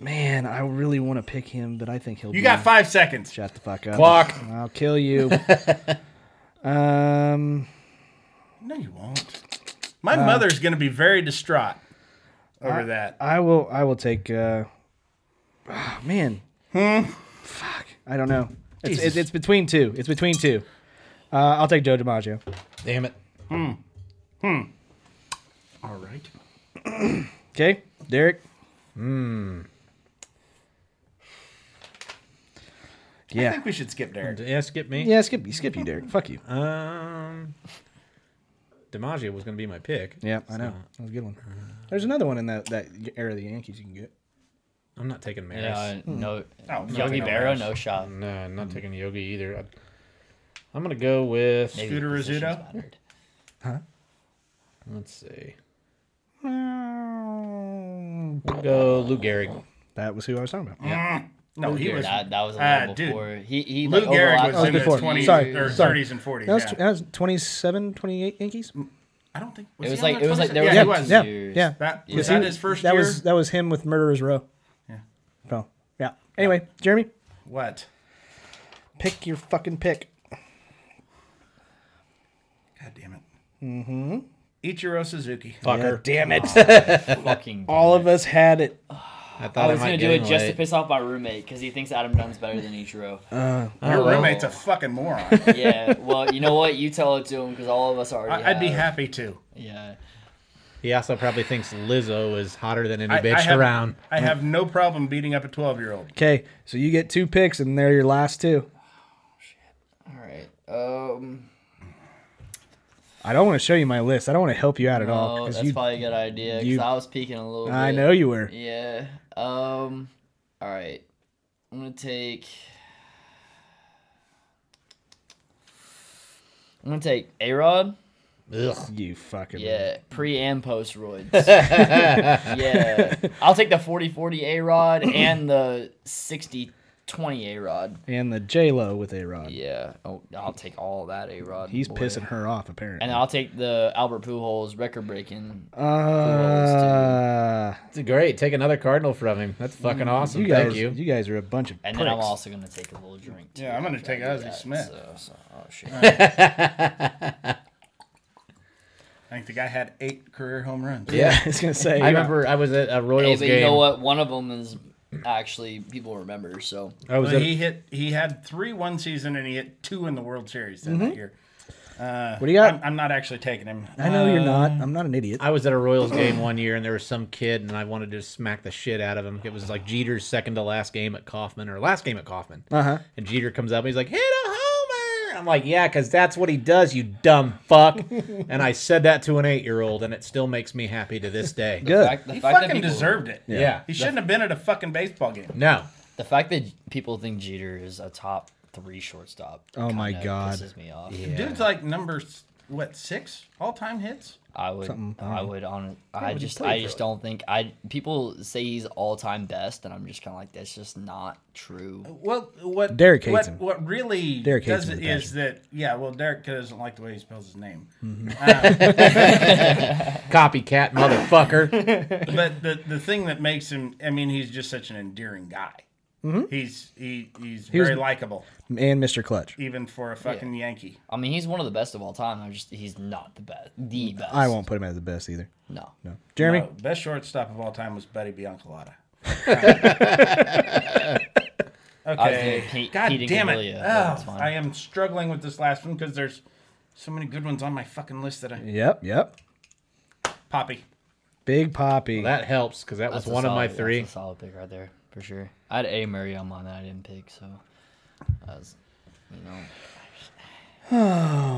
Speaker 1: Man, I really want to pick him, but I think he'll.
Speaker 2: You
Speaker 1: be-
Speaker 2: got five seconds.
Speaker 1: Shut the fuck up.
Speaker 3: Clock.
Speaker 1: I'll kill
Speaker 2: <laughs>
Speaker 1: you. um.
Speaker 2: No, you won't. My mother's going to be very distraught over that.
Speaker 1: I will. I will take. Uh, ah, man.
Speaker 2: Hmm?
Speaker 1: Fuck. I don't know. It's, it's, it's between two. It's between two. Uh, I'll take Joe DiMaggio.
Speaker 3: Damn it.
Speaker 2: All right.
Speaker 1: Okay, Derek. Hmm.
Speaker 2: I
Speaker 1: Yeah.
Speaker 2: think we should skip Derek.
Speaker 3: Yeah, skip me.
Speaker 1: Yeah. Skip you. Skip you, Derek. Fuck you.
Speaker 3: Um, DiMaggio was going to be my pick.
Speaker 1: Yeah, I know. That was a good one. There's another one in that that era of the Yankees you can get.
Speaker 3: I'm not taking Maris.
Speaker 4: Yeah, no.
Speaker 2: Oh, fucking
Speaker 4: Yogi
Speaker 2: no
Speaker 4: Berra,
Speaker 2: Maris.
Speaker 4: no shot.
Speaker 3: No, I'm not taking Yogi either. I- I'm gonna go with.
Speaker 4: Maybe the
Speaker 2: Scooter
Speaker 4: positions
Speaker 2: Rizzuto?
Speaker 4: mattered.
Speaker 3: Let's see.
Speaker 2: Oh.
Speaker 3: We'll go Lou Gehrig.
Speaker 1: That was who I was talking about.
Speaker 2: No, he was.
Speaker 4: That, that was a
Speaker 2: Ah,
Speaker 4: little
Speaker 2: dude.
Speaker 4: before. He, he
Speaker 2: Lou Gehrig
Speaker 4: like, overlapped
Speaker 2: was in
Speaker 4: with
Speaker 2: the
Speaker 1: before.
Speaker 4: Years.
Speaker 2: 20s
Speaker 1: Sorry,
Speaker 2: or
Speaker 1: sorry.
Speaker 2: 30s and 40s.
Speaker 1: That was,
Speaker 2: yeah.
Speaker 1: that was 27, 28 Yankees.
Speaker 2: I don't think
Speaker 4: It
Speaker 2: he
Speaker 4: was
Speaker 2: on
Speaker 4: like it was like there was
Speaker 2: yeah,
Speaker 4: like
Speaker 2: he
Speaker 4: two
Speaker 2: was.
Speaker 1: yeah,
Speaker 4: years.
Speaker 1: yeah.
Speaker 2: That
Speaker 4: Yeah.
Speaker 2: was
Speaker 4: Yeah.
Speaker 2: that his first
Speaker 1: That
Speaker 2: year.
Speaker 1: was that was him with Murderers Row.
Speaker 2: Yeah.
Speaker 1: Oh, yeah. Anyway, Jeremy,
Speaker 2: what?
Speaker 1: pick your fucking pick.
Speaker 2: God damn it. Mm-hmm. Ichiro Suzuki.
Speaker 1: God damn it!
Speaker 4: Fucking.
Speaker 1: All of us had it.
Speaker 3: I thought
Speaker 4: I
Speaker 3: I,
Speaker 4: was
Speaker 3: might
Speaker 4: gonna
Speaker 3: get
Speaker 4: do it
Speaker 3: him
Speaker 4: just to
Speaker 3: late.
Speaker 4: piss off my roommate because he thinks Adam Dunn's better
Speaker 2: <laughs>
Speaker 4: than Ichiro.
Speaker 2: Uh. Your <laughs> roommate's a fucking moron.
Speaker 4: yeah. Well, you know what? You tell it to him because all of us already.
Speaker 2: I, I'd be
Speaker 4: have.
Speaker 2: happy to.
Speaker 4: Yeah.
Speaker 3: He also probably thinks Lizzo is hotter than any
Speaker 2: I,
Speaker 3: bitch
Speaker 2: I have,
Speaker 3: around.
Speaker 2: I have no problem beating up a 12 year old.
Speaker 1: Okay, so you get two picks, and they're your last two.
Speaker 4: All right. Um.
Speaker 1: I don't want to show you my list. I don't want to help you out at all
Speaker 4: Oh,
Speaker 1: because
Speaker 4: that's
Speaker 1: you.
Speaker 4: probably a good idea
Speaker 1: you-
Speaker 4: because I was peeking a little.
Speaker 1: I
Speaker 4: bit.
Speaker 1: know you were.
Speaker 4: Yeah. Um. All right. I'm gonna take. I'm gonna take A Rod.
Speaker 1: You fucking.
Speaker 4: Yeah. Pre and post
Speaker 1: <laughs>
Speaker 4: roids. yeah. I'll take the 40 40 A Rod and the 60 20 A Rod.
Speaker 1: And the J Lo with a rod.
Speaker 4: Yeah. Oh, I'll take all that A Rod.
Speaker 1: He's
Speaker 4: boy.
Speaker 1: pissing her off apparently.
Speaker 4: And I'll take the Albert Pujols record breaking.
Speaker 1: uh,
Speaker 3: It's great. Take another cardinal from him. That's fucking awesome.
Speaker 1: you guys,
Speaker 3: Thank you.
Speaker 1: guys are a bunch of.
Speaker 4: And
Speaker 1: pricks.
Speaker 4: then I'm also gonna take a little drink. too
Speaker 2: Yeah, I'm gonna
Speaker 4: after I
Speaker 2: take
Speaker 4: do
Speaker 2: Ozzie
Speaker 4: that,
Speaker 2: Smith.
Speaker 4: So, so- oh shit.
Speaker 1: <laughs>
Speaker 2: I think the guy had eight career home runs.
Speaker 1: Yeah, <laughs> I was gonna say.
Speaker 3: I
Speaker 1: you-
Speaker 3: remember I was at a
Speaker 4: Hey,
Speaker 3: Royals
Speaker 4: but
Speaker 3: game.
Speaker 4: you know what? One of them is actually people remember. So
Speaker 3: I was
Speaker 2: But
Speaker 3: at,
Speaker 2: he hit. He had three one season and he hit two in the World Series that
Speaker 1: Mm-hmm.
Speaker 2: year. Uh,
Speaker 1: What do you got?
Speaker 2: I'm, I'm not actually taking him.
Speaker 1: I know you're not.
Speaker 4: um,
Speaker 1: I'm not an idiot.
Speaker 3: I was at a
Speaker 4: <clears throat>
Speaker 3: Royals game one year, and there was some kid, and I wanted to just smack the shit out of him. It was like Jeter's second to last game at Kaufman, or last game at Kaufman.
Speaker 1: Uh huh.
Speaker 3: And Jeter comes up, and he's like, "Hit a homer!" I'm like, "Yeah, because that's what he does, you dumb fuck." and I said that to an eight-year-old, and it still makes me happy to this day.
Speaker 4: the
Speaker 1: Good.
Speaker 4: fact, the
Speaker 2: He
Speaker 4: fact that
Speaker 2: fucking
Speaker 4: people-
Speaker 2: deserved it.
Speaker 3: Yeah.
Speaker 2: He shouldn't have been at a fucking baseball game.
Speaker 3: No,
Speaker 4: The fact that people think Jeter is a top three shortstop.
Speaker 1: Oh my
Speaker 4: kinda
Speaker 1: God.
Speaker 4: Pisses me off.
Speaker 2: Dude's like number s- what six all time hits.
Speaker 4: I would. I would on. I
Speaker 3: he
Speaker 4: just.
Speaker 3: played
Speaker 4: I
Speaker 3: for
Speaker 4: just
Speaker 3: it.
Speaker 4: don't think. I people say he's all time best, and I'm just kind of like that's just not true.
Speaker 2: Well, what
Speaker 1: Derek hates
Speaker 2: what,
Speaker 1: him.
Speaker 2: What really
Speaker 1: Derek hates
Speaker 2: does
Speaker 1: him
Speaker 2: it
Speaker 1: with a Hmm.
Speaker 2: is that yeah. Well, Derek doesn't like the way he spells his name. Uh,
Speaker 3: copycat motherfucker.
Speaker 2: <laughs> but the the thing that makes him, I mean, he's just such an endearing guy. He's he he's
Speaker 1: Mm-hmm. was-
Speaker 2: very likable,
Speaker 1: And Mr. Clutch.
Speaker 2: even for a fucking Yankee.
Speaker 4: I mean, he's one of the best of all time. I just. He's not the best. The best.
Speaker 1: I won't put him as the best either.
Speaker 4: No.
Speaker 1: No. Jeremy.
Speaker 2: No, Uh, best shortstop of all time was Buddy Biancalata.
Speaker 4: I was thinking
Speaker 2: okay.
Speaker 4: Pete-
Speaker 2: God
Speaker 4: Pete
Speaker 2: damn it.
Speaker 4: Incaglia, but that's
Speaker 2: Ugh,
Speaker 4: fine.
Speaker 2: I am struggling with this last one because there's so many good ones on my fucking list that I.
Speaker 1: Yep. Yep.
Speaker 2: Poppy.
Speaker 1: Big Poppy.
Speaker 3: that helps because that was
Speaker 4: That's a
Speaker 3: one of my
Speaker 4: solid-
Speaker 3: three.
Speaker 4: That's a solid pick right there for sure. I had A Murray on mine that I didn't pick, so I was, you know,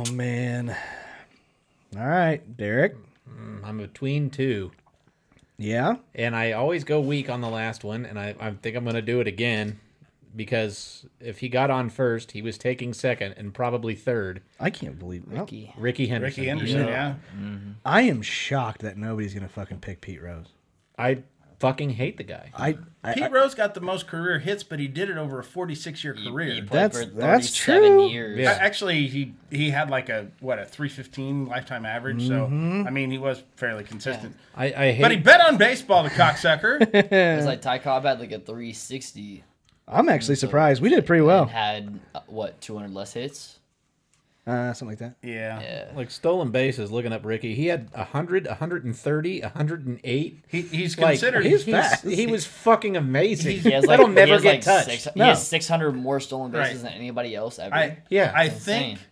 Speaker 1: oh man. All right, Derek.
Speaker 3: I'm between two.
Speaker 1: Yeah.
Speaker 3: and I always go weak on the last one, and I, I think I'm going to do it again because if he got on first, he was taking second and probably third.
Speaker 1: I can't believe it. Well,
Speaker 4: Ricky.
Speaker 3: Ricky Henderson.
Speaker 2: Ricky Anderson, yeah.
Speaker 1: I am shocked that nobody's gonna fucking pick Pete Rose.
Speaker 3: I fucking hate the guy.
Speaker 1: I. I,
Speaker 2: Pete
Speaker 1: I
Speaker 2: Rose got the most career hits, but he did it over a 46 year career.
Speaker 4: He played
Speaker 1: That's-
Speaker 4: for
Speaker 1: that's
Speaker 4: 37
Speaker 1: true.
Speaker 4: Years.
Speaker 2: A- Actually, he he had like a what a 315 lifetime average. So I mean, he was fairly consistent.
Speaker 3: I, I hate.
Speaker 2: But he bet on baseball, the cocksucker.
Speaker 4: It was like Ty Cobb had like a 360.
Speaker 1: I'm actually surprised. We did pretty
Speaker 4: And
Speaker 1: well.
Speaker 4: had uh, what 200 less hits.
Speaker 1: Uh, something like that.
Speaker 2: yeah.
Speaker 4: Yeah.
Speaker 3: like stolen bases, looking up Ricky, he had 100, 130, 108.
Speaker 2: He, he's
Speaker 3: Like,
Speaker 2: considered
Speaker 3: he's-
Speaker 2: he's-
Speaker 3: he was fucking amazing.
Speaker 4: He has like,
Speaker 3: <laughs> That'll
Speaker 4: he
Speaker 3: never
Speaker 4: has,
Speaker 3: get
Speaker 4: like,
Speaker 3: touched.
Speaker 4: Six,
Speaker 3: no.
Speaker 4: He has 600 more stolen bases
Speaker 2: Right.
Speaker 4: than anybody else ever.
Speaker 2: I
Speaker 3: Yeah.
Speaker 2: I
Speaker 4: It's
Speaker 2: think
Speaker 4: insane.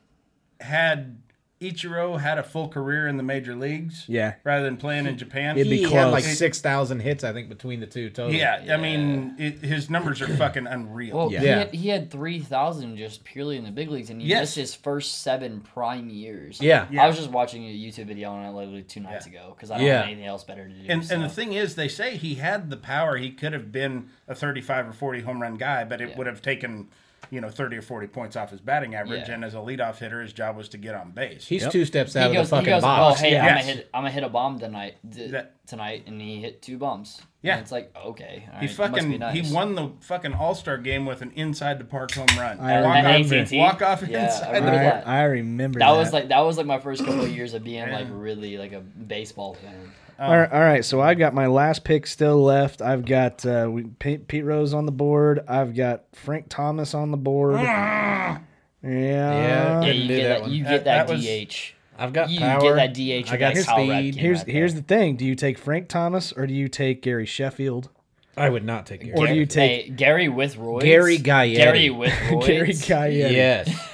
Speaker 2: had Ichiro had a full career in the major leagues,
Speaker 1: Yeah.
Speaker 2: rather than playing in Japan.
Speaker 1: It'd
Speaker 3: he
Speaker 1: be
Speaker 3: had like
Speaker 1: close.
Speaker 3: 6,000 hits, I think, between the two total.
Speaker 2: yeah, I mean, it, his numbers are fucking unreal.
Speaker 4: Well, he
Speaker 3: Yeah.
Speaker 4: had, he had 3,000 just purely in the big leagues, and he
Speaker 2: Yes.
Speaker 4: missed his first seven prime years.
Speaker 3: Yeah.
Speaker 4: I was just watching a YouTube video on it literally two nights ago because I don't
Speaker 3: Yeah.
Speaker 4: have anything else better to do.
Speaker 2: and, and the
Speaker 4: so.
Speaker 2: thing is, they say he had the power. He could have been a 35 or 40 home run guy, but it would have taken, you know, 30 or 40 points off his batting average.
Speaker 4: Yeah.
Speaker 2: And as a leadoff hitter, his job was to get on base.
Speaker 3: He's two steps out
Speaker 4: he
Speaker 3: of
Speaker 4: goes,
Speaker 3: the
Speaker 4: he
Speaker 3: fucking
Speaker 4: goes,
Speaker 3: box.
Speaker 4: oh hey, I'm gonna
Speaker 2: Yes.
Speaker 4: hit, I'm gonna hit a bomb tonight, th-
Speaker 2: That-
Speaker 4: tonight, and he hit two bombs.
Speaker 2: Yeah.
Speaker 4: and it's like okay, all right,
Speaker 2: He
Speaker 4: that must
Speaker 2: fucking
Speaker 4: be nice.
Speaker 2: he won the fucking All Star game with an inside the park home run.
Speaker 1: I
Speaker 2: walk
Speaker 4: remember.
Speaker 2: off,
Speaker 4: AT&T?
Speaker 2: walk off
Speaker 4: Yeah, I
Speaker 2: inside.
Speaker 4: remember
Speaker 2: the
Speaker 1: I,
Speaker 2: park.
Speaker 4: that.
Speaker 1: I remember
Speaker 4: That was like that was like my first couple of years of being like really like a baseball fan.
Speaker 1: all, right, all right, so I've got my last pick still left. I've got uh, we, Pete, Pete Rose on the board. I've got Frank Thomas on the board. yeah.
Speaker 3: Yeah.
Speaker 4: Yeah,
Speaker 3: Didn't
Speaker 4: you get
Speaker 3: do that
Speaker 4: that,
Speaker 3: one.
Speaker 4: you
Speaker 2: That-
Speaker 4: get that,
Speaker 2: that was-
Speaker 4: DH.
Speaker 3: I've got
Speaker 4: you
Speaker 3: power.
Speaker 4: get that DH.
Speaker 3: I got
Speaker 4: with that Kyle
Speaker 3: speed.
Speaker 4: Radke
Speaker 1: Here's
Speaker 4: right
Speaker 1: here's
Speaker 4: there.
Speaker 1: the thing. Do you take Frank Thomas or do you take Gary Sheffield?
Speaker 3: I would not take your
Speaker 1: Or do you take
Speaker 4: Hey, Gary with Roy.
Speaker 3: Gary Gaetti.
Speaker 4: Gary with
Speaker 1: <laughs>
Speaker 4: Roy.
Speaker 1: Gary Guy?
Speaker 3: Yes.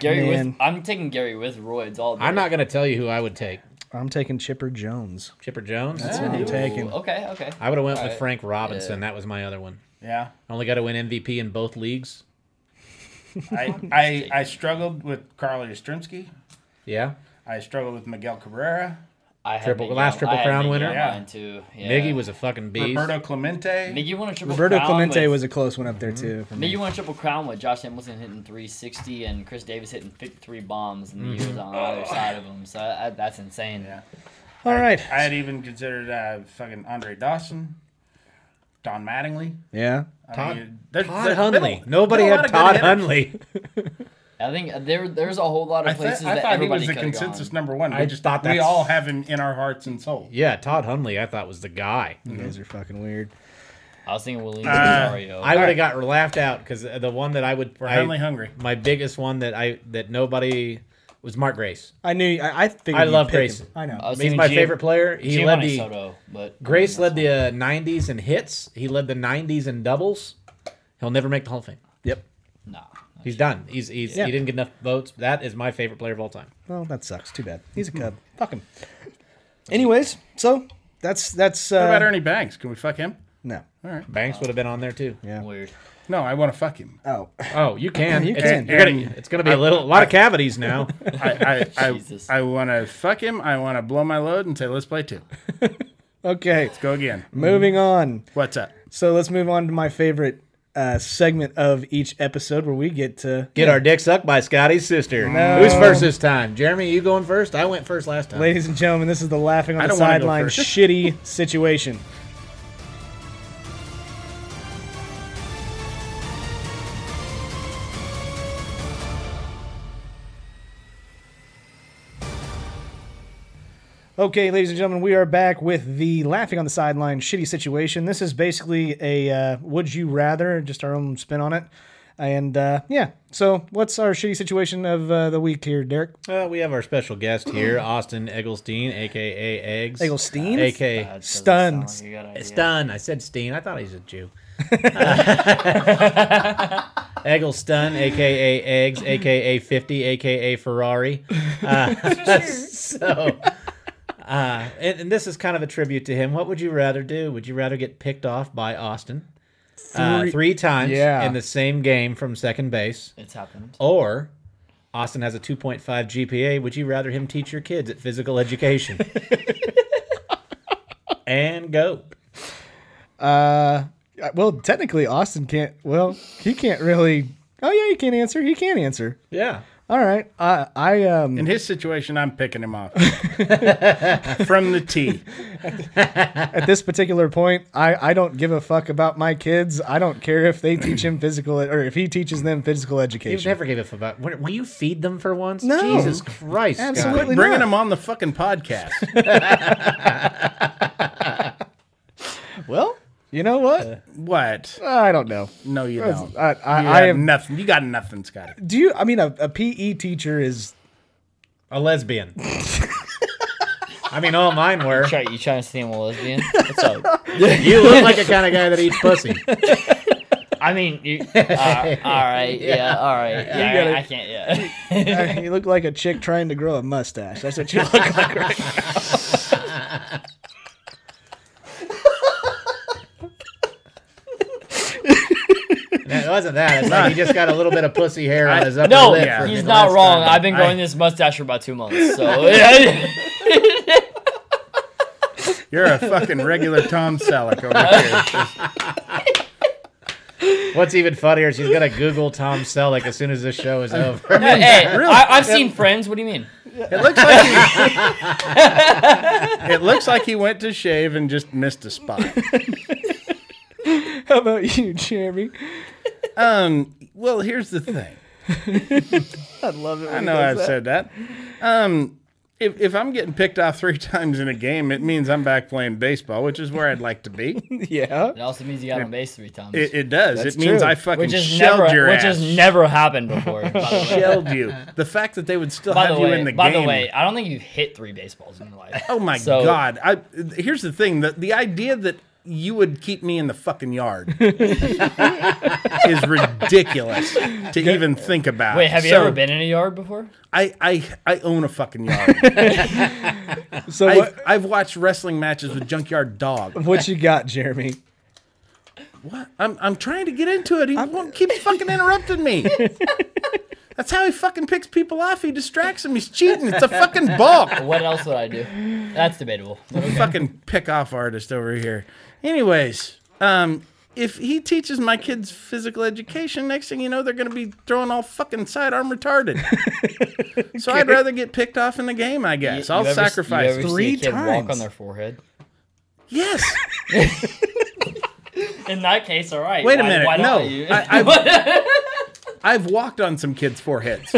Speaker 4: Gary with.
Speaker 1: Man.
Speaker 4: I'm taking Gary with Roy's all day.
Speaker 3: I'm not going to tell you who I would take.
Speaker 1: I'm taking Chipper Jones.
Speaker 3: Chipper Jones.
Speaker 1: That's what I'm taking.
Speaker 4: Okay, okay.
Speaker 3: I would have went with
Speaker 4: Alright.
Speaker 3: Frank Robinson. That was my other one.
Speaker 2: Yeah.
Speaker 3: Only got to win MVP in both leagues.
Speaker 2: I, I I struggled with Carly Yastrzemski.
Speaker 3: Yeah.
Speaker 2: I struggled with Miguel Cabrera.
Speaker 4: I had
Speaker 3: Triple-
Speaker 4: Miguel-
Speaker 3: last Triple
Speaker 4: I had Miguel
Speaker 3: Crown winner?
Speaker 4: on
Speaker 2: Yeah.
Speaker 4: mine too. Yeah.
Speaker 3: Miggy was a fucking beast.
Speaker 2: Roberto Clemente.
Speaker 4: Miggy won a triple
Speaker 1: Roberto
Speaker 4: crown.
Speaker 1: Clemente
Speaker 4: with,
Speaker 1: was a close one up there too. for me.
Speaker 4: Miggy won a triple crown with Josh Hamilton hitting 360 and Chris Davis hitting 53 bombs, and he was on either
Speaker 2: Oh.
Speaker 4: side of him. So I, I, that's insane.
Speaker 2: Yeah.
Speaker 1: All right.
Speaker 2: I had even considered uh, fucking Andre Dawson, Don Mattingly.
Speaker 1: Yeah.
Speaker 2: Todd, there,
Speaker 3: Todd
Speaker 2: there's been a-
Speaker 3: Hundley. Nobody
Speaker 2: been a lot
Speaker 3: had
Speaker 2: of good
Speaker 3: Todd
Speaker 2: hitters.
Speaker 3: Hunley.
Speaker 4: I think there there's a whole lot
Speaker 2: I,
Speaker 4: of
Speaker 2: th-
Speaker 4: places
Speaker 2: I
Speaker 4: that
Speaker 2: thought he
Speaker 4: everybody
Speaker 2: was the
Speaker 4: could have gone.
Speaker 2: consensus number one. We
Speaker 3: I
Speaker 2: just
Speaker 3: thought
Speaker 2: we
Speaker 3: that's-
Speaker 2: all have him in our hearts and souls.
Speaker 3: <laughs> Yeah, Todd Hunley. I thought was the guy.
Speaker 1: You guys are fucking weird.
Speaker 4: I was thinking Williams Rosario.
Speaker 3: I would have got laughed out because the one that I would
Speaker 2: We're
Speaker 3: I- Uh,
Speaker 2: Hundley hungry.
Speaker 3: My biggest one that I that nobody was Mark Grace.
Speaker 1: I knew. I, I figured.
Speaker 3: I
Speaker 1: you'd
Speaker 3: love
Speaker 1: pick him.
Speaker 3: Grayson.
Speaker 1: I know.
Speaker 4: I was
Speaker 3: He's
Speaker 4: thinking
Speaker 3: my
Speaker 4: Gio-
Speaker 3: favorite player. He led
Speaker 4: Giovanni
Speaker 3: the
Speaker 4: Soto, but
Speaker 3: Grace led the uh, 90s in hits. He led the 90s in doubles. He'll never make the Hall of Fame.
Speaker 1: yep.
Speaker 4: nah.
Speaker 3: He's done. He's, he's
Speaker 1: Yeah.
Speaker 3: he didn't get enough votes. That is my favorite player of all time.
Speaker 1: Well, that sucks. Too bad. He's a cub. Fuck him. Anyways, so that's that's. Uh,
Speaker 2: What about Ernie Banks? Can we fuck him?
Speaker 1: No.
Speaker 3: Banks would have been on there too.
Speaker 1: Yeah.
Speaker 4: Weird.
Speaker 2: No, I want to fuck him.
Speaker 1: Oh. <laughs>
Speaker 3: Oh, you can.
Speaker 1: You
Speaker 3: It's-
Speaker 1: can. Um,
Speaker 3: you're gonna- it's going to be a little a lot of cavities <laughs> now.
Speaker 2: I I, I,
Speaker 4: <laughs> Jesus.
Speaker 2: I want to fuck him. I want to blow my load and say let's play two.
Speaker 1: Okay.
Speaker 2: Go again.
Speaker 1: Moving on.
Speaker 2: What's up?
Speaker 1: So let's move on to my favorite uh, segment of each episode where we get to
Speaker 3: Get our dick sucked by Scotty's sister.
Speaker 1: No.
Speaker 3: Who's first this time? Jeremy, you going first? I went first last time.
Speaker 1: Ladies and gentlemen, this is the laughing on
Speaker 2: I
Speaker 1: the
Speaker 2: don't wanna go
Speaker 1: sideline
Speaker 2: first.
Speaker 1: shitty situation. Okay, ladies and gentlemen, we are back with the laughing on the sideline shitty situation. This is basically a uh, would you rather, just our own spin on it. And uh, yeah, so what's our shitty situation of uh, the week here, Derek?
Speaker 3: Uh, we have our special guest here, Austin Egglestein, aka Eggs.
Speaker 1: Egglestein?
Speaker 3: aka
Speaker 4: That doesn't sound
Speaker 1: Stuns.
Speaker 4: Like a good idea.
Speaker 3: Stun. I said Steen. I thought he's
Speaker 1: <laughs>
Speaker 3: a Jew. Eggleston, aka Eggs, aka fifty, aka Ferrari. Uh, <laughs> so, uh, and, and this is kind of a tribute to him. What would you rather do? Would you rather get picked off by Austin uh,
Speaker 1: Three-
Speaker 3: three times
Speaker 1: Yeah.
Speaker 3: in the same game from second base,
Speaker 4: It's
Speaker 3: Oh.
Speaker 4: happened.
Speaker 3: or Austin has a 2.5 GPA. Would you rather him teach your kids at physical
Speaker 1: <laughs>
Speaker 3: education? and go.
Speaker 1: Uh, well, technically, Austin can't. Well, he can't really. Oh yeah, he can't answer. He can answer.
Speaker 3: Yeah.
Speaker 1: All right. I I um.
Speaker 2: In his situation, I'm picking
Speaker 1: <laughs>
Speaker 2: him off from the tee.
Speaker 1: At this particular point, I I don't give a fuck about my kids. I don't care if they teach him physical or if he teaches them physical
Speaker 3: You
Speaker 1: education.
Speaker 3: never gave a fuck about. Will will you feed them for once?
Speaker 1: No.
Speaker 3: Jesus Christ. Scott.
Speaker 1: Absolutely.
Speaker 2: Bringing
Speaker 1: not.
Speaker 2: him on the fucking podcast.
Speaker 1: Well, you know what?
Speaker 2: what?
Speaker 5: uh,
Speaker 1: I don't know.
Speaker 2: No, you
Speaker 1: That's-
Speaker 2: don't.
Speaker 1: I I,
Speaker 2: you
Speaker 1: I
Speaker 2: got
Speaker 1: am.
Speaker 2: nothing. You got nothing, Scotty.
Speaker 1: Do you? I mean, a, a PE teacher is.
Speaker 3: A lesbian. <laughs> I mean, all mine were.
Speaker 4: Try, you trying to see him a lesbian? What's up?
Speaker 3: You look like the kind of guy that eats pussy.
Speaker 4: I mean, you, uh, all right, yeah, all right, yeah, all right, I can't, yeah. <laughs>
Speaker 5: <laughs>
Speaker 1: uh, you look like a chick trying to grow a mustache. That's what you look like.
Speaker 3: No, it wasn't that. It's like he just got a little bit of pussy hair on his upper
Speaker 4: No,
Speaker 3: lip.
Speaker 2: yeah.
Speaker 3: from
Speaker 4: he's
Speaker 3: the
Speaker 4: not
Speaker 3: last
Speaker 4: wrong.
Speaker 3: time.
Speaker 4: I've been growing
Speaker 3: I-
Speaker 4: this mustache for about two months, so
Speaker 2: You're a fucking regular Tom Selleck over here.
Speaker 3: What's even funnier is he's gonna Google Tom Selleck as soon as this show is
Speaker 4: No,
Speaker 3: over.
Speaker 4: <laughs> hey, I, I've seen Friends. What do you mean?
Speaker 2: It looks like he, it looks like he went to shave and just missed a spot.
Speaker 1: How about you, Jeremy?
Speaker 2: Um, well, here's the thing.
Speaker 5: I love it. When
Speaker 2: I
Speaker 5: he
Speaker 2: know
Speaker 5: does
Speaker 2: I've
Speaker 5: that.
Speaker 2: said that. Um, if if I'm getting picked off three <laughs> times in a game, it means I'm back playing baseball, which is where I'd like to be.
Speaker 1: Yeah.
Speaker 4: It also means you got on base three times,
Speaker 2: It, it does.
Speaker 1: That's
Speaker 2: it means
Speaker 1: true.
Speaker 2: I fucking
Speaker 4: which has
Speaker 2: shelled
Speaker 4: never,
Speaker 2: your
Speaker 4: which
Speaker 2: ass.
Speaker 4: has never happened before. By the way,
Speaker 2: shelled you. The fact that they would still
Speaker 4: by,
Speaker 2: have
Speaker 4: the
Speaker 2: you
Speaker 4: way,
Speaker 2: in the
Speaker 4: by
Speaker 2: game.
Speaker 4: the way, I don't think you've hit three baseballs in your life.
Speaker 2: Oh my
Speaker 4: So-
Speaker 2: god! I here's the thing: the the idea that you would keep me in the fucking yard
Speaker 4: <laughs>
Speaker 2: is ridiculous to even think about.
Speaker 4: Wait, have you
Speaker 2: So,
Speaker 4: ever been in a yard before?
Speaker 2: I I I own a fucking yard.
Speaker 1: So
Speaker 2: I've,
Speaker 1: what,
Speaker 2: I've watched wrestling matches with junkyard dog.
Speaker 1: what you got, Jeremy?
Speaker 2: What? I'm I'm trying to get into it. He won't keep fucking interrupting me. That's how he fucking picks people off. He distracts them. He's cheating. It's a fucking ball.
Speaker 4: What else would I do? That's
Speaker 2: <laughs>
Speaker 4: debatable.
Speaker 2: fucking pick off artist over here. Anyways, um, if he teaches my kids physical education, next thing you know, they're going to be throwing all fucking sidearm
Speaker 4: <laughs>
Speaker 2: retarded. so I'd rather get picked off in the game, I guess. I'll
Speaker 4: You ever-
Speaker 2: sacrifice.
Speaker 4: you ever
Speaker 1: Three
Speaker 4: see a kid
Speaker 1: times.
Speaker 4: Walk on their forehead.
Speaker 2: <laughs>
Speaker 4: <laughs>
Speaker 2: yes.
Speaker 4: In that case, all right.
Speaker 2: Wait a
Speaker 4: Why-
Speaker 2: minute.
Speaker 4: why
Speaker 2: no.
Speaker 4: don't you? <laughs>
Speaker 2: I, I've, I've walked on some kids'
Speaker 4: <laughs>
Speaker 2: foreheads.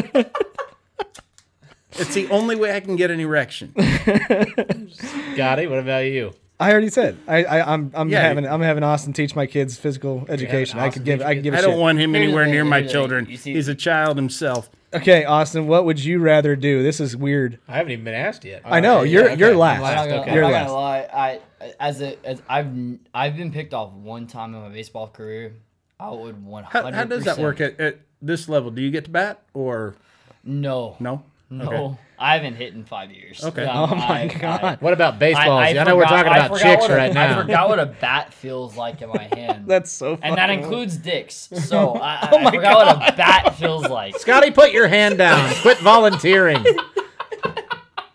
Speaker 2: it's the only way I can get an erection.
Speaker 3: Scotty, what about you?
Speaker 1: I already said I, I I'm I'm
Speaker 2: Yeah.
Speaker 1: having I'm having Austin teach my kids physical education. I
Speaker 4: Austin
Speaker 1: could give
Speaker 4: teach
Speaker 1: I could give a
Speaker 2: I don't
Speaker 1: shit.
Speaker 2: want him
Speaker 4: Here's the
Speaker 2: anywhere
Speaker 4: thing,
Speaker 2: near my
Speaker 4: here's the thing.
Speaker 2: children.
Speaker 4: You see-
Speaker 2: He's a child himself.
Speaker 1: okay, Austin, what would you rather do? This is weird.
Speaker 3: I haven't even been asked yet. Oh,
Speaker 1: I know you're
Speaker 3: okay.
Speaker 1: you're
Speaker 3: I'm
Speaker 1: last.
Speaker 4: I'm not gonna,
Speaker 3: okay.
Speaker 4: I'm
Speaker 1: You're
Speaker 4: not
Speaker 1: last.
Speaker 4: gonna lie. I as a as I've n- I've been picked off one time in my baseball career. I would 100.
Speaker 2: How, how does that work at, at this level? Do you get to bat or
Speaker 4: No,
Speaker 2: no?
Speaker 4: no.
Speaker 2: Okay.
Speaker 4: I haven't hit in five years.
Speaker 2: Okay.
Speaker 4: <laughs> Um,
Speaker 1: Oh my
Speaker 4: I-
Speaker 1: god,
Speaker 3: What about baseballs? I,
Speaker 4: I, I,
Speaker 3: know we're
Speaker 4: forgot-
Speaker 3: talking
Speaker 4: I
Speaker 3: about
Speaker 4: forgot
Speaker 3: chicks
Speaker 4: what a-
Speaker 3: right
Speaker 4: I
Speaker 3: now.
Speaker 4: forgot what a bat feels like in my <laughs> hand.
Speaker 1: that's so. Funny.
Speaker 4: and that
Speaker 1: <laughs>
Speaker 4: includes dicks. So I, I,
Speaker 1: Oh
Speaker 4: I forgot what a bat feels like.
Speaker 3: Scotty, put your hand down. Quit volunteering.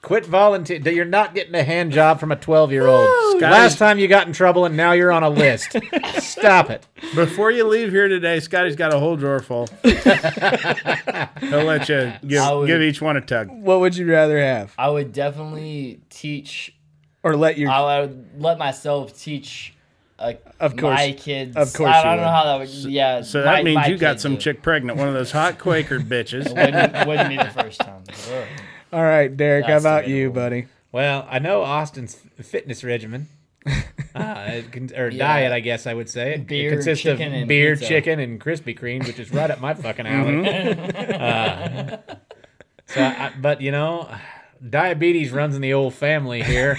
Speaker 3: Quit volunteering. You're not getting a hand job from a 12 year
Speaker 4: Oh,
Speaker 3: old.
Speaker 2: Scotty-
Speaker 3: Last time you got in trouble and now you're on a list. Stop it.
Speaker 2: Before you leave here today, Scotty's got a whole drawer full. He'll let you give,
Speaker 4: I would-
Speaker 2: give each one a tug.
Speaker 1: What would you rather have,
Speaker 4: I would definitely teach.
Speaker 1: or let your?
Speaker 4: I would let myself teach. Uh,
Speaker 1: Of course-
Speaker 4: my kids.
Speaker 1: of course
Speaker 4: I,
Speaker 1: you
Speaker 4: don't know
Speaker 1: would.
Speaker 4: how that would. Yeah.
Speaker 2: So that
Speaker 4: my-
Speaker 2: means
Speaker 4: my
Speaker 2: you got
Speaker 4: kids
Speaker 2: some
Speaker 4: would.
Speaker 2: chick pregnant, one of those hot Quaker bitches.
Speaker 4: <laughs> Wouldn't, wouldn't be the first
Speaker 2: <laughs>
Speaker 4: time. Ugh.
Speaker 1: all right, Derek, how
Speaker 4: That's
Speaker 1: about you,
Speaker 4: debatable.
Speaker 1: buddy?
Speaker 3: Well, I know Austin's fitness <laughs> regimen. Ah, it con- or
Speaker 4: Yeah.
Speaker 3: diet, I guess I would say. It,
Speaker 4: Beer,
Speaker 3: it consists of
Speaker 4: chicken, and
Speaker 3: beer,
Speaker 4: pizza.
Speaker 3: chicken, and Krispy Kreme, which is right up my fucking alley.
Speaker 4: Mm-hmm.
Speaker 3: <laughs> Uh, so, I, but you know, diabetes runs in the old
Speaker 4: <laughs>
Speaker 3: family here,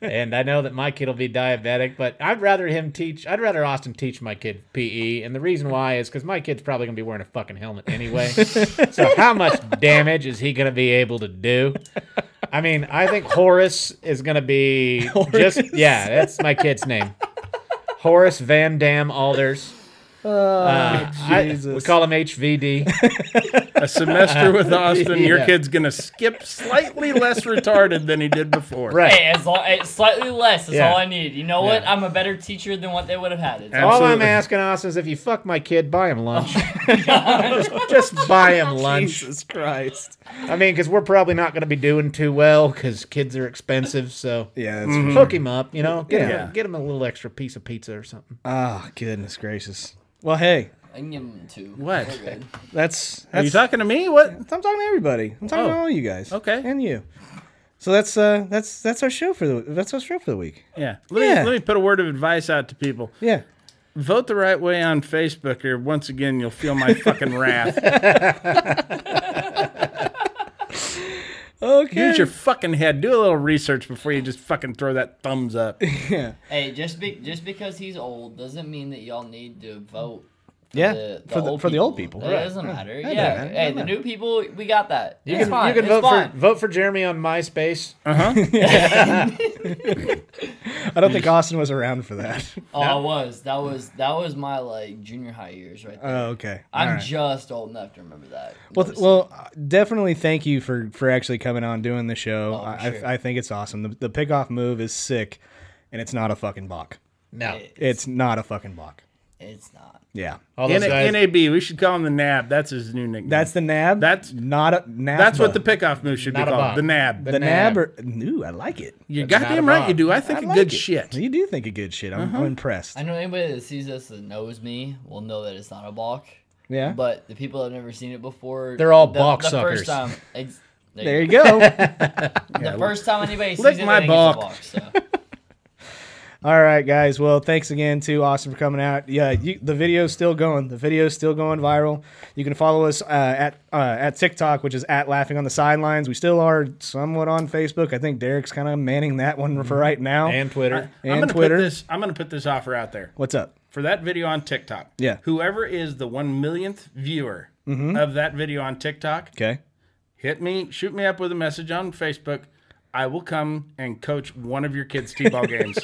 Speaker 3: and I know that my kid will be diabetic. But I'd rather him teach. I'd rather Austin teach my kid PE, and the reason why is because my kid's probably gonna be wearing a fucking helmet
Speaker 1: <laughs>
Speaker 3: anyway. so how much damage is he gonna be able to do? I mean, I think Horace is gonna be just yeah. That's my kid's name. Horace Van Dam Alders. Uh, I- we
Speaker 1: Oh, Jesus.
Speaker 3: call
Speaker 1: <laughs>
Speaker 3: him HVD.
Speaker 2: A semester with Austin, your
Speaker 3: Yeah.
Speaker 2: kid's going to skip slightly less retarded than he did before.
Speaker 3: Right.
Speaker 4: Hey, as long, hey, slightly less is
Speaker 3: Yeah.
Speaker 4: all I need. You know what? I'm a better teacher than what they would have had.
Speaker 1: Uh,
Speaker 4: It's
Speaker 2: And-
Speaker 3: All I'm
Speaker 2: Absolutely.
Speaker 3: asking Austin is if you fuck my kid, buy him lunch. <laughs> Just buy him lunch.
Speaker 1: Oh <laughs> Jesus Christ.
Speaker 3: I mean, because we're probably not going to be doing too well because kids are expensive. So
Speaker 1: Yeah. That's
Speaker 3: hook him up, you know, get,
Speaker 2: Yeah.
Speaker 3: him, get him a little extra piece of pizza or something.
Speaker 1: Oh goodness gracious. Well, hey,
Speaker 4: I can give them two.
Speaker 2: What?
Speaker 4: They're good.
Speaker 1: that's
Speaker 2: Are
Speaker 1: that's
Speaker 2: you talking to me? What?
Speaker 1: I'm talking to everybody. I'm talking to
Speaker 2: Oh.
Speaker 1: all you guys.
Speaker 2: Okay.
Speaker 1: And you. So that's uh that's that's our show for the that's our show for the week.
Speaker 2: Yeah. Let me,
Speaker 1: Yeah.
Speaker 2: let me put a word of advice out to people.
Speaker 1: Yeah.
Speaker 2: Vote the right way on Facebook, or once again, you'll feel my fucking wrath.
Speaker 1: Okay.
Speaker 2: Use your fucking head. Do a little research before you just fucking throw that thumbs up.
Speaker 1: yeah.
Speaker 4: Hey, just be, just because he's old doesn't mean that y'all need to vote. For
Speaker 1: Yeah,
Speaker 4: the,
Speaker 1: for the- for the old people,
Speaker 4: It
Speaker 1: right.
Speaker 4: doesn't matter. Yeah,
Speaker 1: doesn't matter,
Speaker 4: hey, the new people, we got that.
Speaker 3: You
Speaker 4: it's
Speaker 3: can,
Speaker 4: fine.
Speaker 3: you can
Speaker 4: it's
Speaker 3: vote
Speaker 4: fine.
Speaker 3: for vote for Jeremy on MySpace.
Speaker 1: I don't think Austin was around for that.
Speaker 2: <laughs>
Speaker 4: Oh, I was. That was that was my like junior high years right there.
Speaker 1: Oh, okay. <laughs>
Speaker 4: I'm
Speaker 1: All
Speaker 2: <laughs>
Speaker 1: right.
Speaker 4: just old enough to remember that.
Speaker 1: well, th- well, uh, definitely thank you for for actually coming on doing the show.
Speaker 2: Oh,
Speaker 4: for
Speaker 1: I,
Speaker 4: sure.
Speaker 1: I I think it's awesome. The the pickoff move is sick, and it's not a fucking block.
Speaker 3: No.
Speaker 4: It-
Speaker 1: It's not a fucking block.
Speaker 4: It's not.
Speaker 1: Yeah.
Speaker 2: All
Speaker 3: those guys-
Speaker 2: NAB. We should call him the Nab. That's his new nickname.
Speaker 1: That's the nab.
Speaker 2: That's-
Speaker 1: not a nab.
Speaker 2: that's what the pickoff move should be
Speaker 3: Not a
Speaker 2: called.
Speaker 3: bomb.
Speaker 2: The Nab.
Speaker 1: the,
Speaker 3: the
Speaker 1: nab.
Speaker 3: nab.
Speaker 1: Or, ooh, I like it.
Speaker 2: You're
Speaker 3: That's
Speaker 2: goddamn
Speaker 3: not a
Speaker 2: right. You
Speaker 3: bomb.
Speaker 2: do. I think
Speaker 1: I
Speaker 2: of
Speaker 1: like
Speaker 2: good
Speaker 1: it.
Speaker 2: shit. Uh-huh.
Speaker 1: You do think of good shit. I'm, I'm impressed.
Speaker 4: I know anybody that sees this that knows me will know that it's not a balk.
Speaker 1: Yeah.
Speaker 4: But the people that have never seen it before,
Speaker 3: They're all
Speaker 4: the,
Speaker 3: balk
Speaker 4: the
Speaker 3: suckers.
Speaker 4: First time, ex- there
Speaker 1: there
Speaker 4: you
Speaker 1: you go.
Speaker 4: go. the first time anybody sees
Speaker 2: lick
Speaker 4: it, they
Speaker 2: my
Speaker 4: think it's a
Speaker 2: balk.
Speaker 4: balk. So.
Speaker 1: All right, guys. Well, thanks again to Austin for coming out. Yeah, you, the video's still going. The video's still going viral. You can follow us uh, at uh, at TikTok, which is at Laughing on the Sidelines. We still are somewhat on Facebook. I think Derek's kind of manning that one for right now.
Speaker 3: and Twitter.
Speaker 1: And
Speaker 2: I'm gonna
Speaker 1: Twitter.
Speaker 2: Put this, I'm going to put this offer out there
Speaker 1: What's up?
Speaker 2: for that video on TikTok.
Speaker 1: Yeah.
Speaker 2: Whoever is the one millionth viewer of that video on TikTok,
Speaker 1: Okay.
Speaker 2: hit me, shoot me up with a message on Facebook. I will come and coach one of your kids' t-ball games.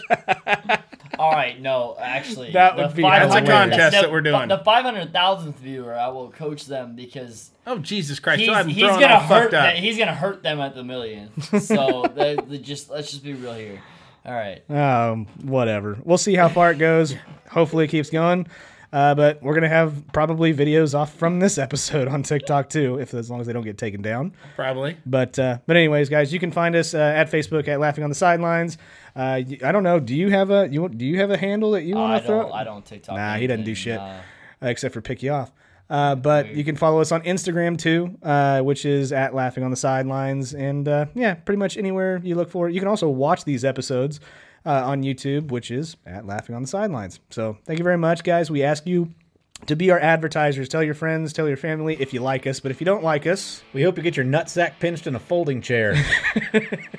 Speaker 4: All right, no, actually,
Speaker 1: That would
Speaker 4: the
Speaker 1: be- that's a
Speaker 4: 500
Speaker 2: contest
Speaker 4: the-
Speaker 2: that we're doing.
Speaker 4: The five hundred thousandth viewer, I will coach them because
Speaker 2: Oh Jesus Christ!
Speaker 4: he's,
Speaker 2: so I'm
Speaker 4: he's
Speaker 2: throwing
Speaker 4: gonna
Speaker 2: all
Speaker 4: hurt.
Speaker 2: fucked up.
Speaker 4: That, he's gonna hurt them at the million.
Speaker 1: <laughs>
Speaker 4: So they, they just let's just be real here. All right,
Speaker 1: Um, whatever. We'll see how far it goes. Hopefully, it keeps going. Uh, but we're gonna have probably videos off from this episode on TikTok too, if as long as they don't get taken down.
Speaker 2: Probably.
Speaker 1: But uh, but anyways, guys, you can find us uh, at Facebook at Laughing on the Sidelines. Uh, y- I don't know. Do you have a you do you have a handle that you
Speaker 4: I
Speaker 1: want to throw?
Speaker 4: don't. I don't TikTok.
Speaker 1: Nah, he doesn't do
Speaker 4: anything,
Speaker 1: shit
Speaker 4: nah.
Speaker 1: uh, except for pick you off. Uh, but you can follow us on Instagram too, uh, which is at Laughing on the Sidelines, and uh, yeah, pretty much anywhere you look for. it. You can also watch these episodes uh, on YouTube, which is at Laughing on the Sidelines. So thank you very much, guys. We ask you to be our advertisers. Tell your friends, tell your family if you like us. But if you don't like us,
Speaker 3: We hope you get your nutsack pinched in a
Speaker 4: <laughs>
Speaker 3: folding chair.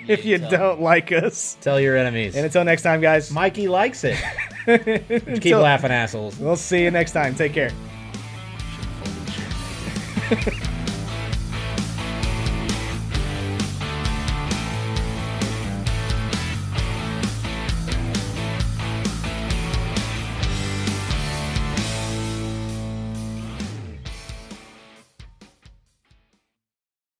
Speaker 1: if you
Speaker 4: tell
Speaker 1: don't like us,
Speaker 3: Tell your enemies.
Speaker 1: and until next time, guys.
Speaker 3: Mikey
Speaker 4: <laughs>
Speaker 3: likes it. Keep
Speaker 1: Until-
Speaker 3: laughing, assholes.
Speaker 1: We'll see you next time. Take care.